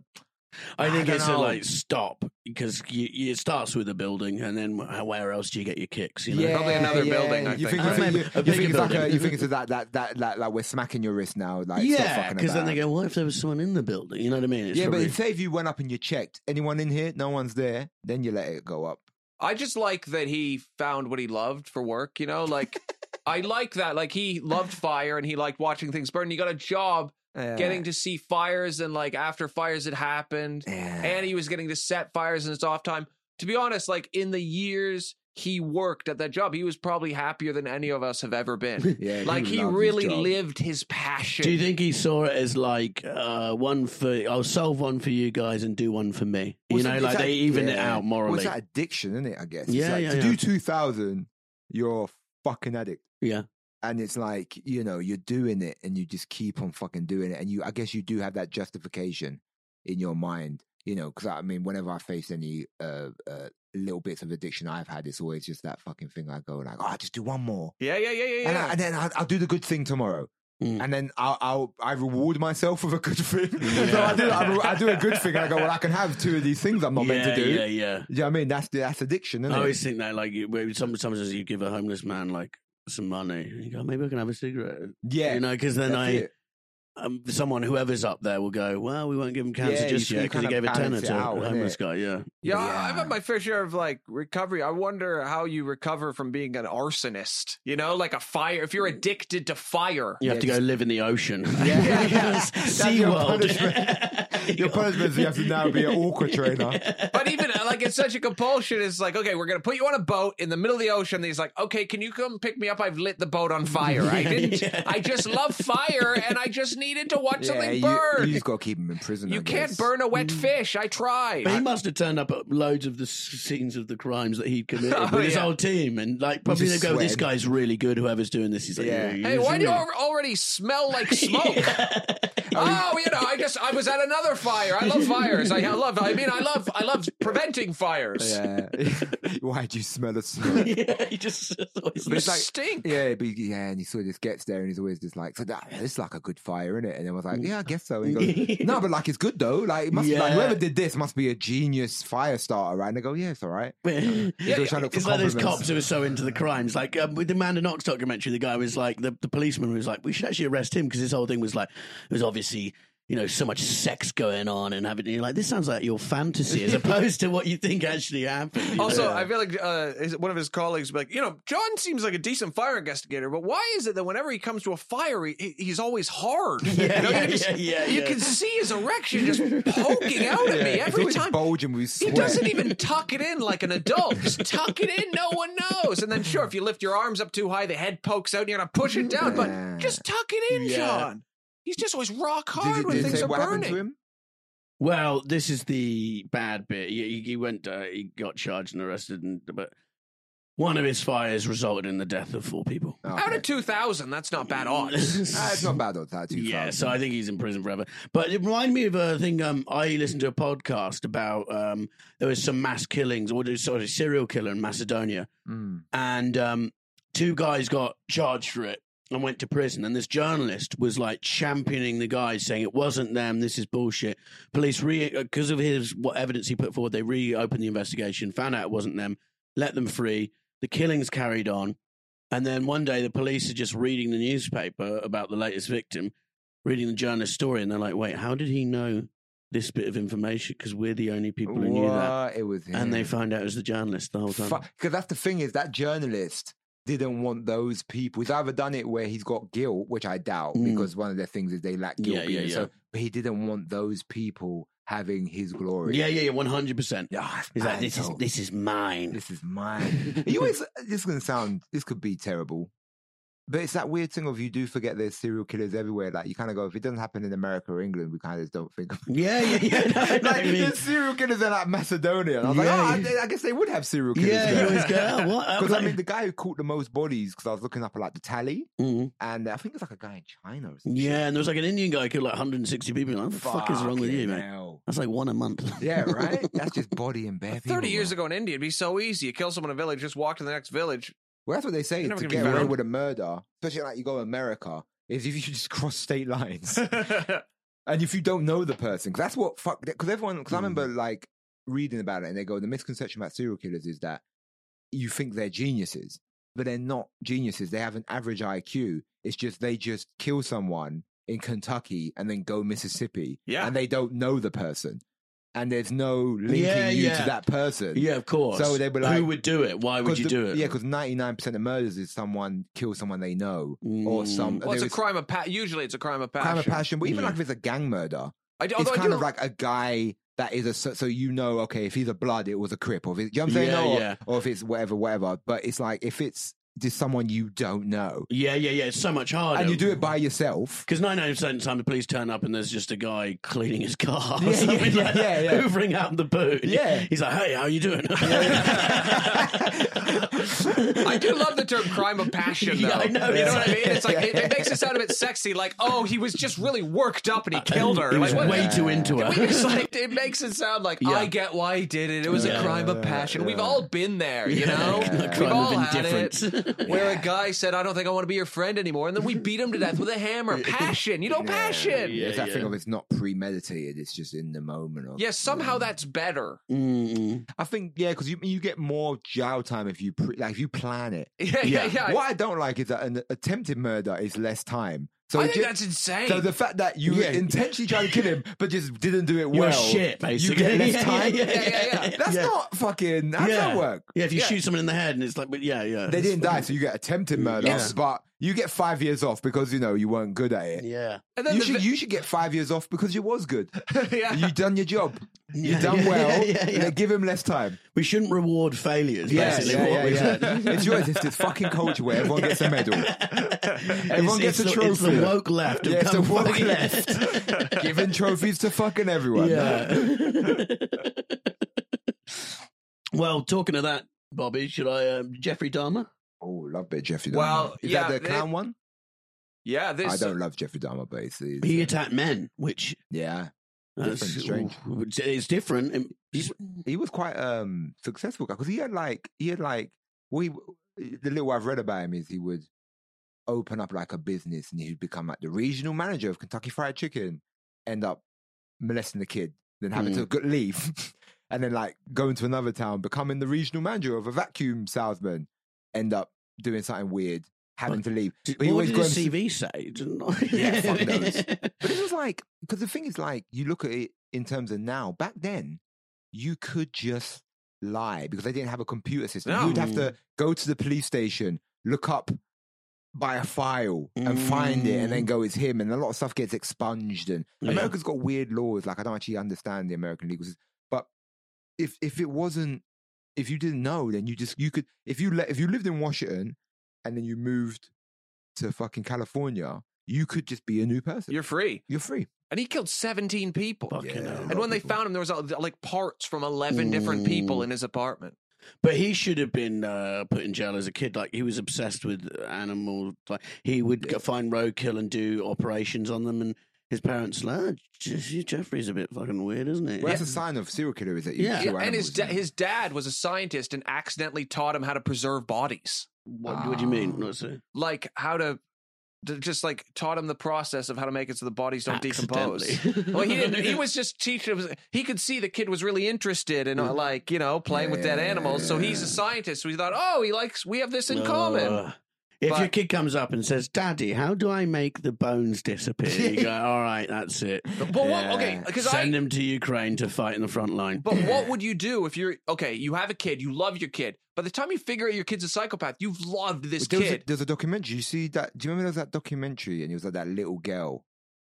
Speaker 5: I think
Speaker 4: don't
Speaker 5: it's a
Speaker 4: know.
Speaker 5: like stop because you, you, it starts with a building and then wh- where else do you get your kicks? You know?
Speaker 3: Probably another building, I
Speaker 4: you
Speaker 3: think.
Speaker 4: think,
Speaker 5: I
Speaker 4: it's-
Speaker 5: remember
Speaker 4: you-
Speaker 5: a
Speaker 4: you
Speaker 5: bigger
Speaker 4: think it's like a,
Speaker 5: building.
Speaker 4: you think it's that that that like, like we're smacking your wrist now, like stop
Speaker 5: yeah,
Speaker 4: fucking
Speaker 5: because then they
Speaker 4: about.
Speaker 5: go, what if there was someone in the building? You know what I mean? It's
Speaker 4: yeah,
Speaker 5: probably-
Speaker 4: but say if you went up and you checked, anyone in here? No one's there. Then you let it go up.
Speaker 3: I just like that he found what he loved for work, you know?
Speaker 4: [laughs]
Speaker 3: Like I like that. Like he loved fire and he liked watching things burn. He got a job getting to see fires and like after fires had happened. And
Speaker 5: [laughs]
Speaker 3: he was getting to set fires in his off time. To be honest, like in the years he worked at that job, he was probably happier than any of us have ever been.
Speaker 4: [laughs] Yeah,
Speaker 3: like he
Speaker 4: loved his
Speaker 3: really
Speaker 4: job.
Speaker 3: lived his passion.
Speaker 5: do you think he saw it as like uh, one for I'll solve one for you guys and do one for me? You
Speaker 4: Well, so
Speaker 5: know,
Speaker 4: it's
Speaker 5: like they even it
Speaker 4: yeah.
Speaker 5: out
Speaker 4: Well, it's
Speaker 5: morally.
Speaker 4: that addiction, isn't it? I guess. It's
Speaker 5: Yeah,
Speaker 4: like,
Speaker 5: yeah,
Speaker 4: To
Speaker 5: yeah.
Speaker 4: do two thousand, you're a fucking addict.
Speaker 5: Yeah.
Speaker 4: And it's like you know you're doing it, and you just keep on fucking doing it, and you I guess you do have that justification in your mind, you know. Because I mean, whenever I face any uh, uh, little bits of addiction I've had, it's always just that fucking thing. I go like, oh, I just do one more.
Speaker 3: yeah, yeah, yeah, yeah, yeah.
Speaker 4: And, I, and then I'll, I'll do the good thing tomorrow.
Speaker 5: Mm.
Speaker 4: And then I'll, I'll I reward myself with a good thing. [laughs] so
Speaker 5: Yeah.
Speaker 4: I do I, re- I do a good thing. And I go, well, I can have two of these things I'm not
Speaker 5: yeah,
Speaker 4: meant to do.
Speaker 5: yeah, Oh, yeah.
Speaker 4: You know what I mean? That's that's addiction, isn't
Speaker 5: I
Speaker 4: it?
Speaker 5: always think that like you, where some- sometimes you give a homeless man like some money, and you go, maybe I can have a cigarette.
Speaker 4: yeah.
Speaker 5: You know, because then
Speaker 4: that's
Speaker 5: I.
Speaker 4: it.
Speaker 5: um, someone, whoever's up there, will go. Well, we won't give him cancer
Speaker 4: Yeah,
Speaker 5: just
Speaker 4: you
Speaker 5: yet
Speaker 4: can
Speaker 5: because he
Speaker 4: kind
Speaker 5: gave
Speaker 4: of
Speaker 5: a tenner
Speaker 4: balance it
Speaker 5: to a
Speaker 4: out, innit?
Speaker 5: homeless guy. Yeah,
Speaker 3: Yeah,
Speaker 4: Yeah.
Speaker 3: I- I've had my fair share of like recovery. I wonder how you recover from being an arsonist. You know, like a fire. If
Speaker 4: Mm.
Speaker 3: you're addicted to fire,
Speaker 5: you have
Speaker 4: Yeah,
Speaker 5: to go live in the ocean.
Speaker 4: [laughs] Yeah,
Speaker 5: [laughs]
Speaker 4: yeah. That's
Speaker 5: sea
Speaker 4: your
Speaker 5: world.
Speaker 4: punishment. Your punishment is you have to now be
Speaker 5: [laughs]
Speaker 4: an orca trainer.
Speaker 3: but even uh, like it's such a compulsion. It's like, okay, we're gonna put you on a boat in the middle of the ocean. And he's like, okay, can you come pick me up? I've lit the boat on fire.
Speaker 4: [laughs]
Speaker 3: I
Speaker 5: Yeah,
Speaker 3: didn't.
Speaker 5: yeah.
Speaker 3: I just love fire, and I just needed to watch
Speaker 4: yeah,
Speaker 3: something
Speaker 4: you,
Speaker 3: burn.
Speaker 4: you
Speaker 3: You,
Speaker 4: just got to Mm. keep him in prison. I
Speaker 3: can't
Speaker 4: guess.
Speaker 3: burn a wet fish. I tried.
Speaker 5: But [laughs] he must have turned up at loads of the s- scenes of the crimes that he'd
Speaker 4: [laughs]
Speaker 5: committed
Speaker 3: Oh,
Speaker 5: with his
Speaker 3: yeah.
Speaker 5: whole team, and like probably they
Speaker 4: just
Speaker 5: go, "This
Speaker 4: sweating.
Speaker 5: guy's really good. Whoever's doing this, he's like,
Speaker 4: Yeah.
Speaker 5: [laughs]
Speaker 4: [laughs]
Speaker 3: Hey, why do you al- already smell like smoke? oh, you know, I just I'm was at another fire. I love fires. I love. I mean, I love. I love preventing fires.
Speaker 4: [laughs] Yeah. Why do you smell
Speaker 5: [laughs]
Speaker 4: of smoke?
Speaker 5: yeah, you just [laughs] always
Speaker 4: But it's like,
Speaker 3: stink.
Speaker 4: Yeah, but, yeah, and he sort of just gets there and he's always just like, so that, it's like a good fire, isn't it? And I was like, yeah, I guess so. And he goes, no, but like it's good though. Like, it must be, like
Speaker 5: Yeah.
Speaker 4: whoever did this must be a genius fire starter, right? And I go, yeah, it's all right.
Speaker 5: Yeah,
Speaker 4: [laughs] He's always trying to look for
Speaker 5: it's like those
Speaker 4: compliments.
Speaker 5: cops who were so into the crimes. Like um, with the Amanda Knox documentary, the guy was like, the, the policeman was like, we should actually arrest him because this whole thing was like, it was obviously, you know, so much sex going on and having, you're like, this sounds like your fantasy as opposed to what you think actually happened. you
Speaker 3: [laughs]
Speaker 5: know?
Speaker 3: Also, I feel like uh, his- one of his colleagues would be like, you know, John seems like a decent fire investigator, but why is it that whenever he comes to a fire, he, he- he's always hard?
Speaker 5: Yeah,
Speaker 3: you,
Speaker 5: yeah,
Speaker 3: you just-
Speaker 5: yeah, yeah,
Speaker 3: you
Speaker 5: yeah.
Speaker 3: can see his erection just poking
Speaker 4: [laughs]
Speaker 3: out at
Speaker 4: Yeah,
Speaker 3: me
Speaker 4: it's
Speaker 3: every
Speaker 4: always
Speaker 3: time.
Speaker 4: bulging with
Speaker 3: He
Speaker 4: sweat.
Speaker 3: doesn't
Speaker 4: [laughs]
Speaker 3: even tuck it in like an adult. Just tuck it in, no one knows. And then, sure, if you lift your arms up too high, the head pokes out and you're going to push it down, but just tuck it in,
Speaker 5: Yeah.
Speaker 3: John. He's just always rock
Speaker 4: Did
Speaker 3: hard
Speaker 4: he-
Speaker 3: when
Speaker 4: did he
Speaker 3: things
Speaker 4: say
Speaker 3: are
Speaker 4: what happened
Speaker 3: burning.
Speaker 4: to him?
Speaker 5: Well, this is the bad bit. He, he- he went, uh, he got charged and arrested, and, but one of his fires resulted in the death of four people.
Speaker 4: Oh,
Speaker 3: Out of 2,000, that's not bad
Speaker 5: [laughs]
Speaker 4: [laughs]
Speaker 3: odds.
Speaker 4: Ah, it's not bad though, that too.
Speaker 5: Yeah, so I think he's in prison forever. But it reminded me of a thing. Um, I listened to a podcast about um, there was some mass killings or there's sort of serial killer in Macedonia, and um, two guys got charged for it and went to prison. And this journalist was like championing the guys, saying it wasn't them. This is bullshit. Police, because of his what evidence he put forward, they reopened the investigation, found out it wasn't them, let them free. The killings carried on. And then one day the police are just reading the newspaper about the latest victim, reading the journalist's story, and they're like, wait, how did he know this bit of information? Because we're the only people who knew that.
Speaker 4: What? It was
Speaker 5: And they
Speaker 4: him.
Speaker 5: find out it was the journalist the whole time.
Speaker 4: Because that's the thing is that journalist didn't want those people. He's either done it where he's got guilt, which I doubt,
Speaker 5: Mm.
Speaker 4: because one of the things is they lack guilt.
Speaker 5: Yeah, yeah,
Speaker 4: being-
Speaker 5: yeah.
Speaker 4: So, but he didn't want those people having his glory.
Speaker 5: Yeah, yeah, yeah, 100%.
Speaker 4: Yeah,
Speaker 5: He's like, Ah, this is,
Speaker 4: asshole.
Speaker 5: this is mine.
Speaker 4: This
Speaker 5: [laughs]
Speaker 4: is mine. you always, this is going to sound, this could be terrible, but it's that weird thing of you do forget there's serial killers everywhere. Like you kind of go, if it doesn't happen in America or England, we kind of just don't think. Of it.
Speaker 5: yeah, yeah, yeah. no, [laughs] I know
Speaker 4: [laughs] like
Speaker 5: what you mean.
Speaker 4: there's serial killers in like Macedonia, and I was
Speaker 5: Yeah,
Speaker 4: like,
Speaker 5: yeah.
Speaker 4: oh, I, I guess they would have serial killers.
Speaker 5: Yeah, you
Speaker 4: there. [laughs]
Speaker 5: always go, "Oh, what? I
Speaker 4: Because I
Speaker 5: was
Speaker 4: mean,
Speaker 5: like-
Speaker 4: the guy who caught the most bodies, because I was looking up like the tally,
Speaker 5: Mhm.
Speaker 4: and uh, I think it's like a guy in China. Or something.
Speaker 5: Yeah, and there was like an Indian guy who killed like 160 people. Like, what the fuck is wrong with you,
Speaker 4: Fucking
Speaker 5: mate?
Speaker 4: hell.
Speaker 5: That's like one a month. [laughs]
Speaker 4: Yeah, right. That's just body
Speaker 3: [laughs]
Speaker 4: and bare.
Speaker 3: 30 years
Speaker 4: ago.
Speaker 3: ago in India, it'd be so easy. You kill someone in a village, just walk to the next village.
Speaker 4: Well, that's what they say
Speaker 3: You're never
Speaker 4: to
Speaker 3: gonna be
Speaker 4: get away
Speaker 3: found.
Speaker 4: with a murder, especially like you go to America, is if you [laughs] just cross
Speaker 3: [laughs]
Speaker 4: state lines and if you don't know the person, 'cause that's what fuck. Because everyone, because I
Speaker 3: Mm.
Speaker 4: remember like reading about it, and they go, the misconception about serial killers is that you think they're geniuses, but they're not geniuses. They have an average IQ. It's just they just kill someone in Kentucky and then go Mississippi,
Speaker 3: Yeah.
Speaker 4: and they don't know the person, and there's no linking
Speaker 5: Yeah,
Speaker 4: you
Speaker 5: yeah.
Speaker 4: to that person.
Speaker 5: Yeah, of course.
Speaker 4: So they were like,
Speaker 5: who would do it? Why would
Speaker 4: 'Cause
Speaker 5: you
Speaker 4: the-
Speaker 5: do it?
Speaker 4: Yeah, because ninety nine percent of murders is someone kills someone they know or
Speaker 5: Mm.
Speaker 4: some.
Speaker 3: Well, it's
Speaker 4: there
Speaker 3: a
Speaker 4: is
Speaker 3: crime of pa- usually it's a crime of passion.
Speaker 4: crime of passion, but even
Speaker 5: Yeah.
Speaker 4: like if it's a gang murder,
Speaker 3: I, d-
Speaker 4: it's
Speaker 3: although I
Speaker 4: kind
Speaker 3: do,
Speaker 4: of like a guy that is a so, so you know okay if he's a blood it was a crip or if it, you know what I'm saying
Speaker 5: Yeah,
Speaker 4: or,
Speaker 5: yeah.
Speaker 4: or if it's whatever whatever. But it's like if it's just someone you don't know
Speaker 5: Yeah, yeah, yeah. It's so much harder.
Speaker 4: and you do it by yourself.
Speaker 5: Because 99% of the time the police turn up and there's just a guy cleaning his car.
Speaker 4: Yeah,
Speaker 5: or
Speaker 4: yeah,
Speaker 5: something
Speaker 4: yeah,
Speaker 5: like
Speaker 4: yeah,
Speaker 5: that,
Speaker 4: yeah.
Speaker 5: Hoovering out the boot.
Speaker 4: Yeah.
Speaker 5: He's like, hey, how you doing? [laughs]
Speaker 4: [laughs]
Speaker 3: I do love the term crime of passion, though.
Speaker 5: Yeah, I
Speaker 3: [laughs]
Speaker 5: know.
Speaker 3: You know
Speaker 5: Yeah.
Speaker 3: what I mean? It's like it, it makes it sound a bit sexy, like oh, he was just really worked up and
Speaker 5: [laughs]
Speaker 3: he killed her.
Speaker 5: He
Speaker 3: like,
Speaker 5: was
Speaker 3: what-
Speaker 5: way too
Speaker 3: [laughs]
Speaker 5: into her.
Speaker 3: It's like, it makes it sound like
Speaker 5: Yeah.
Speaker 3: I get why he did it. It was
Speaker 5: Yeah.
Speaker 3: a crime of passion. We've all been there, you
Speaker 5: [laughs] Yeah.
Speaker 3: know.
Speaker 5: [laughs] A crime
Speaker 3: We've
Speaker 5: of
Speaker 3: all had
Speaker 5: indifference. [laughs]
Speaker 3: it. Where a guy said, "I don't think I want to be your friend anymore," and then we beat him to death with a
Speaker 5: [laughs]
Speaker 3: hammer. Passion, you know, passion.
Speaker 5: Yeah,
Speaker 3: Yes,
Speaker 4: it's that thing
Speaker 5: yeah.
Speaker 4: of it's not premeditated; it's just in the moment. Or,
Speaker 3: somehow that's better.
Speaker 5: Mm.
Speaker 4: I think yeah, because you you get more jail time if you pre, like if you plan it.
Speaker 3: [laughs] Yeah, yeah, yeah.
Speaker 4: What I don't like is that an attempted murder is less time. So
Speaker 3: I
Speaker 4: it
Speaker 3: think
Speaker 4: ju-
Speaker 3: that's insane.
Speaker 4: So the fact that you
Speaker 5: Yeah.
Speaker 4: intentionally tried to kill him, but just didn't do it
Speaker 5: You're
Speaker 4: well,
Speaker 5: shit, basically. [laughs]
Speaker 4: you get less
Speaker 5: Yeah,
Speaker 4: time.
Speaker 5: yeah, yeah, yeah, yeah.
Speaker 4: That's
Speaker 5: Yeah.
Speaker 4: not fucking. How does
Speaker 5: yeah.
Speaker 4: that work?
Speaker 5: Yeah, if you
Speaker 3: Yeah.
Speaker 5: shoot someone in the head and it's like, but yeah, yeah.
Speaker 4: They didn't die, so you get attempted murder,
Speaker 5: It's-
Speaker 4: but you get five years off because you know you weren't good at it.
Speaker 5: Yeah.
Speaker 3: and
Speaker 4: You
Speaker 3: the
Speaker 4: should
Speaker 3: vi-
Speaker 4: you should get five years off because you
Speaker 3: [laughs]
Speaker 4: was good.
Speaker 3: Yeah.
Speaker 4: You done your job.
Speaker 5: Yeah,
Speaker 4: you
Speaker 5: [laughs]
Speaker 4: done
Speaker 5: yeah,
Speaker 4: well.
Speaker 5: yeah, yeah, yeah.
Speaker 4: Now give him less time.
Speaker 5: We shouldn't reward failures,
Speaker 4: Yeah,
Speaker 5: basically.
Speaker 4: yeah,
Speaker 5: what
Speaker 4: yeah,
Speaker 5: we
Speaker 4: yeah.
Speaker 5: said.
Speaker 4: [laughs] It's yours. It's this fucking culture where everyone gets a medal. Everyone
Speaker 5: [laughs] It's- it's
Speaker 4: gets a
Speaker 5: the-
Speaker 4: trophy.
Speaker 5: It's the woke [laughs] left. who've
Speaker 4: Yeah, it's
Speaker 5: come
Speaker 4: the woke
Speaker 5: [laughs] fucking-
Speaker 4: left. Giving trophies to fucking everyone. [laughs]
Speaker 5: Yeah. well, talking of that, Bobby, should I um, Jeffrey Dahmer?
Speaker 4: Oh, love bit Jeffrey Dahmer.
Speaker 3: Well,
Speaker 4: is
Speaker 3: yeah,
Speaker 4: that the clown
Speaker 3: it-
Speaker 4: one?
Speaker 3: yeah, this
Speaker 4: I don't love Jeffrey Dahmer, but it's, it's-
Speaker 5: He attacked men, which
Speaker 4: yeah.
Speaker 5: That's-
Speaker 4: Different, strange.
Speaker 5: ooh, It's different. Um, And
Speaker 4: He, he was quite um successful guy because he had like he had like we the little I've read about him is he would open up like a business and he'd become like the regional manager of Kentucky Fried Chicken, end up molesting the kid, then having to
Speaker 5: Mm.
Speaker 4: go- leave, [laughs] and then like going to another town, becoming the regional manager of a vacuum salesman, end up doing something weird, having to leave.
Speaker 5: Did,
Speaker 4: But he
Speaker 5: what
Speaker 4: always
Speaker 5: did
Speaker 4: go
Speaker 5: his
Speaker 4: and-
Speaker 5: CV say? Didn't [laughs] I?
Speaker 4: yeah, fuck knows. But it was like because the thing is, like you look at it in terms of now. Back then, you could just lie because they didn't have a computer system. You'd have to go to the police station, look up by a file, and find it, and then go, "It's him." And a lot of stuff gets expunged. And
Speaker 5: Yeah.
Speaker 4: America's got weird laws. Like I don't actually understand the American legal system. But if if it wasn't if you didn't know, then you just you could if you let if you lived in Washington and then you moved to fucking California, you could just be a new person.
Speaker 3: You're free.
Speaker 4: You're free.
Speaker 3: And he killed 17 people.
Speaker 5: Fucking hell.
Speaker 3: And when they found him, there was uh, like parts from 11 different people in his apartment.
Speaker 5: But he should have been uh, put in jail as a kid. Like he was obsessed with animals. Like he would go find roadkill and do operations on them. And his parents like, oh, Je- Jeffrey's a bit fucking weird, isn't it?
Speaker 4: Well, that's a sign of serial killer is that you
Speaker 5: Yeah.
Speaker 4: kill
Speaker 5: Yeah,
Speaker 3: And his
Speaker 4: animals.
Speaker 3: da- his dad was a scientist and accidentally taught him how to preserve bodies,
Speaker 5: What, what do you mean? Not so.
Speaker 3: like how to. to Just like taught him the process of how to make it so the bodies don't decompose.
Speaker 5: Accidentally.
Speaker 3: Well, he didn't.
Speaker 4: [laughs]
Speaker 3: He was just teaching. him- He could see the kid was really interested
Speaker 4: Mm-hmm.
Speaker 3: in uh, like you know playing with dead animals. So he's a scientist. So he thought, oh, he likes. We have this in common.
Speaker 5: Uh, if your
Speaker 3: But-
Speaker 5: kid comes up and says, "Daddy, how do I make the bones disappear?"
Speaker 3: [laughs]
Speaker 5: You go, "All right, that's it."
Speaker 3: But what- okay, 'cause I-
Speaker 5: send them to Ukraine to fight in the front line.
Speaker 3: But
Speaker 4: [laughs]
Speaker 3: what would you do if you're okay? You have a kid. You love your kid. By the time you figure out your kid's a psychopath, you've loved this
Speaker 4: There was a-
Speaker 3: kid.
Speaker 4: there's a documentary. You see that? Do you remember there was that documentary? And it was like that little girl,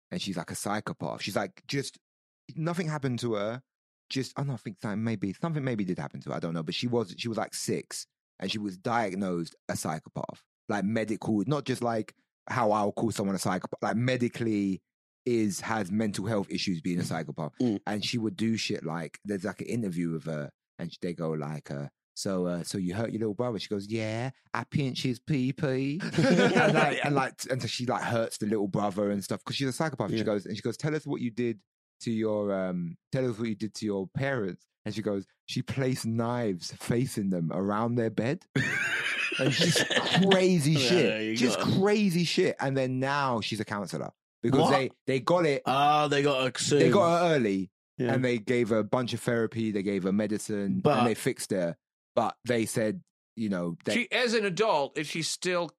Speaker 4: and she's like a psychopath. She's like just nothing happened to her. Just I don't know, I think something maybe something maybe did happen to her. I don't know, but she was she was like six, and she was diagnosed a psychopath, like medical, not just like how I'll call someone a psychopath, like medically is has mental health issues being a psychopath,
Speaker 5: Mm.
Speaker 4: and she would do shit like there's like an interview with her, and they go like uh. So, uh, so you hurt your little brother? She goes, "Yeah, I pinch his
Speaker 5: [laughs]
Speaker 4: pee pee," [laughs] and like, and like, and so she like hurts the little brother and stuff because she's a psychopath.
Speaker 5: Yeah.
Speaker 4: She goes and she goes, "Tell us what you did to your um, tell us what you did to your parents." And she goes, "She placed knives facing them around their
Speaker 5: [laughs]
Speaker 4: bed." and just crazy
Speaker 3: Oh,
Speaker 5: Yeah,
Speaker 4: shit,
Speaker 5: you
Speaker 4: just
Speaker 5: got it.
Speaker 4: crazy shit. And then now she's a counselor because
Speaker 5: What?
Speaker 4: they they got it,
Speaker 5: Ah, they got a
Speaker 4: they got her early,
Speaker 5: Yeah.
Speaker 4: and they gave her a bunch of therapy, they gave her medicine,
Speaker 5: But-
Speaker 4: and they fixed her. But they said, you know, they,
Speaker 3: She, as an adult, is she still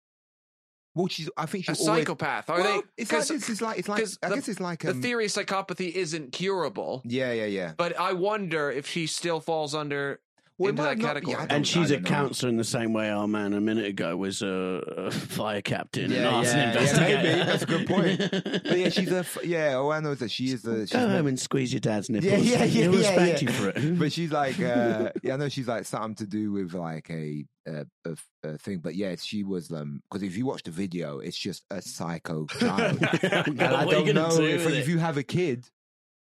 Speaker 4: well, she's I think
Speaker 3: a
Speaker 4: she's always,
Speaker 3: psychopath? Are
Speaker 4: Well,
Speaker 3: they?
Speaker 4: It's like,
Speaker 3: 'cause-
Speaker 4: this, it's like it's like
Speaker 3: 'cause
Speaker 4: I
Speaker 3: the-
Speaker 4: guess it's like
Speaker 3: the
Speaker 4: um,
Speaker 3: theory of psychopathy isn't curable,
Speaker 4: Yeah, yeah, yeah.
Speaker 3: but I wonder if she still falls under
Speaker 4: Well, it
Speaker 3: into
Speaker 4: might
Speaker 3: that
Speaker 4: not be-
Speaker 3: category.
Speaker 4: I don't-
Speaker 5: And she's
Speaker 4: I
Speaker 5: a
Speaker 4: don't know.
Speaker 5: counselor in the same way our man a minute ago was a, a fire captain and
Speaker 4: Yeah,
Speaker 5: arson
Speaker 4: yeah, yeah,
Speaker 5: investigator.
Speaker 4: maybe. That's a good
Speaker 5: [laughs]
Speaker 4: point. But yeah, she's a f- yeah. All I know is that she
Speaker 3: [laughs]
Speaker 4: is a. She's
Speaker 5: Go
Speaker 4: men-
Speaker 5: home and squeeze your dad's nipples.
Speaker 4: Yeah,
Speaker 5: [laughs]
Speaker 4: yeah, yeah.
Speaker 5: He'll
Speaker 4: yeah,
Speaker 5: respect
Speaker 4: yeah.
Speaker 5: you for it.
Speaker 4: [laughs] But she's like,
Speaker 5: [laughs]
Speaker 4: uh, yeah, I know she's like something to do with like a a, a, a thing. But yeah, she was um because if you watch the video, it's just
Speaker 5: [laughs]
Speaker 4: a psycho child. [laughs] and I
Speaker 5: What are
Speaker 4: don't
Speaker 5: you gonna
Speaker 4: know
Speaker 5: do
Speaker 4: if,
Speaker 5: with
Speaker 4: if
Speaker 5: it?
Speaker 4: you have a kid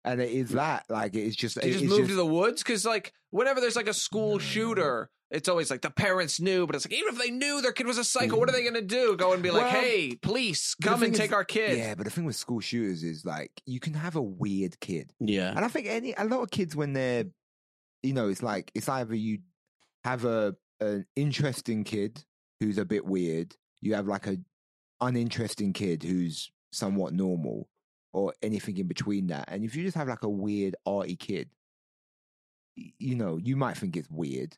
Speaker 4: and it is that like it's just
Speaker 3: She
Speaker 4: it-
Speaker 3: just
Speaker 4: it's
Speaker 3: moved to the woods because, like, whenever there's like a school shooter, it's always like the parents knew, but it's like even if they knew their kid was a psycho, what are they going to do? Go and be like,
Speaker 4: Mm. Well,
Speaker 3: "Hey, police,
Speaker 4: But the
Speaker 3: come and
Speaker 4: thing is-
Speaker 3: take our kid."
Speaker 4: Yeah, but the thing with school shooters is like you can have a weird kid.
Speaker 5: Yeah.
Speaker 4: And I think any a lot of kids when they're, you know, it's like it's either you have a an interesting kid who's a bit weird, you have like a uninteresting kid who's somewhat normal, or anything in between that. And if you just have like a weird arty kid, y- you know, you might think it's weird,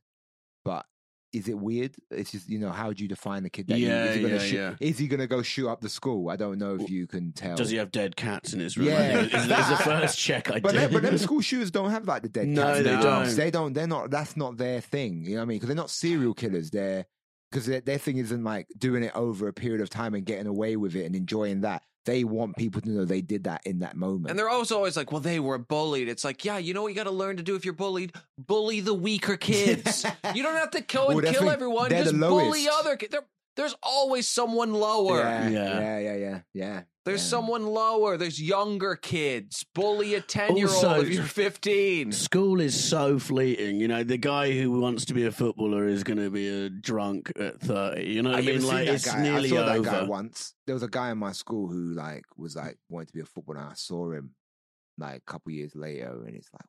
Speaker 4: but is it weird? It's just you know, how do you define the kid? That you-
Speaker 5: Yeah,
Speaker 4: is he gonna
Speaker 5: yeah,
Speaker 4: shoot-
Speaker 5: yeah.
Speaker 4: Is he gonna go shoot up the school? I don't know if you can tell.
Speaker 5: Does he have dead cats in his room?
Speaker 4: Yeah.
Speaker 5: Is, is
Speaker 4: [laughs]
Speaker 5: the first check I
Speaker 4: But
Speaker 5: did.
Speaker 4: them,
Speaker 5: [laughs]
Speaker 4: but them school shooters don't have like the dead
Speaker 5: No,
Speaker 4: cats.
Speaker 5: they
Speaker 4: names.
Speaker 5: don't.
Speaker 4: They don't. They're not. That's not their thing. You know what I mean? Because they're not serial killers. They're because their, their thing isn't like doing it over a period of time and getting away with it and enjoying that. They want people to know they did that in that moment.
Speaker 3: And they're also always like, well, they were bullied. It's like, yeah, you know what you got to learn to do if you're bullied? Bully the weaker kids.
Speaker 4: [laughs]
Speaker 3: you don't have to go and
Speaker 4: Well, that's
Speaker 3: kill
Speaker 4: what-
Speaker 3: everyone.
Speaker 4: they're the
Speaker 3: Just bully
Speaker 4: lowest.
Speaker 3: other kids. There's always someone lower.
Speaker 4: yeah,
Speaker 5: Yeah.
Speaker 4: yeah, yeah, yeah, yeah, yeah.
Speaker 3: There's someone lower. There's younger kids. Bully a 10 year old
Speaker 5: Also-
Speaker 3: if you're 15.
Speaker 5: School is so fleeting. You know, the guy who wants to be a footballer is going to be a drunk at 30. You know what I,
Speaker 4: I
Speaker 5: mean?
Speaker 4: even seen
Speaker 5: Like,
Speaker 4: that
Speaker 5: it's
Speaker 4: guy.
Speaker 5: nearly
Speaker 4: I saw
Speaker 5: over.
Speaker 4: that guy once. There was a guy in my school who like was like wanted to be a footballer. and I saw him, like a couple years later, and it's like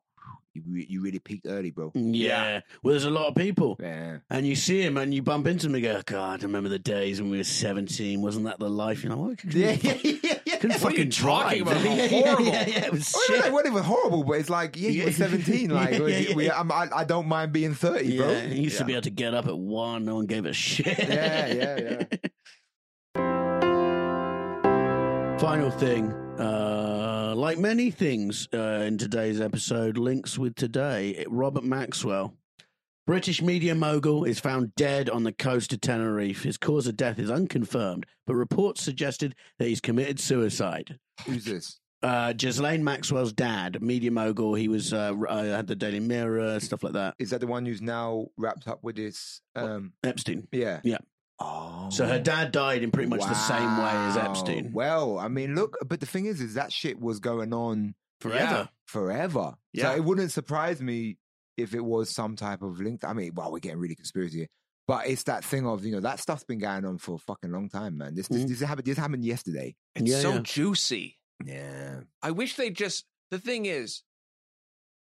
Speaker 4: you re- you really peaked early, bro.
Speaker 5: Mm. Yeah. Well, there's a lot of people. And you see him and you bump into him and go, God, I remember the days when we were 17. Wasn't that the life? You know, what? [laughs]
Speaker 4: Yeah, yeah,
Speaker 5: Couldn't
Speaker 4: What are you
Speaker 5: fucking
Speaker 4: talking
Speaker 5: drive. [laughs]
Speaker 4: about?
Speaker 5: Yeah, yeah,
Speaker 4: Horrible.
Speaker 5: Yeah, yeah, it was
Speaker 4: Oh,
Speaker 5: shit.
Speaker 4: It wasn't even horrible, but it's like, yeah, you were 17.
Speaker 5: [laughs]
Speaker 4: Like,
Speaker 5: Yeah,
Speaker 4: we-
Speaker 5: yeah,
Speaker 4: we- I'm, I, I don't mind being 30, bro.
Speaker 5: Yeah, he used to be able to get up at one. No one gave a shit.
Speaker 4: Yeah, yeah, yeah.
Speaker 5: [laughs] Final thing, uh, like many things uh, in today's episode, links with today. Robert Maxwell, British media mogul, is found dead on the coast of Tenerife. His cause of death is unconfirmed, but reports suggested that he's committed suicide.
Speaker 4: Who's this?
Speaker 5: Uh, Ghislaine Maxwell's dad, media mogul. He was uh, r- uh, had the Daily Mirror, stuff like that.
Speaker 4: Is that the one who's now wrapped up with this? Um,
Speaker 5: Epstein.
Speaker 4: yeah.
Speaker 5: Yeah.
Speaker 4: Oh.
Speaker 5: So her dad died in pretty much the same way as
Speaker 4: Wow.
Speaker 5: Epstein.
Speaker 4: Well, I mean, look, but the thing is, is that shit was going on
Speaker 5: Forever.
Speaker 4: Forever.
Speaker 5: Yeah.
Speaker 4: So it wouldn't surprise me if it was some type of link. I mean, wow, we're getting really conspiracy here. But it's that thing of, you know, that stuff's been going on for a fucking long time, man. This this,
Speaker 5: Mm-hmm.
Speaker 4: this, happened, this happened yesterday.
Speaker 3: It's so juicy.
Speaker 4: Yeah.
Speaker 3: I wish they just. The thing is,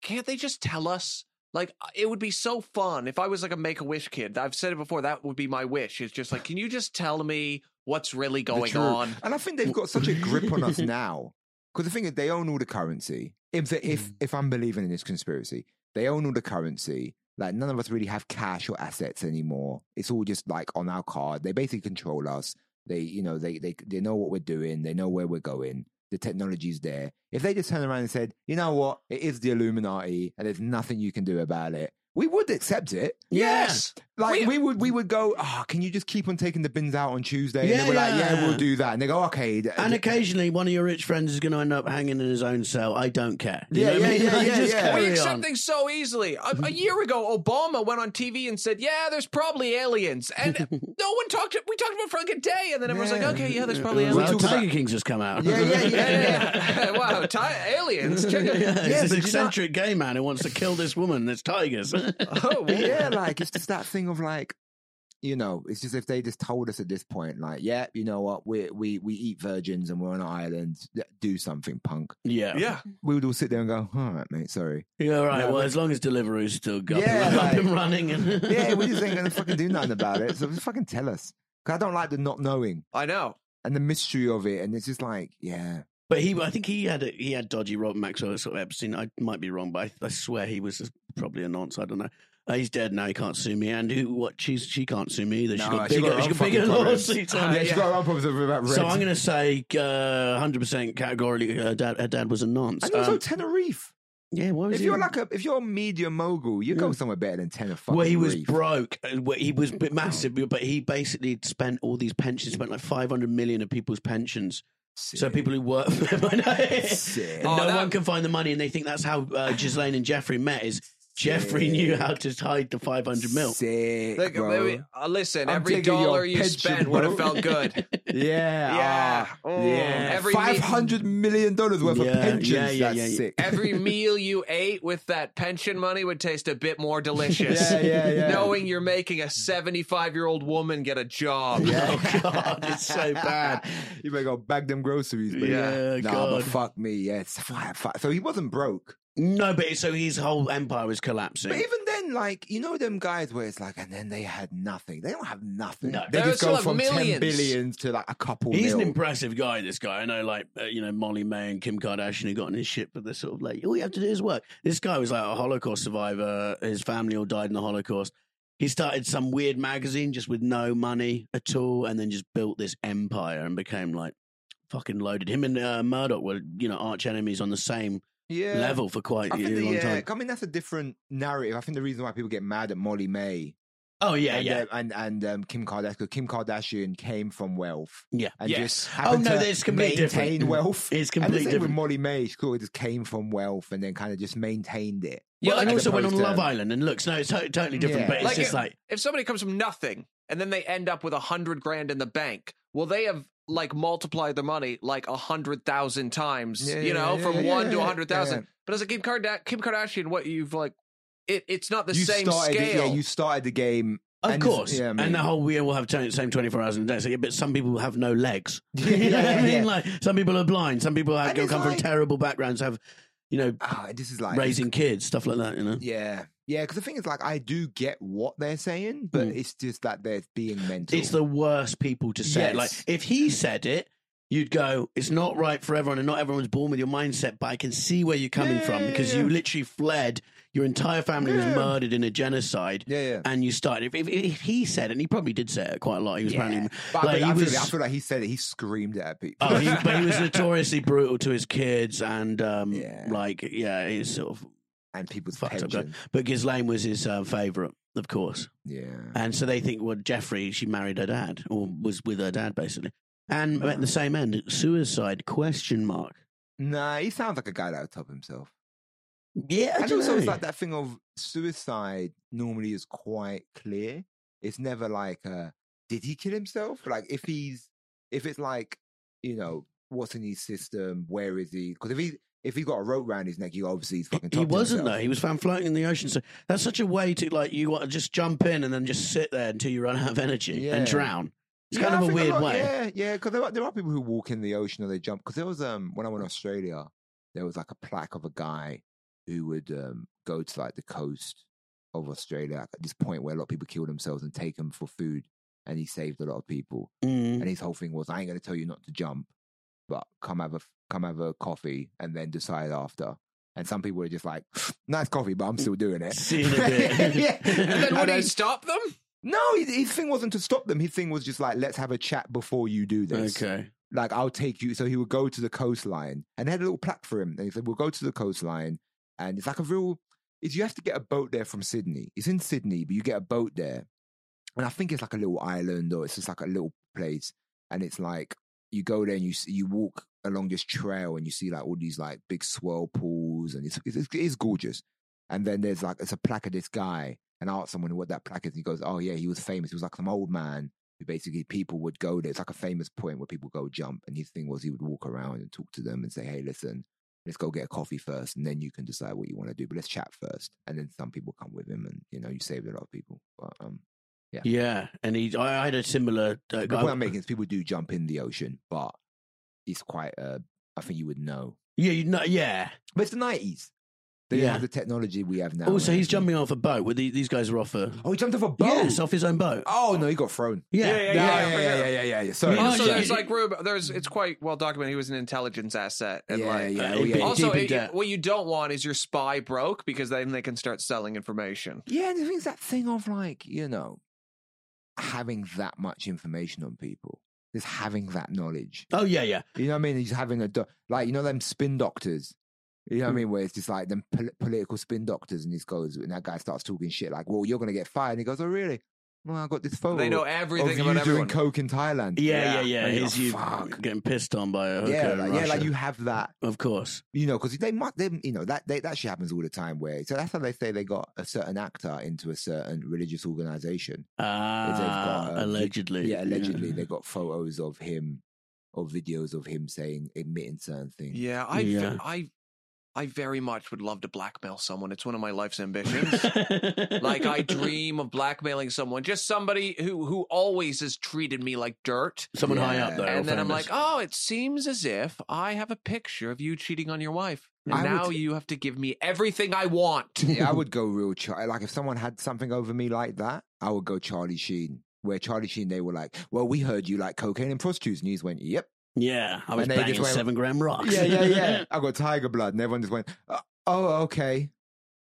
Speaker 3: can't they just tell us? Like, uh, it would be so fun if I was like a Make a Wish kid. I've said it before. That would be my wish. It's just like, can you just tell me what's really
Speaker 4: The
Speaker 3: going
Speaker 4: truth.
Speaker 3: on?
Speaker 4: And I think they've got such a grip on us now. Because the thing is, they own all the currency. If, the, if, if I'm believing in this conspiracy, they own all the currency. Like, none of us really have cash or assets anymore. It's all just like on our card. They basically control us. They, you know, they, they, they know what we're doing. They know where we're going. The technology's there. If they just turned around and said, you know what, it is the Illuminati and there's nothing you can do about it, we would accept it.
Speaker 3: Yes.
Speaker 4: Like we, would we would go, oh, can you just keep on taking the bins out on Tuesday?
Speaker 5: Yeah,
Speaker 4: and they were like, yeah,
Speaker 5: yeah.
Speaker 4: we'll do that. And they go, okay. th-
Speaker 5: And
Speaker 4: [laughs]
Speaker 5: occasionally, one of your rich friends is going to end up hanging in his own cell. I don't care. You
Speaker 4: Yeah,
Speaker 5: know what I
Speaker 4: yeah,
Speaker 5: mean? [laughs]
Speaker 4: yeah,
Speaker 5: Like,
Speaker 4: yeah,
Speaker 5: just
Speaker 4: yeah.
Speaker 5: carry
Speaker 3: We accept
Speaker 5: on.
Speaker 3: things so easily. A, a year ago, Obama went on TV and said, "Yeah, there's probably aliens," and no one talked. We talked about it for like a day, and then everyone's
Speaker 4: Yeah.
Speaker 3: like, "Okay, yeah, there's probably
Speaker 5: Well, [laughs]
Speaker 3: aliens."
Speaker 4: talk
Speaker 5: Tiger
Speaker 4: about-
Speaker 5: King's just come out.
Speaker 4: Yeah, yeah,
Speaker 5: [laughs]
Speaker 4: yeah,
Speaker 3: yeah, [laughs] yeah. wow, ti- aliens. Check it.
Speaker 5: Yeah,
Speaker 4: Yeah,
Speaker 5: it's
Speaker 4: but
Speaker 5: an
Speaker 4: you know-
Speaker 5: eccentric gay man who wants to kill this woman. There's tigers. [laughs]
Speaker 4: [laughs]
Speaker 3: Oh,
Speaker 4: yeah, like it's just that thing of like, you know, it's just if they just told us at this point, like, yeah, you know what, we we we eat virgins and we're on an island, th- do something, punk.
Speaker 5: yeah.
Speaker 3: yeah.
Speaker 4: We would all sit there and go, all right, mate, sorry.
Speaker 5: Yeah, all right.
Speaker 4: No,
Speaker 5: well,
Speaker 4: but-
Speaker 5: as long as Deliveroo's still got
Speaker 4: Yeah,
Speaker 5: up, and- [laughs] up
Speaker 4: like-
Speaker 5: and running. And
Speaker 4: Yeah, we just ain't gonna fucking do nothing about it. So just fucking tell us. Cause I don't like the not knowing
Speaker 3: I know.
Speaker 4: and the mystery of it, and it's just like, yeah,
Speaker 5: But he, I think he had a, he had dodgy Rob Maxwell sort of Epstein. I might be wrong, but I, I swear he was probably a nonce. I don't know. Uh, he's dead now. He can't sue me. And who? What? She's she can't sue me either. She's
Speaker 4: No,
Speaker 5: got
Speaker 4: she
Speaker 5: bigger,
Speaker 4: got her
Speaker 5: she got
Speaker 4: own
Speaker 5: bigger
Speaker 4: fucking problems.
Speaker 5: lawsuits.
Speaker 3: Uh,
Speaker 5: on
Speaker 4: [laughs] yeah,
Speaker 5: her.
Speaker 4: she got her own problems about red.
Speaker 5: So I'm going to say uh, 100% categorically, her uh, dad, her dad was a nonce.
Speaker 4: and also
Speaker 5: Um,
Speaker 4: Tenerife.
Speaker 5: yeah, what was
Speaker 4: If
Speaker 5: he?
Speaker 4: you're like a, if you're a media mogul, you go
Speaker 5: Yeah.
Speaker 4: somewhere better than Tenerife.
Speaker 5: well, he was broke. uh, well, He
Speaker 4: [laughs]
Speaker 5: was b- massive, but he basically spent all these pensions. Spent like 500 million of people's pensions. So people who work [laughs] for him, I know.
Speaker 4: [laughs] Sick.
Speaker 5: [laughs] And
Speaker 3: Oh,
Speaker 5: no
Speaker 3: that-
Speaker 5: one can find the money, and they think that's how uh, Ghislaine and Jeffrey met. Is Jeffrey knew how to hide the 500 mil?
Speaker 4: Sick,
Speaker 3: Like,
Speaker 4: bro.
Speaker 3: maybe- uh, listen,
Speaker 4: I'm
Speaker 3: every
Speaker 4: taking your
Speaker 3: dollar you
Speaker 4: pension,
Speaker 3: spent would have
Speaker 4: bro.
Speaker 3: felt good.
Speaker 4: Yeah.
Speaker 3: [laughs] Yeah.
Speaker 4: [laughs] ah,
Speaker 3: Oh.
Speaker 4: yeah.
Speaker 3: Every me-
Speaker 4: Five hundred million dollars worth
Speaker 5: Yeah,
Speaker 4: of pensions.
Speaker 5: yeah, yeah,
Speaker 4: That's
Speaker 5: yeah, yeah.
Speaker 4: sick.
Speaker 3: Every meal you ate with that pension money would taste a bit more delicious.
Speaker 4: [laughs] Yeah, yeah,
Speaker 3: [laughs]
Speaker 4: yeah.
Speaker 3: Knowing you're making a 75 year old woman get a job.
Speaker 5: [laughs] Oh God, it's [laughs] so bad.
Speaker 4: [laughs] you better go bag them groceries. But
Speaker 5: Yeah,
Speaker 4: nah,
Speaker 5: God.
Speaker 4: but fuck me. Yeah, it's fi- fi- So he wasn't broke.
Speaker 5: No, but so his whole empire was collapsing.
Speaker 4: But even then, like you know them guys where it's like, and then they had nothing. They don't have nothing.
Speaker 5: No.
Speaker 4: they
Speaker 3: They
Speaker 4: just
Speaker 3: still
Speaker 4: go
Speaker 3: have
Speaker 4: from
Speaker 3: millions.
Speaker 4: ten billion to like a couple.
Speaker 5: He's an
Speaker 4: mil.
Speaker 5: impressive guy, this guy. I know, like, uh, you know, Molly May and Kim Kardashian who got on his shit, but they're sort of like, all you have to do is work. This guy was like a Holocaust survivor. His family all died in the Holocaust. He started some weird magazine just with no money at all and then just built this empire and became like fucking loaded. Him and uh, Murdoch were, you know, arch enemies on the same
Speaker 4: yeah.
Speaker 5: level for quite a
Speaker 4: I think the, uh,
Speaker 5: long
Speaker 4: yeah,
Speaker 5: time.
Speaker 4: I mean that's a different narrative. I think the reason why people get mad at Molly May
Speaker 5: Oh, yeah,
Speaker 4: and,
Speaker 5: yeah.
Speaker 4: uh, and and um, Kim Kardashian. 'cause Kim Kardashian came from wealth.
Speaker 5: Yeah.
Speaker 4: And
Speaker 3: Yes.
Speaker 4: just
Speaker 3: Oh,
Speaker 4: happened
Speaker 5: no,
Speaker 4: to
Speaker 5: there's completely
Speaker 4: maintain
Speaker 5: [laughs] different.
Speaker 4: wealth.
Speaker 5: It's
Speaker 4: And the
Speaker 5: completely
Speaker 4: same with
Speaker 5: different.
Speaker 4: Molly May. She cool, just came from wealth and then kind of just maintained it.
Speaker 5: Yeah,
Speaker 3: Well,
Speaker 5: and
Speaker 4: as
Speaker 5: also went on
Speaker 4: opposed to-
Speaker 5: Love Island and looks, no, it's to- totally different,
Speaker 4: Yeah.
Speaker 5: but it's
Speaker 3: Like
Speaker 5: just
Speaker 3: it-
Speaker 5: like,
Speaker 3: If somebody comes from nothing and then they end up with a hundred grand in the bank, well, they have like multiplied their money like a hundred thousand times,
Speaker 4: Yeah,
Speaker 3: you know,
Speaker 4: yeah,
Speaker 3: from
Speaker 4: yeah,
Speaker 3: one
Speaker 4: yeah,
Speaker 3: to a
Speaker 4: yeah,
Speaker 3: hundred thousand.
Speaker 4: yeah.
Speaker 3: But as a Kim, Karda- Kim Kardashian, what you've like, it, it's not the
Speaker 4: you
Speaker 3: same
Speaker 4: started it-
Speaker 3: scale.
Speaker 4: yeah, you started
Speaker 5: [laughs]
Speaker 4: the game. [laughs]
Speaker 5: Of
Speaker 4: and it's-
Speaker 5: course,
Speaker 4: yeah, I mean-
Speaker 5: and the whole we all have the same twenty four hours in a day. So, yeah, but some people have no legs. [laughs]
Speaker 4: Yeah,
Speaker 5: you know what I
Speaker 4: yeah,
Speaker 5: mean?
Speaker 4: yeah.
Speaker 5: Like some people are blind. Some people have,
Speaker 4: And it's
Speaker 5: come from
Speaker 4: like-
Speaker 5: terrible backgrounds. Have you know,
Speaker 4: Ah, this is like
Speaker 5: raising kids, stuff like that. You know,
Speaker 4: Yeah. Yeah, because the thing is, like, I do get what they're saying, but it's just that they're being mental.
Speaker 5: Mm. it's the worst people to say. it. Like
Speaker 4: Yes.
Speaker 5: if he said it, you'd go, "It's not right for everyone, and not everyone's born with your mindset." But I can see where you're coming from because you literally fled. Your entire family was murdered in a genocide. Yeah, yeah. And you started. If, if, if he said it, and he probably did say it quite a lot. He was
Speaker 4: Yeah.
Speaker 5: apparently.
Speaker 4: But I,
Speaker 5: like,
Speaker 4: feel,
Speaker 5: he
Speaker 4: I, feel,
Speaker 5: was-
Speaker 4: I feel like he said it. He screamed at people.
Speaker 5: Oh, he, but he was notoriously brutal to his kids, and um, like, yeah, he's sort of
Speaker 4: [laughs] and people's
Speaker 5: fucked up. guy.
Speaker 4: pension.
Speaker 5: But Ghislaine was his uh, favorite, of course.
Speaker 4: Yeah.
Speaker 5: And so they think, well, Jeffrey, she married her dad, or was with her dad, basically, and at the same end, suicide question mark.
Speaker 4: Nah, he sounds like a guy that would top himself.
Speaker 5: Yeah, I
Speaker 4: and
Speaker 5: don't
Speaker 4: also it's
Speaker 5: know.
Speaker 4: like that thing of suicide normally is quite clear. It's never like, uh, did he kill himself? Like if he's, if it's like, you know, what's in his system? Where is he? Because if he if he got a rope round his neck, you obviously he's fucking.
Speaker 5: He
Speaker 4: topped
Speaker 5: wasn't
Speaker 4: himself.
Speaker 5: though. He was found floating in the ocean. So that's such a way to like you want to just jump in and then just sit there until you run out of energy
Speaker 4: Yeah.
Speaker 5: and drown. It's
Speaker 4: Yeah,
Speaker 5: kind
Speaker 4: I
Speaker 5: of a
Speaker 4: think
Speaker 5: weird
Speaker 4: lot-
Speaker 5: way.
Speaker 4: Yeah, yeah, because there are, there are people who walk in the ocean or they jump. Because there was um when I went to Australia, there was like a plaque of a guy who would um go to like the coast of Australia at this point where a lot of people kill themselves and take them for food, and he saved a lot of people.
Speaker 5: Mm.
Speaker 4: [laughs] And his whole thing was, I ain't gonna tell you not to jump, but come have a f- come have a coffee and then decide after. And some people are just like, [sighs] nice coffee, but I'm still doing it.
Speaker 5: [laughs] See you in a bit.
Speaker 4: [laughs] yeah.
Speaker 3: And then
Speaker 5: [laughs]
Speaker 3: would
Speaker 4: And
Speaker 3: he
Speaker 4: then-
Speaker 3: stop them?
Speaker 4: no, his, his thing wasn't to stop them. His thing was just like, let's have a chat before you do this.
Speaker 5: Okay.
Speaker 4: Like, I'll take you. So he would go to the coastline and they had a little plaque for him. And he said, we'll go to the coastline. And it's like a real, it's, you have to get a boat there from Sydney. It's in Sydney, but you get a boat there. And I think it's like a little island or it's just like a little place. And it's like, you go there and you, s- you walk along this trail and you see like all these like big swirl pools and it's, it's, it's, it's gorgeous. And then there's like, it's a plaque of this guy. And I asked someone what that plaque is. And he goes, Oh, yeah, he was famous. He was like some old man who basically people would go there. It's like a famous point where people go jump. And his thing was he would walk around and talk to them and say, Hey, listen, let's go get a coffee first. And then you can decide what you want to do. But let's chat first. And then some people come with him and, you know, you saved a lot of people. But, um, yeah.
Speaker 5: Yeah, and he, I, I had a similar. Uh,
Speaker 4: The
Speaker 5: guy-
Speaker 4: point I'm making is people do jump in the ocean, but it's quite, uh, I think you would know.
Speaker 5: Yeah, you know, yeah.
Speaker 4: But it's the 90s. They
Speaker 5: Yeah.
Speaker 4: didn't have the technology we have now.
Speaker 5: also, he's jumping off a boat. With the, these guys are off a.
Speaker 4: Oh, he jumped off a boat.
Speaker 5: Yes, off his own boat.
Speaker 4: Oh no, he got thrown.
Speaker 5: Yeah,
Speaker 3: Yeah, yeah,
Speaker 4: No,
Speaker 3: yeah,
Speaker 4: yeah,
Speaker 3: for
Speaker 4: yeah,
Speaker 3: sure.
Speaker 4: yeah, yeah, yeah. Sorry.
Speaker 3: also,
Speaker 4: Oh, Yeah.
Speaker 3: there's Oh, like Rube. There's it's quite well documented. He was an intelligence asset, and
Speaker 4: Yeah,
Speaker 3: like uh,
Speaker 4: yeah, oh, yeah.
Speaker 3: also,
Speaker 4: Deep in
Speaker 3: it-
Speaker 4: debt.
Speaker 3: what you don't want is your spy broke because then they can start selling information.
Speaker 4: Yeah, and the thing's that thing of like, you know, having that much information on people. Just having that knowledge.
Speaker 5: Oh yeah, yeah.
Speaker 4: You know what I mean? He's having a do- like, you know, them spin doctors. You
Speaker 5: Mm.
Speaker 4: know what I mean? Where it's just like them pol- political spin doctors, and this goes, and that guy starts talking shit like, "Well, you're gonna get fired." And he goes, "Oh, really? Well, I got this photo.
Speaker 3: They know
Speaker 4: of
Speaker 3: everything
Speaker 4: Oh, you
Speaker 3: about everyone."
Speaker 4: doing coke in Thailand.
Speaker 5: Yeah, yeah, yeah.
Speaker 4: And you go,
Speaker 5: He's you
Speaker 4: "Fuck."
Speaker 5: getting pissed on by a hooker
Speaker 4: yeah,
Speaker 5: in
Speaker 4: like, yeah, like
Speaker 5: Russia.
Speaker 4: you have that,
Speaker 5: of course.
Speaker 4: you know, because they must, they, you know, that they, that shit happens all the time. Where so that's how they say they got a certain actor into a certain religious organization. Is they've
Speaker 5: Ah,
Speaker 4: got, um,
Speaker 5: allegedly.
Speaker 4: yeah, allegedly they got photos of him or videos of him saying admitting certain things.
Speaker 3: Yeah, I,
Speaker 4: Yeah.
Speaker 3: I, I very much would love to blackmail someone. It's one of my life's
Speaker 5: [laughs]
Speaker 4: [laughs]
Speaker 3: ambitions. like I dream of blackmailing someone, just somebody who who always has treated me like dirt.
Speaker 5: Someone high up, though, or
Speaker 3: And then I'm
Speaker 5: famous.
Speaker 3: like, oh, it seems as if I have a picture of you cheating on your wife, and
Speaker 4: I would-
Speaker 3: now you have to give me everything I
Speaker 4: [laughs]
Speaker 3: want.
Speaker 4: Yeah, I would go real Charlie. Like if someone had something over me like that, I would go Charlie Sheen. Where Charlie Sheen, they were like, "Well, we heard you like cocaine and prostitutes," and he just went, [laughs] "Yep."
Speaker 5: Yeah, I was
Speaker 4: And they just
Speaker 5: banging
Speaker 4: went-
Speaker 5: seven gram rocks.
Speaker 4: Yeah, yeah, yeah. I got tiger blood, and everyone just went, "Uh, "Oh, okay."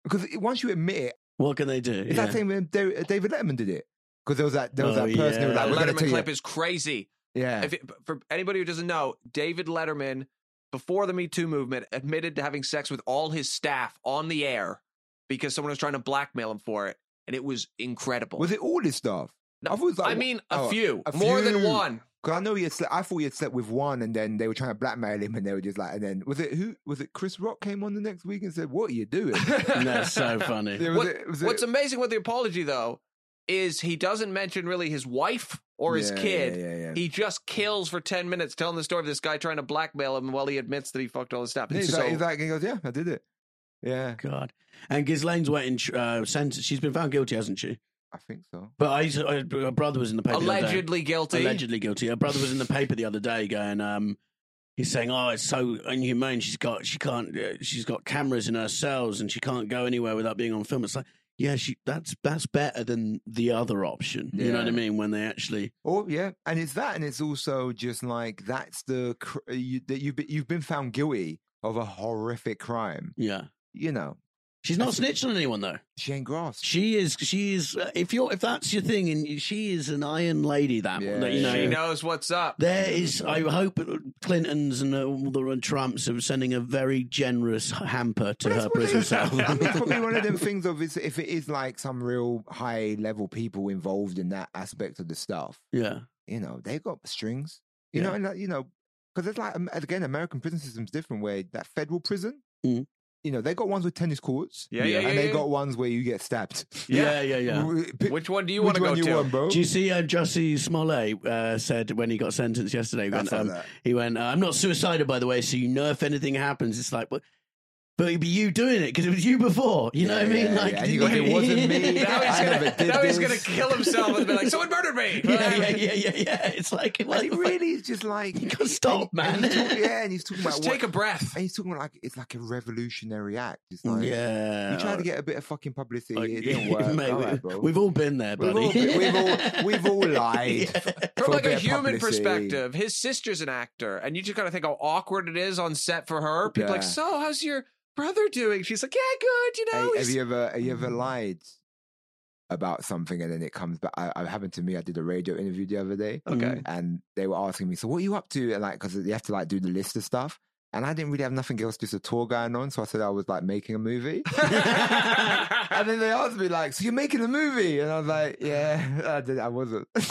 Speaker 4: Because once you admit it,
Speaker 5: [laughs] what can they do?
Speaker 4: It's that thing when Da- uh, David Letterman did it because there was that there was
Speaker 5: Oh,
Speaker 4: that person who was
Speaker 5: yeah.
Speaker 4: like, "We're gonna
Speaker 3: Letterman
Speaker 4: tell you."
Speaker 3: clip is crazy.
Speaker 4: Yeah.
Speaker 3: If it, for anybody who doesn't know, David Letterman, before the Me Too movement, admitted to having sex with all his staff on the air because someone was trying to blackmail him for it, and it was incredible.
Speaker 4: was it uh, oh, all his stuff? I, thought it was
Speaker 3: I mean, a few. More than one. [laughs]
Speaker 4: Because I know he had slept, I thought he had slept with one, and then they were trying to blackmail him, and they were just like, and then was it who was it? Chris Rock came on the next week and said, "What are
Speaker 3: [laughs]
Speaker 4: you doing?" [laughs]
Speaker 5: That's so funny.
Speaker 4: Yeah, was
Speaker 3: What-
Speaker 4: it- was
Speaker 3: what's
Speaker 4: it-
Speaker 3: amazing with the apology, though, is he doesn't mention really his wife or his
Speaker 4: Yeah,
Speaker 3: kid.
Speaker 4: yeah, yeah, yeah.
Speaker 3: He just kills for 10 minutes telling the story of this guy trying to blackmail him while he admits that he fucked all his stuff.
Speaker 4: he's,
Speaker 3: It's
Speaker 4: like,
Speaker 3: so-
Speaker 4: he's like, he goes, "Yeah, I did it." Yeah,
Speaker 5: God. And Ghislaine's waiting uh, sentence. She's been found guilty, hasn't she?
Speaker 4: I think so.
Speaker 5: But I, used to- I, her brother was in the paper. the other day.
Speaker 3: Allegedly guilty.
Speaker 5: Allegedly guilty. Her brother was in the paper the other day going, um, he's saying, "Oh, it's so inhumane. She's got she can't uh, she's got cameras in her cells and she can't go anywhere without being on film." It's like, yeah, she that's that's better than the other option. You know what I
Speaker 4: Yeah.
Speaker 5: mean? When they actually
Speaker 4: Oh yeah, and it's that, and it's also just like that's the cr- you, that you've been, you've been found guilty of a horrific crime.
Speaker 5: Yeah,
Speaker 4: you know,
Speaker 5: she's not snitching on anyone though.
Speaker 4: She ain't grass.
Speaker 5: She is. She is. uh, If you're if that's your thing, and she is an iron lady. That one, that, you know.
Speaker 3: she knows what's up.
Speaker 5: There is. I hope uh, Clintons and uh, all the Trumps are sending a very generous hamper to her prison
Speaker 4: [laughs]
Speaker 5: cell.
Speaker 4: I mean, it's probably one of them things of is if it is like some real high level people involved in that aspect of the stuff.
Speaker 5: [laughs] Yeah.
Speaker 4: you know they got strings. You know,
Speaker 5: Yeah.
Speaker 4: and like, you know, because it's like um, again, American prison system's different. Where that federal prison,
Speaker 5: Mm.
Speaker 4: you know, they got ones with tennis courts.
Speaker 3: Yeah, yeah, yeah,
Speaker 4: and they
Speaker 3: yeah.
Speaker 4: got ones where you get stabbed.
Speaker 5: Yeah, yeah,
Speaker 4: [laughs]
Speaker 5: yeah.
Speaker 3: Which one do you want to
Speaker 4: which
Speaker 3: go
Speaker 4: one you
Speaker 3: to?
Speaker 4: want, bro?
Speaker 5: Do you see uh, Jussie Smollett uh, said when he got sentenced yesterday? He went,
Speaker 4: That's like
Speaker 5: um,
Speaker 4: that.
Speaker 5: he went uh, I'm not suicidal, by the way, so you know if anything happens, it's like, but, but it'd be you doing it because it was you before. You know what I mean? like,
Speaker 4: yeah. And you go, "It wasn't
Speaker 5: [laughs]
Speaker 3: [laughs]
Speaker 4: me.
Speaker 3: Now he's
Speaker 4: I
Speaker 3: gonna-
Speaker 4: never did
Speaker 3: now he's
Speaker 4: this."
Speaker 3: gonna kill himself and be like, "Someone murdered
Speaker 4: [laughs]
Speaker 3: me."
Speaker 5: Yeah, yeah, yeah, yeah, yeah. It's like,
Speaker 4: And it really is just like
Speaker 5: [laughs] you gotta stop, man.
Speaker 4: he's talking- yeah, and he's talking about
Speaker 3: Just
Speaker 4: what-
Speaker 3: take a breath.
Speaker 4: And he's talking about like it's like a revolutionary act. It's
Speaker 5: Mm,
Speaker 4: like
Speaker 5: [laughs] Yeah.
Speaker 4: we tried to get a bit of fucking publicity.
Speaker 5: Uh, Like,
Speaker 4: it
Speaker 5: [laughs]
Speaker 4: didn't work.
Speaker 5: mate,
Speaker 4: all right,
Speaker 5: we,
Speaker 4: bro.
Speaker 5: have all been there,
Speaker 4: We've
Speaker 5: buddy.
Speaker 4: all been- we've all- we've all
Speaker 5: [laughs]
Speaker 4: lied for
Speaker 3: From like a
Speaker 4: bit of
Speaker 3: human
Speaker 4: publicity.
Speaker 3: perspective, his sister's an actor, and you just gotta think how awkward it is on set for her. People are like,
Speaker 4: Yeah.
Speaker 3: so how's your brother doing? She's like, yeah, good. You know,
Speaker 4: Hey,
Speaker 3: he's-
Speaker 4: have you ever have you ever lied about something and then it comes back? I, I happened to me. I did a radio interview the other day.
Speaker 3: [laughs]
Speaker 4: [laughs]
Speaker 3: Okay.
Speaker 4: and they were asking me, so what are you up to? And like, because you have to like do the list of stuff. And I didn't really have nothing else, just a tour going on. So I said I was like making a movie. and then they asked me like, "So you're making a movie?" And I was like, "Yeah, [laughs] I, did, I wasn't." [laughs]
Speaker 5: That's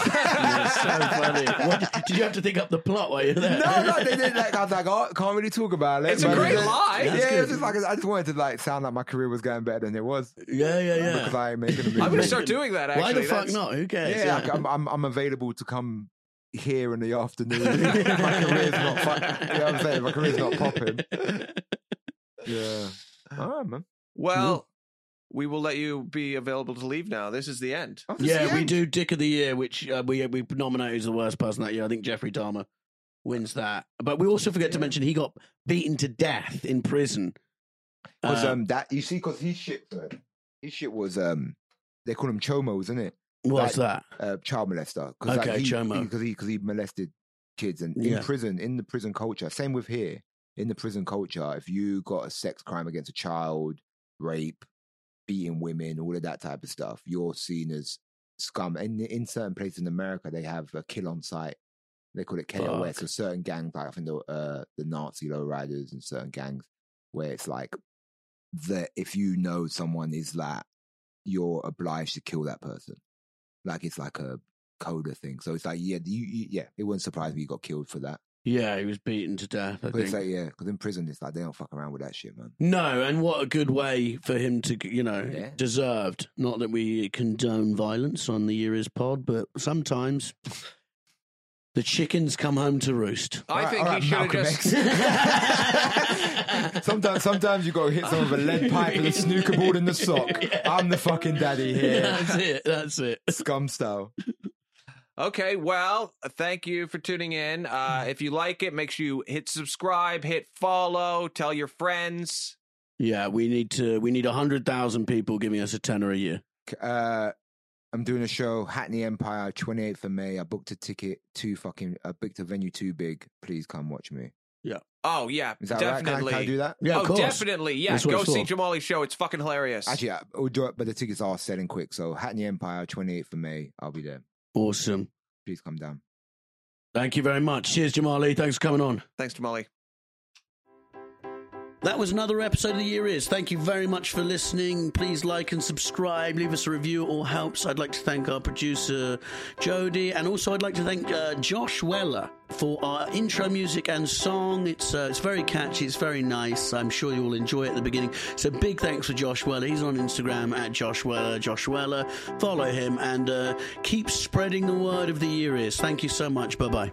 Speaker 5: so funny. What, did you have to think up the plot while you're there?
Speaker 4: no, no, they did. Like, I was like, "Oh, can't really talk about it."
Speaker 3: It's a
Speaker 4: But
Speaker 3: great
Speaker 4: then-
Speaker 3: lie.
Speaker 4: Yeah,
Speaker 3: That's
Speaker 4: it was
Speaker 3: good.
Speaker 4: just like I just wanted to like sound like my career was going better than it was
Speaker 5: Yeah, yeah, yeah.
Speaker 4: because I ain't making a movie.
Speaker 3: I'm gonna start doing that. Actually,
Speaker 5: Why the fuck
Speaker 3: That's-
Speaker 5: not? Who cares?
Speaker 4: yeah, like, I'm, [laughs] I'm I'm available to come here in
Speaker 5: [laughs]
Speaker 4: the afternoon. [laughs] my career's not fuck, you know what I'm saying? My career's not popping. Yeah. All right, man.
Speaker 3: Well, we will let you be available to leave now. This is the end.
Speaker 4: Mm-hmm. Oh, this is
Speaker 5: [laughs] Yeah,
Speaker 4: the
Speaker 5: we
Speaker 4: end.
Speaker 5: do Dick of the Year, which uh, we we nominated as the worst person that year. I think Jeffrey Dahmer wins that, but we also forget to mention he got beaten to death in prison.
Speaker 4: 'Cause,
Speaker 5: Uh,
Speaker 4: um, that you see, because his shit, uh, his shit was um, they call him chomos, isn't it?
Speaker 5: what's that?
Speaker 4: Uh, child molester.
Speaker 5: Okay,
Speaker 4: he,
Speaker 5: chomo.
Speaker 4: Because he, 'cause he molested kids and
Speaker 5: Yeah.
Speaker 4: in prison, in the prison culture. Same with here in the prison culture. If you got a sex crime against a child, rape, beating women, all of that type of stuff, you're seen as scum. And in certain places in America, they have a kill on site. They call it KOS.
Speaker 5: Fuck.
Speaker 4: So certain gangs, like I think the uh, the Nazi lowriders and certain gangs, where it's like that if you know someone is that, you're obliged to kill that person. Like it's like a coda thing. So it's like yeah, you, you yeah, it wouldn't surprise me you got killed for that.
Speaker 5: Yeah, he was beaten to death. I
Speaker 4: But it's
Speaker 5: think.
Speaker 4: like yeah, because in prison it's like they don't fuck around with that shit, man.
Speaker 5: No, and what a good way for him to, you know,
Speaker 4: Yeah.
Speaker 5: deserved. Not that we condone violence on the Year Is Pod, but sometimes the chickens come home to [laughs] roost.
Speaker 3: I
Speaker 4: Alright,
Speaker 3: think
Speaker 4: alright,
Speaker 3: he should have
Speaker 4: Malcolm
Speaker 3: just.
Speaker 4: X. sometimes, sometimes you got to hit someone with a lead pipe and a snooker board in the sock.
Speaker 3: [laughs]
Speaker 5: [laughs]
Speaker 4: I'm the fucking daddy here,
Speaker 5: That's it. That's it.
Speaker 4: scum style.
Speaker 3: [laughs] Okay, well, thank you for tuning in. Uh,
Speaker 4: Mm-hmm.
Speaker 3: if you like it, make sure you hit subscribe, hit follow, tell your friends.
Speaker 5: Yeah, we need to. We need hundred thousand people giving us a tenner a year.
Speaker 4: uh, I'm doing a show, Hackney Empire, 28th of May. I booked a ticket, too fucking, I booked a venue too big. Please come watch me.
Speaker 3: Oh yeah,
Speaker 4: Is that right? Can I-
Speaker 3: definitely.
Speaker 4: Can I, do that?
Speaker 5: Yeah,
Speaker 3: oh,
Speaker 5: of course.
Speaker 3: definitely. Yeah,
Speaker 5: That's what
Speaker 3: go
Speaker 5: it's
Speaker 3: see
Speaker 5: for.
Speaker 3: Jamali's show. It's fucking hilarious.
Speaker 4: Actually, I, we'll do it, but the tickets are selling quick. So Hackney Empire, 28th of May. I'll be there.
Speaker 5: Awesome.
Speaker 4: Please come down.
Speaker 5: Thank you very much. Cheers, Jamali. Thanks for coming on.
Speaker 3: Thanks, Jamali.
Speaker 5: That was another episode of The Year Is. Thank you very much for listening. Please like and subscribe. Leave us a review. It all helps. I'd like to thank our producer, Jody. And also, I'd like to thank uh, Josh Weller for our intro music and song. It's, uh, it's very catchy. It's very nice. I'm sure you'll enjoy it at the beginning. So, big thanks for Josh Weller. He's on Instagram at Josh Weller. Josh Weller. Follow him and uh, keep spreading the word of The Year Is. Thank you so much. Bye bye.